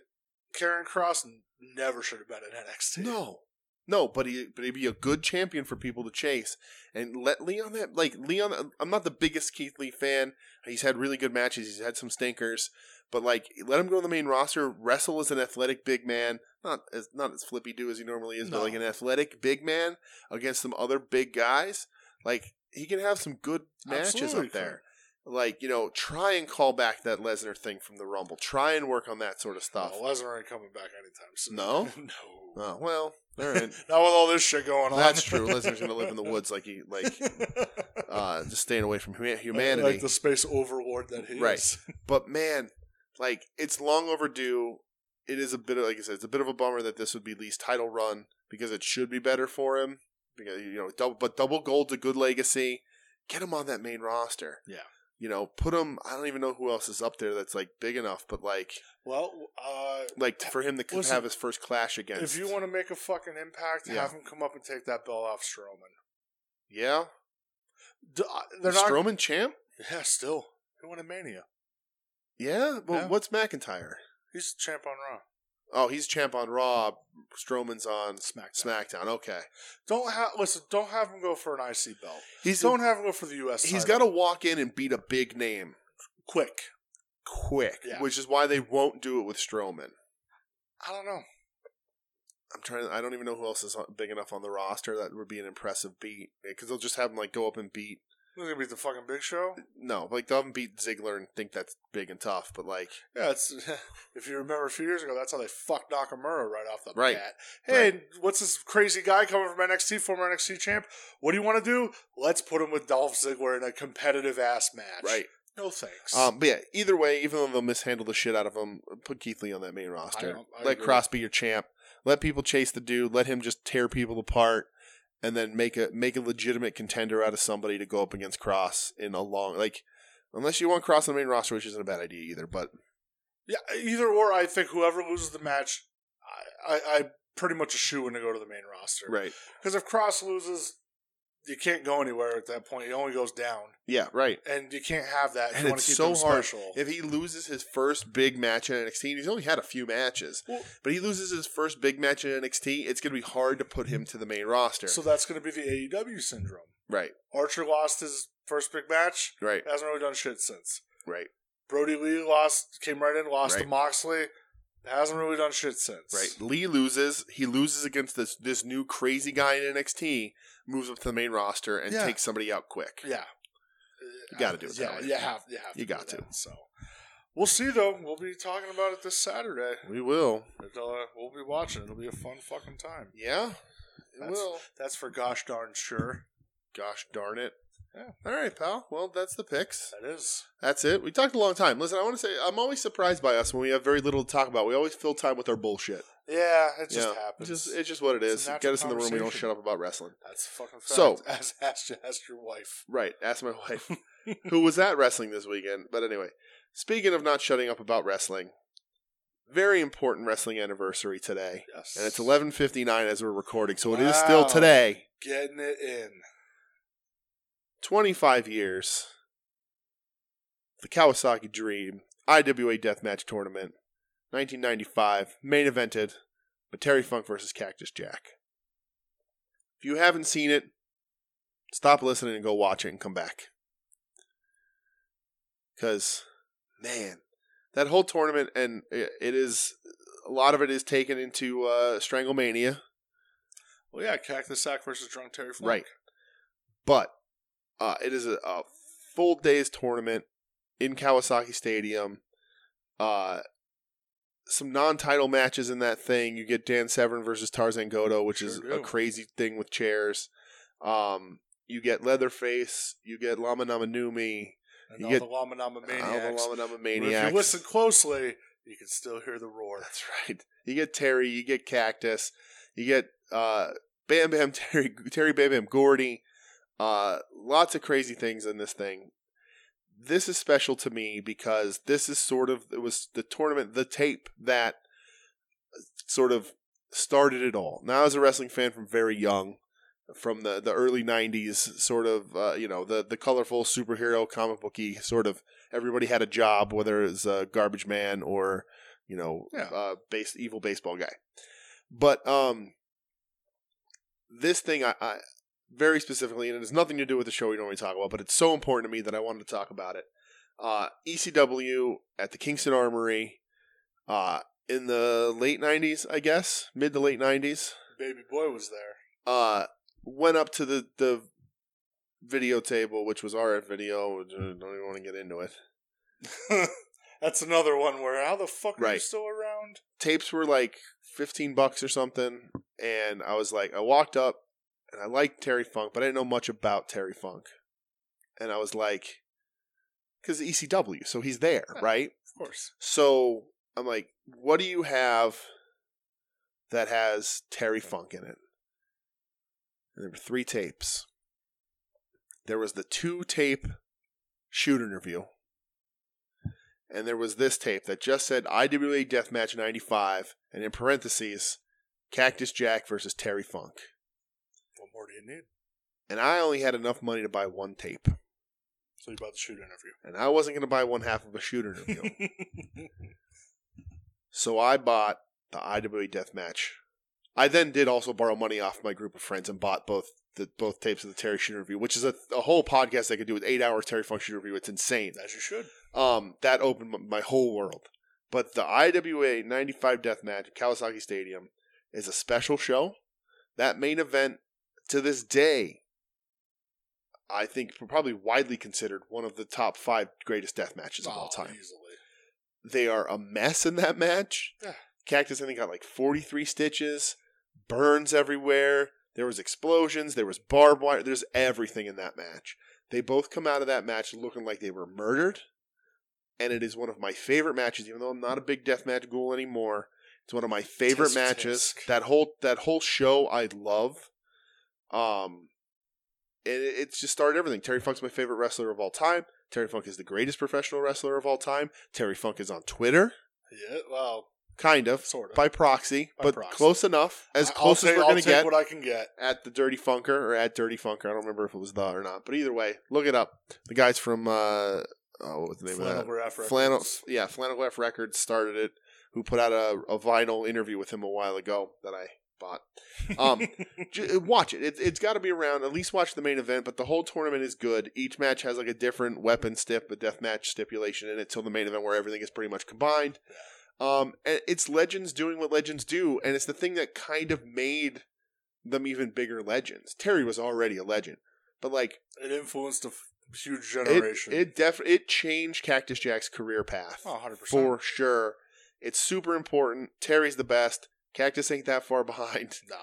Speaker 2: Karen Cross never should have been in NXT.
Speaker 1: No. No, but he but he'd be a good champion for people to chase and let Leon that like Leon. I'm not the biggest Keith Lee fan. He's had really good matches. He's had some stinkers, but like let him go to the main roster. Wrestle as an athletic big man, not as not as flippy do as he normally is, but
Speaker 2: No.
Speaker 1: like an athletic big man against some other big guys. Like he can have some good matches
Speaker 2: Absolutely
Speaker 1: up there. Like you know, try and call back that Lesnar thing from the Rumble. Try and work on that sort of stuff.
Speaker 2: No, Lesnar ain't coming back anytime soon.
Speaker 1: No?
Speaker 2: no.
Speaker 1: Oh, well, all right.
Speaker 2: Not with all this shit going on.
Speaker 1: That's true. Lesnar's gonna live in the woods, like he like uh, just staying away from huma- humanity.
Speaker 2: like the space overlord that he
Speaker 1: Right.
Speaker 2: is.
Speaker 1: but man, like it's long overdue. It is a bit of like I said, it's a bit of a bummer that this would be Lee's title run because it should be better for him. Because you know, double, but double gold's a good legacy. Get him on that main roster.
Speaker 2: Yeah.
Speaker 1: You know, put him. I don't even know who else is up there that's like big enough, but like,
Speaker 2: Well, uh,
Speaker 1: like for him to c-
Speaker 2: Listen,
Speaker 1: have his first clash against.
Speaker 2: if you want to make a fucking impact,
Speaker 1: Yeah.
Speaker 2: have him come up and take that belt off Strowman.
Speaker 1: yeah,
Speaker 2: D- uh, they're not.
Speaker 1: Strowman champ.
Speaker 2: yeah, still. He won a Mania.
Speaker 1: Yeah, well,
Speaker 2: Yeah.
Speaker 1: what's McIntyre?
Speaker 2: He's the champ on Raw.
Speaker 1: Oh, he's champ on Raw. Strowman's on
Speaker 2: SmackDown.
Speaker 1: SmackDown. Okay,
Speaker 2: Don't have listen. Don't have him go for an IC belt.
Speaker 1: he's
Speaker 2: Don't have him go for the US.
Speaker 1: he's got
Speaker 2: title.
Speaker 1: to walk in and beat a big name
Speaker 2: quick.
Speaker 1: quick,
Speaker 2: Yeah.
Speaker 1: which is why they won't do it with Strowman.
Speaker 2: I don't know.
Speaker 1: I'm trying. I don't even know who else is on- big enough on the roster that would be an impressive beat because they'll just have him like go up and beat.
Speaker 2: He's gonna be the fucking Big Show.
Speaker 1: No, like they'll have him beat Ziggler and think that's big and tough, but like
Speaker 2: Yeah, it's if you remember a few years ago, that's how they fucked Nakamura right off the
Speaker 1: Right.
Speaker 2: bat. Hey, what's this crazy guy coming from NXT, former NXT champ? What do you want to do? Let's put him with Dolph Ziggler in a competitive ass match. No thanks.
Speaker 1: Um, but yeah, either way, even though they'll mishandle the shit out of him, put Keith Lee on that main roster.
Speaker 2: I don't- I
Speaker 1: let
Speaker 2: agree.
Speaker 1: Cross be your champ. Let people chase the dude. Let him just tear people apart. and then make a make a legitimate contender out of somebody to go up against Cross in a long like unless you want Cross on the main roster, which isn't a bad idea either. But
Speaker 2: Yeah, either or, I think whoever loses the match, I, I, I pretty much a shoe in to go to the main roster.
Speaker 1: right,
Speaker 2: Because if Cross loses, you can't go anywhere at that point. He only goes down,
Speaker 1: yeah, right.
Speaker 2: and you can't have that. If
Speaker 1: And
Speaker 2: you want
Speaker 1: it's
Speaker 2: to keep
Speaker 1: so
Speaker 2: them
Speaker 1: hard.
Speaker 2: special.
Speaker 1: If he loses his first big match in NXT, and he's only had a few matches,
Speaker 2: Well-
Speaker 1: but he loses his first big match in NXT, it's going to be hard to put him to the main roster.
Speaker 2: So that's going to be the AEW syndrome.
Speaker 1: right,
Speaker 2: Archer lost his first big match.
Speaker 1: right,
Speaker 2: Hasn't really done shit since.
Speaker 1: right,
Speaker 2: Brody Lee lost, came right in, lost to
Speaker 1: Right.
Speaker 2: Moxley. Hasn't really done shit since.
Speaker 1: right. Lee loses. He loses against this this new crazy guy in NXT. Moves up to the main roster and
Speaker 2: Yeah.
Speaker 1: takes somebody out quick.
Speaker 2: Yeah.
Speaker 1: You gotta do it that
Speaker 2: Yeah,
Speaker 1: way.
Speaker 2: you have, you have.
Speaker 1: You
Speaker 2: do
Speaker 1: got
Speaker 2: that,
Speaker 1: to.
Speaker 2: So we'll see though. We'll be talking about it this Saturday.
Speaker 1: We will.
Speaker 2: It'll, uh, we'll be watching. It'll be a fun fucking time.
Speaker 1: Yeah, it
Speaker 2: That's-
Speaker 1: will.
Speaker 2: That's for gosh darn sure.
Speaker 1: Gosh darn it.
Speaker 2: Yeah.
Speaker 1: All right, pal. Well, that's the picks.
Speaker 2: That is.
Speaker 1: That's it. We talked a long time. Listen, I want to say I'm always surprised by us when we have very little to talk about. We always fill time with our bullshit.
Speaker 2: Yeah, it just
Speaker 1: Yeah.
Speaker 2: happens.
Speaker 1: It's just, it's just what it
Speaker 2: It's
Speaker 1: is.
Speaker 2: a
Speaker 1: Get
Speaker 2: natural
Speaker 1: us in the room. We don't
Speaker 2: conversation.
Speaker 1: shut up about wrestling.
Speaker 2: That's a fucking fact.
Speaker 1: So-
Speaker 2: ask, ask, ask your wife.
Speaker 1: Right. Ask my wife, who was at wrestling this weekend. But anyway, speaking of not shutting up about wrestling, very important wrestling anniversary today,
Speaker 2: Yes.
Speaker 1: and it's 11:59 as we're recording, so it is still
Speaker 2: Wow.
Speaker 1: today.
Speaker 2: Getting it in.
Speaker 1: 25 years, the Kawasaki Dream IWA Deathmatch Tournament, 1995, main evented by Terry Funk versus Cactus Jack. If you haven't seen it, stop listening and go watch it and come back. Because, man, that whole tournament, and i- it is a lot of it is taken into uh, Stranglemania.
Speaker 2: Well, yeah, Cactus Sack versus Drunk Terry Funk.
Speaker 1: Right. But uh, it is a, a full day's tournament in Kawasaki Stadium. Uh, some non-title matches in that thing. You get Dan Severn versus Tarzan Godo, which is
Speaker 2: Sure
Speaker 1: a
Speaker 2: do.
Speaker 1: crazy thing with chairs. Um, you get Leatherface. You get Lama Nama Numi.
Speaker 2: And
Speaker 1: You
Speaker 2: all
Speaker 1: get-
Speaker 2: the Lama Nama
Speaker 1: all the
Speaker 2: Maniacs.
Speaker 1: Lama Nama
Speaker 2: But
Speaker 1: Maniacs.
Speaker 2: If you listen closely, you can still hear the roar.
Speaker 1: That's right. You get Terry, you get Cactus, you get uh, Bam Bam Terry, Terry Bam Bam Gordy. Uh, lots of crazy things in this thing. This is special to me because this is sort of it was the tournament, the tape that uh, sort of started it all. Now, as a wrestling fan from very young, from the, the early '90s, sort of uh, you know the the colorful superhero comic booky sort of everybody had a job, whether it was a garbage man or you know
Speaker 2: Yeah.
Speaker 1: uh, base evil baseball guy. But um, this thing I, I very specifically, and it has nothing to do with the show we normally talk about, but it's so important to me that I wanted to talk about it. Uh, ECW at the Kingston Armory. Uh, in the late 90s, I guess, mid to late 90s,
Speaker 2: Baby Boy was there.
Speaker 1: uh, went up to the, the video table, which was RF video. which I don't even want to get into it.
Speaker 2: That's another one where how the fuck are you
Speaker 1: Right.
Speaker 2: still around?
Speaker 1: Tapes were like 15 bucks or something. And I was like, I walked up and I liked Terry Funk, but I didn't know much about Terry Funk. And I was like, because ECW, so he's there,
Speaker 2: Yeah.
Speaker 1: right?
Speaker 2: Of course.
Speaker 1: So I'm like, what do you have that has Terry Funk in it? And there were three tapes. There was the two tape shoot interview. And there was this tape that just said IWA Deathmatch 95, and in parentheses, Cactus Jack versus Terry Funk.
Speaker 2: What more do you need?
Speaker 1: And I only had enough money to buy one tape.
Speaker 2: So you about to shoot interview.
Speaker 1: And I wasn't going to buy one half of a shoot interview. So I bought the IWA Deathmatch. I then did also borrow money off my group of friends and bought both the both tapes of the Terry Shooter review, which is a, a whole podcast I could do with eight hours Terry Funk Shooter review. It's insane.
Speaker 2: As you should.
Speaker 1: Um, that opened m- my whole world. But the IWA 95 Deathmatch at Kawasaki Stadium is a special show. That main event to this day, I think probably widely considered one of the top five greatest death matches of all
Speaker 2: Oh,
Speaker 1: time
Speaker 2: Easily.
Speaker 1: they are a mess in that match.
Speaker 2: Yeah.
Speaker 1: Cactus, I think, got like 43 stitches, burns everywhere. There was explosions. There was barbed wire. There's everything in that match. They both come out of that match looking like they were murdered, and it is one of my favorite matches. Even though I'm not a big deathmatch ghoul anymore, it's one of my favorite
Speaker 2: Tisk,
Speaker 1: matches.
Speaker 2: tisk.
Speaker 1: That whole that whole show I love. Um, and it, it's just started everything. Terry Funk's my favorite wrestler of all time. Terry Funk is the greatest professional wrestler of all time. Terry Funk is on Twitter,
Speaker 2: Yeah, well,
Speaker 1: kind of,
Speaker 2: sort of.
Speaker 1: by proxy,
Speaker 2: By
Speaker 1: but
Speaker 2: proxy.
Speaker 1: close enough, as
Speaker 2: I- I'll
Speaker 1: close
Speaker 2: take-
Speaker 1: as we're
Speaker 2: I'll
Speaker 1: going to
Speaker 2: take
Speaker 1: get
Speaker 2: what I can get.
Speaker 1: at the Dirty Funker or at Dirty Funker. I don't remember if it was the or not, but either way, look it up. The guys from uh, oh, what was the name of that?
Speaker 2: Flannelgraph
Speaker 1: Flannel,
Speaker 2: records.
Speaker 1: yeah, Flannelgraph Records started it. Who put out a, a vinyl interview with him a while ago that I bought? Um, j- watch it. it it's got to be around. At least watch the main event. But the whole tournament is good. Each match has like a different weapon stip, a death match stipulation in it till the main event where everything is pretty much combined. Um, and it's legends doing what legends do, and it's the thing that kind of made them even bigger legends. Terry was already a legend, but like
Speaker 2: it influenced a f- huge
Speaker 1: it,
Speaker 2: generation.
Speaker 1: it def it changed Cactus Jack's career path
Speaker 2: oh, 100%.
Speaker 1: for sure. It's super important. Terry's the best. Cactus ain't that far behind
Speaker 2: No.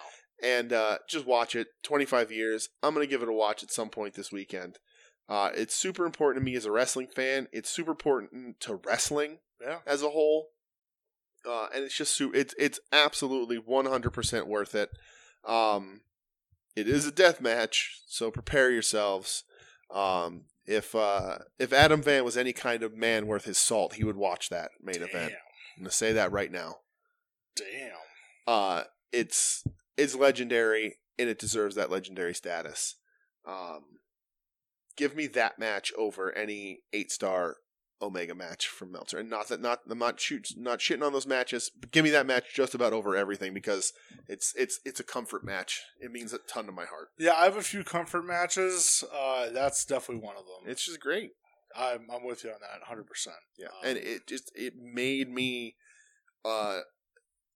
Speaker 1: and uh, just watch it. 25 years. I'm going to give it a watch at some point this weekend. Uh, it's super important to me as a wrestling fan. It's super important to wrestling
Speaker 2: Yeah.
Speaker 1: as a whole. Uh, and it's just su- it's it's absolutely 100% worth it. Um, it is a death match, so prepare yourselves. Um, if uh, if Adam Van was any kind of man worth his salt, he would watch that main
Speaker 2: Damn.
Speaker 1: event. I'm going to say that right now
Speaker 2: Damn.
Speaker 1: uh it's it's legendary and it deserves that legendary status um give me that match over any eight star omega match from meltzer and not that not i'm not shoot, not shitting on those matches but give me that match just about over everything because it's it's it's a comfort match it means a ton to my heart
Speaker 2: Yeah, I have a few comfort matches. Uh, that's definitely one of them.
Speaker 1: it's just great
Speaker 2: I'm, I'm with you on that 100%.
Speaker 1: Yeah, and it just it made me. Uh,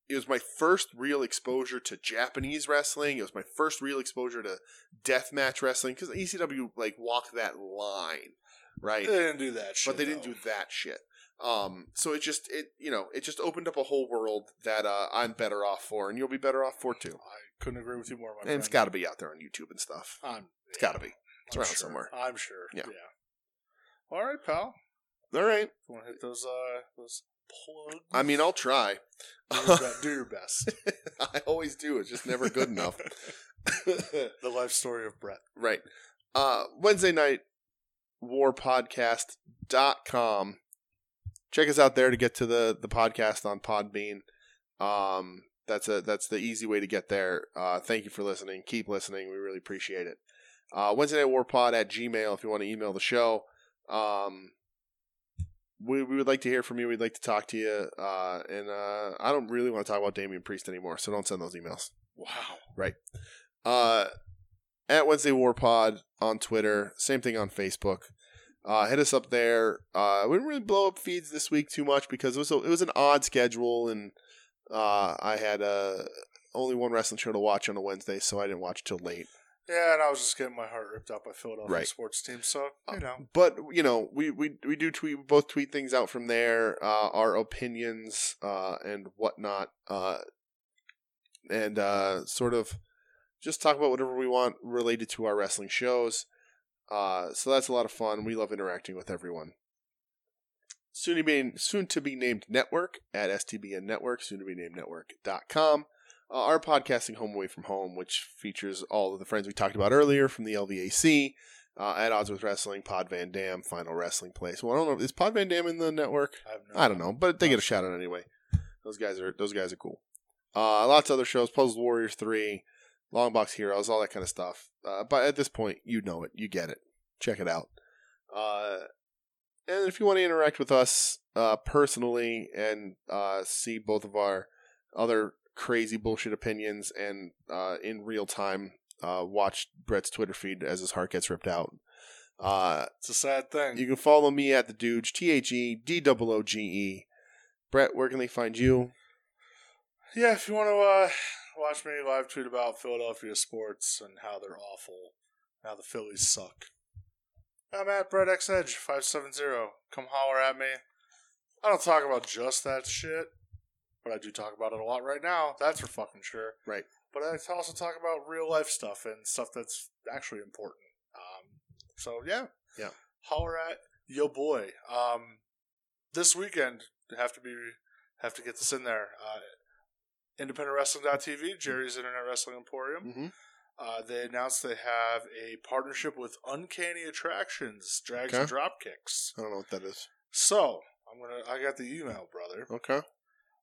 Speaker 1: it was my first real exposure to Japanese wrestling. It was my first real exposure to deathmatch wrestling because ECW like walked that line,
Speaker 2: They
Speaker 1: right?
Speaker 2: didn't do that shit.
Speaker 1: but they didn't
Speaker 2: though.
Speaker 1: do that shit. Um, so it just it you know it just opened up a whole world that uh, I'm better off for, and you'll be better off for too.
Speaker 2: I couldn't agree with you more, my
Speaker 1: And it's got to be out there on YouTube and stuff.
Speaker 2: I'm,
Speaker 1: It's got to be. It's
Speaker 2: I'm
Speaker 1: around
Speaker 2: sure.
Speaker 1: somewhere.
Speaker 2: I'm sure. Yeah.
Speaker 1: Yeah.
Speaker 2: All right, pal.
Speaker 1: All right.
Speaker 2: You want to hit those uh those plugs?
Speaker 1: I mean, I'll try.
Speaker 2: do your, be- do your best.
Speaker 1: I always do. It's just never good enough.
Speaker 2: the life story of Brett.
Speaker 1: Right. Uh, Wednesday night, warpodcast.com. Check us out there to get to the, the podcast on Podbean. Um, that's a that's the easy way to get there. Uh, thank you for listening. Keep listening. We really appreciate it. Uh, Wednesday night warpod at Gmail if you want to email the show. Um, we, we would like to hear from you. We'd like to talk to you. Uh, and uh, I don't really want to talk about Damian Priest anymore, so don't send those emails
Speaker 2: Wow.
Speaker 1: uh, at Wednesday War Pod on Twitter. Same thing on Facebook. Uh, hit us up there. Uh, we didn't really blow up feeds this week too much because it was a, it was an odd schedule, and uh, I had uh, only one wrestling show to watch on a Wednesday, so I didn't watch till late.
Speaker 2: Yeah, and I was just getting my heart ripped out by Philadelphia
Speaker 1: Right. Uh,
Speaker 2: sports team, so you know.
Speaker 1: But you know, we we we do tweet we both tweet things out from there, uh, our opinions uh, and whatnot, uh, and uh, sort of just talk about whatever we want related to our wrestling shows. Uh, so that's a lot of fun. We love interacting with everyone. Soon to be soon to be named network at STBN Network, soon to be named network.com. Uh, our podcasting home away from home, which features all of the friends we talked about earlier from the LVAC, uh, at odds with wrestling, Pod Van Dam, Final Wrestling Place. Well, I don't know is Pod Van Dam in the network.
Speaker 2: I, have no
Speaker 1: I don't know, but they get a shout out anyway. Those guys are those guys are cool. Uh, lots of other shows, Puzzle Warriors three, Long Box Heroes, all that kind of stuff. Uh, but at this point, you know it, you get it. Check it out. Uh, and if you want to interact with us uh, personally and uh, see both of our other crazy bullshit opinions and uh, in real time, uh, watch Brett's Twitter feed as his heart gets ripped out. Uh,
Speaker 2: It's a sad thing.
Speaker 1: you can follow me at the Dooge, T H E D O O G E. Brett, where can they find you?
Speaker 2: yeah, if you want to uh, watch me live tweet about Philadelphia sports and how they're awful, how the Phillies suck, I'm at Brett X Edge five seven zero. Come holler at me. I don't talk about just that shit, but I do talk about it a lot right now. That's for fucking sure.
Speaker 1: Right.
Speaker 2: But I also talk about real life stuff and stuff that's actually important. Um, so yeah,
Speaker 1: Yeah.
Speaker 2: Holler at yo boy. Um, this weekend have to be have to get this in there. Uh, IndependentWrestling.tv, Jerry's Internet Wrestling Emporium.
Speaker 1: Mm-hmm.
Speaker 2: Uh, they announced they have a partnership with Uncanny Attractions, Drags
Speaker 1: Okay.
Speaker 2: and Dropkicks.
Speaker 1: I don't know what that is.
Speaker 2: So I'm gonna. I got the email, brother.
Speaker 1: Okay.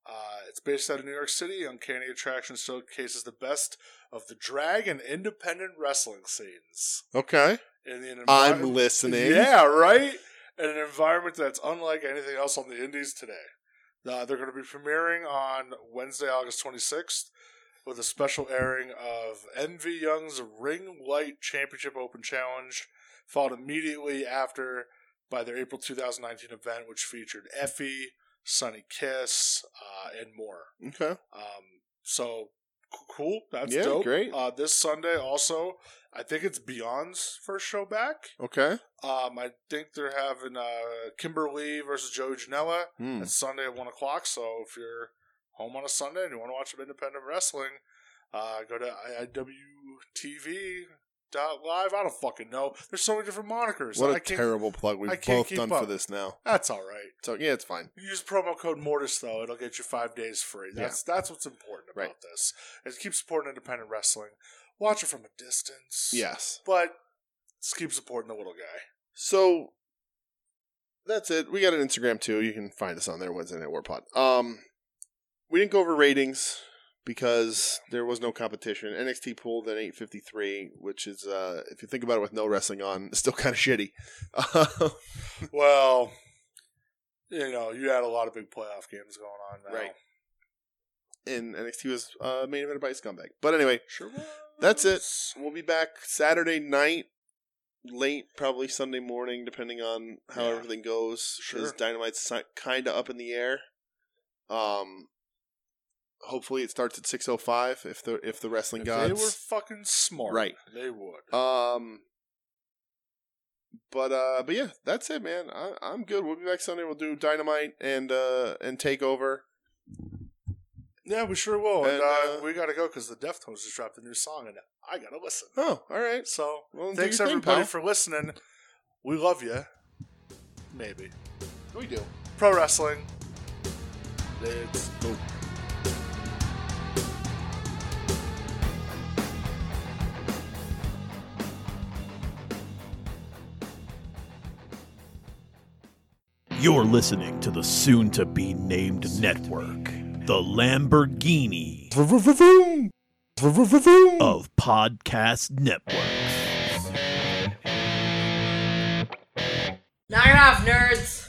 Speaker 2: Uh, it's based out of New York City. Uncanny Attractions showcases the best of the drag and independent wrestling scenes.
Speaker 1: Okay.
Speaker 2: In the
Speaker 1: I'm
Speaker 2: environment-
Speaker 1: listening.
Speaker 2: Yeah, right. In an environment that's unlike anything else on the Indies today. Uh, they're going to be premiering on Wednesday, August 26th, with a special airing of MV Young's Ring Light Championship Open Challenge, followed immediately after by their April 2019 event, which featured Effie, Sunny Kiss, uh, and more.
Speaker 1: Okay.
Speaker 2: Um, so c- cool. That's
Speaker 1: Yeah,
Speaker 2: dope.
Speaker 1: great.
Speaker 2: Uh, this Sunday also, I think it's Beyond's first show back.
Speaker 1: Okay.
Speaker 2: Um, I think they're having uh, Kimberly versus Joey Janela.
Speaker 1: Hmm.
Speaker 2: It's Sunday at one o'clock. So if you're home on a Sunday and you want to watch some independent wrestling, uh, go to IIWTV dot live. I don't fucking know. There's so many different monikers.
Speaker 1: What
Speaker 2: I
Speaker 1: a
Speaker 2: can't-
Speaker 1: terrible plug we've
Speaker 2: I can't
Speaker 1: both
Speaker 2: keep
Speaker 1: done for
Speaker 2: up.
Speaker 1: this now.
Speaker 2: That's all right.
Speaker 1: So yeah, it's fine.
Speaker 2: Use promo code Mortis though; it'll get you five days free. That's that's what's important about
Speaker 1: Right.
Speaker 2: this. Is keep supporting independent wrestling. Watch it from a distance.
Speaker 1: Yes.
Speaker 2: but just keep supporting the little guy.
Speaker 1: So that's it. We got an Instagram too. You can find us on there, Wednesday Night Warpod. Um we didn't go over ratings because there was no competition. NXT pulled an eight fifty three, which is uh if you think about it with no wrestling on, it's still kinda shitty.
Speaker 2: well, you know, you had a lot of big playoff games going on now.
Speaker 1: Right. and NXT was uh main evented by a scumbag. But anyway,
Speaker 2: Sure.
Speaker 1: That's it.
Speaker 2: was.
Speaker 1: we'll be back Saturday night, late, probably Sunday morning, depending on how
Speaker 2: Yeah.
Speaker 1: everything goes.
Speaker 2: Sure.
Speaker 1: Because Dynamite's kind of up in the air. Um, hopefully it starts at six oh five if the if the wrestling
Speaker 2: If
Speaker 1: gods
Speaker 2: they were fucking smart.
Speaker 1: Right.
Speaker 2: They would.
Speaker 1: um. But uh, but yeah, that's it, man. I, I'm good. We'll be back Sunday. We'll do Dynamite and uh and Takeover.
Speaker 2: yeah, we sure will.
Speaker 1: And,
Speaker 2: And, uh,
Speaker 1: uh,
Speaker 2: we got to go because the Deftones just dropped a new song, and I got to listen.
Speaker 1: Oh, all right.
Speaker 2: So
Speaker 1: Well, do
Speaker 2: thanks
Speaker 1: your thing,
Speaker 2: everybody
Speaker 1: pal.
Speaker 2: for listening. We love you. Maybe.
Speaker 1: We do.
Speaker 2: Pro wrestling. It's
Speaker 1: Boom.
Speaker 3: You're listening to the soon to be named network, the Lamborghini of Podcast Networks.
Speaker 4: Knock it off, nerds!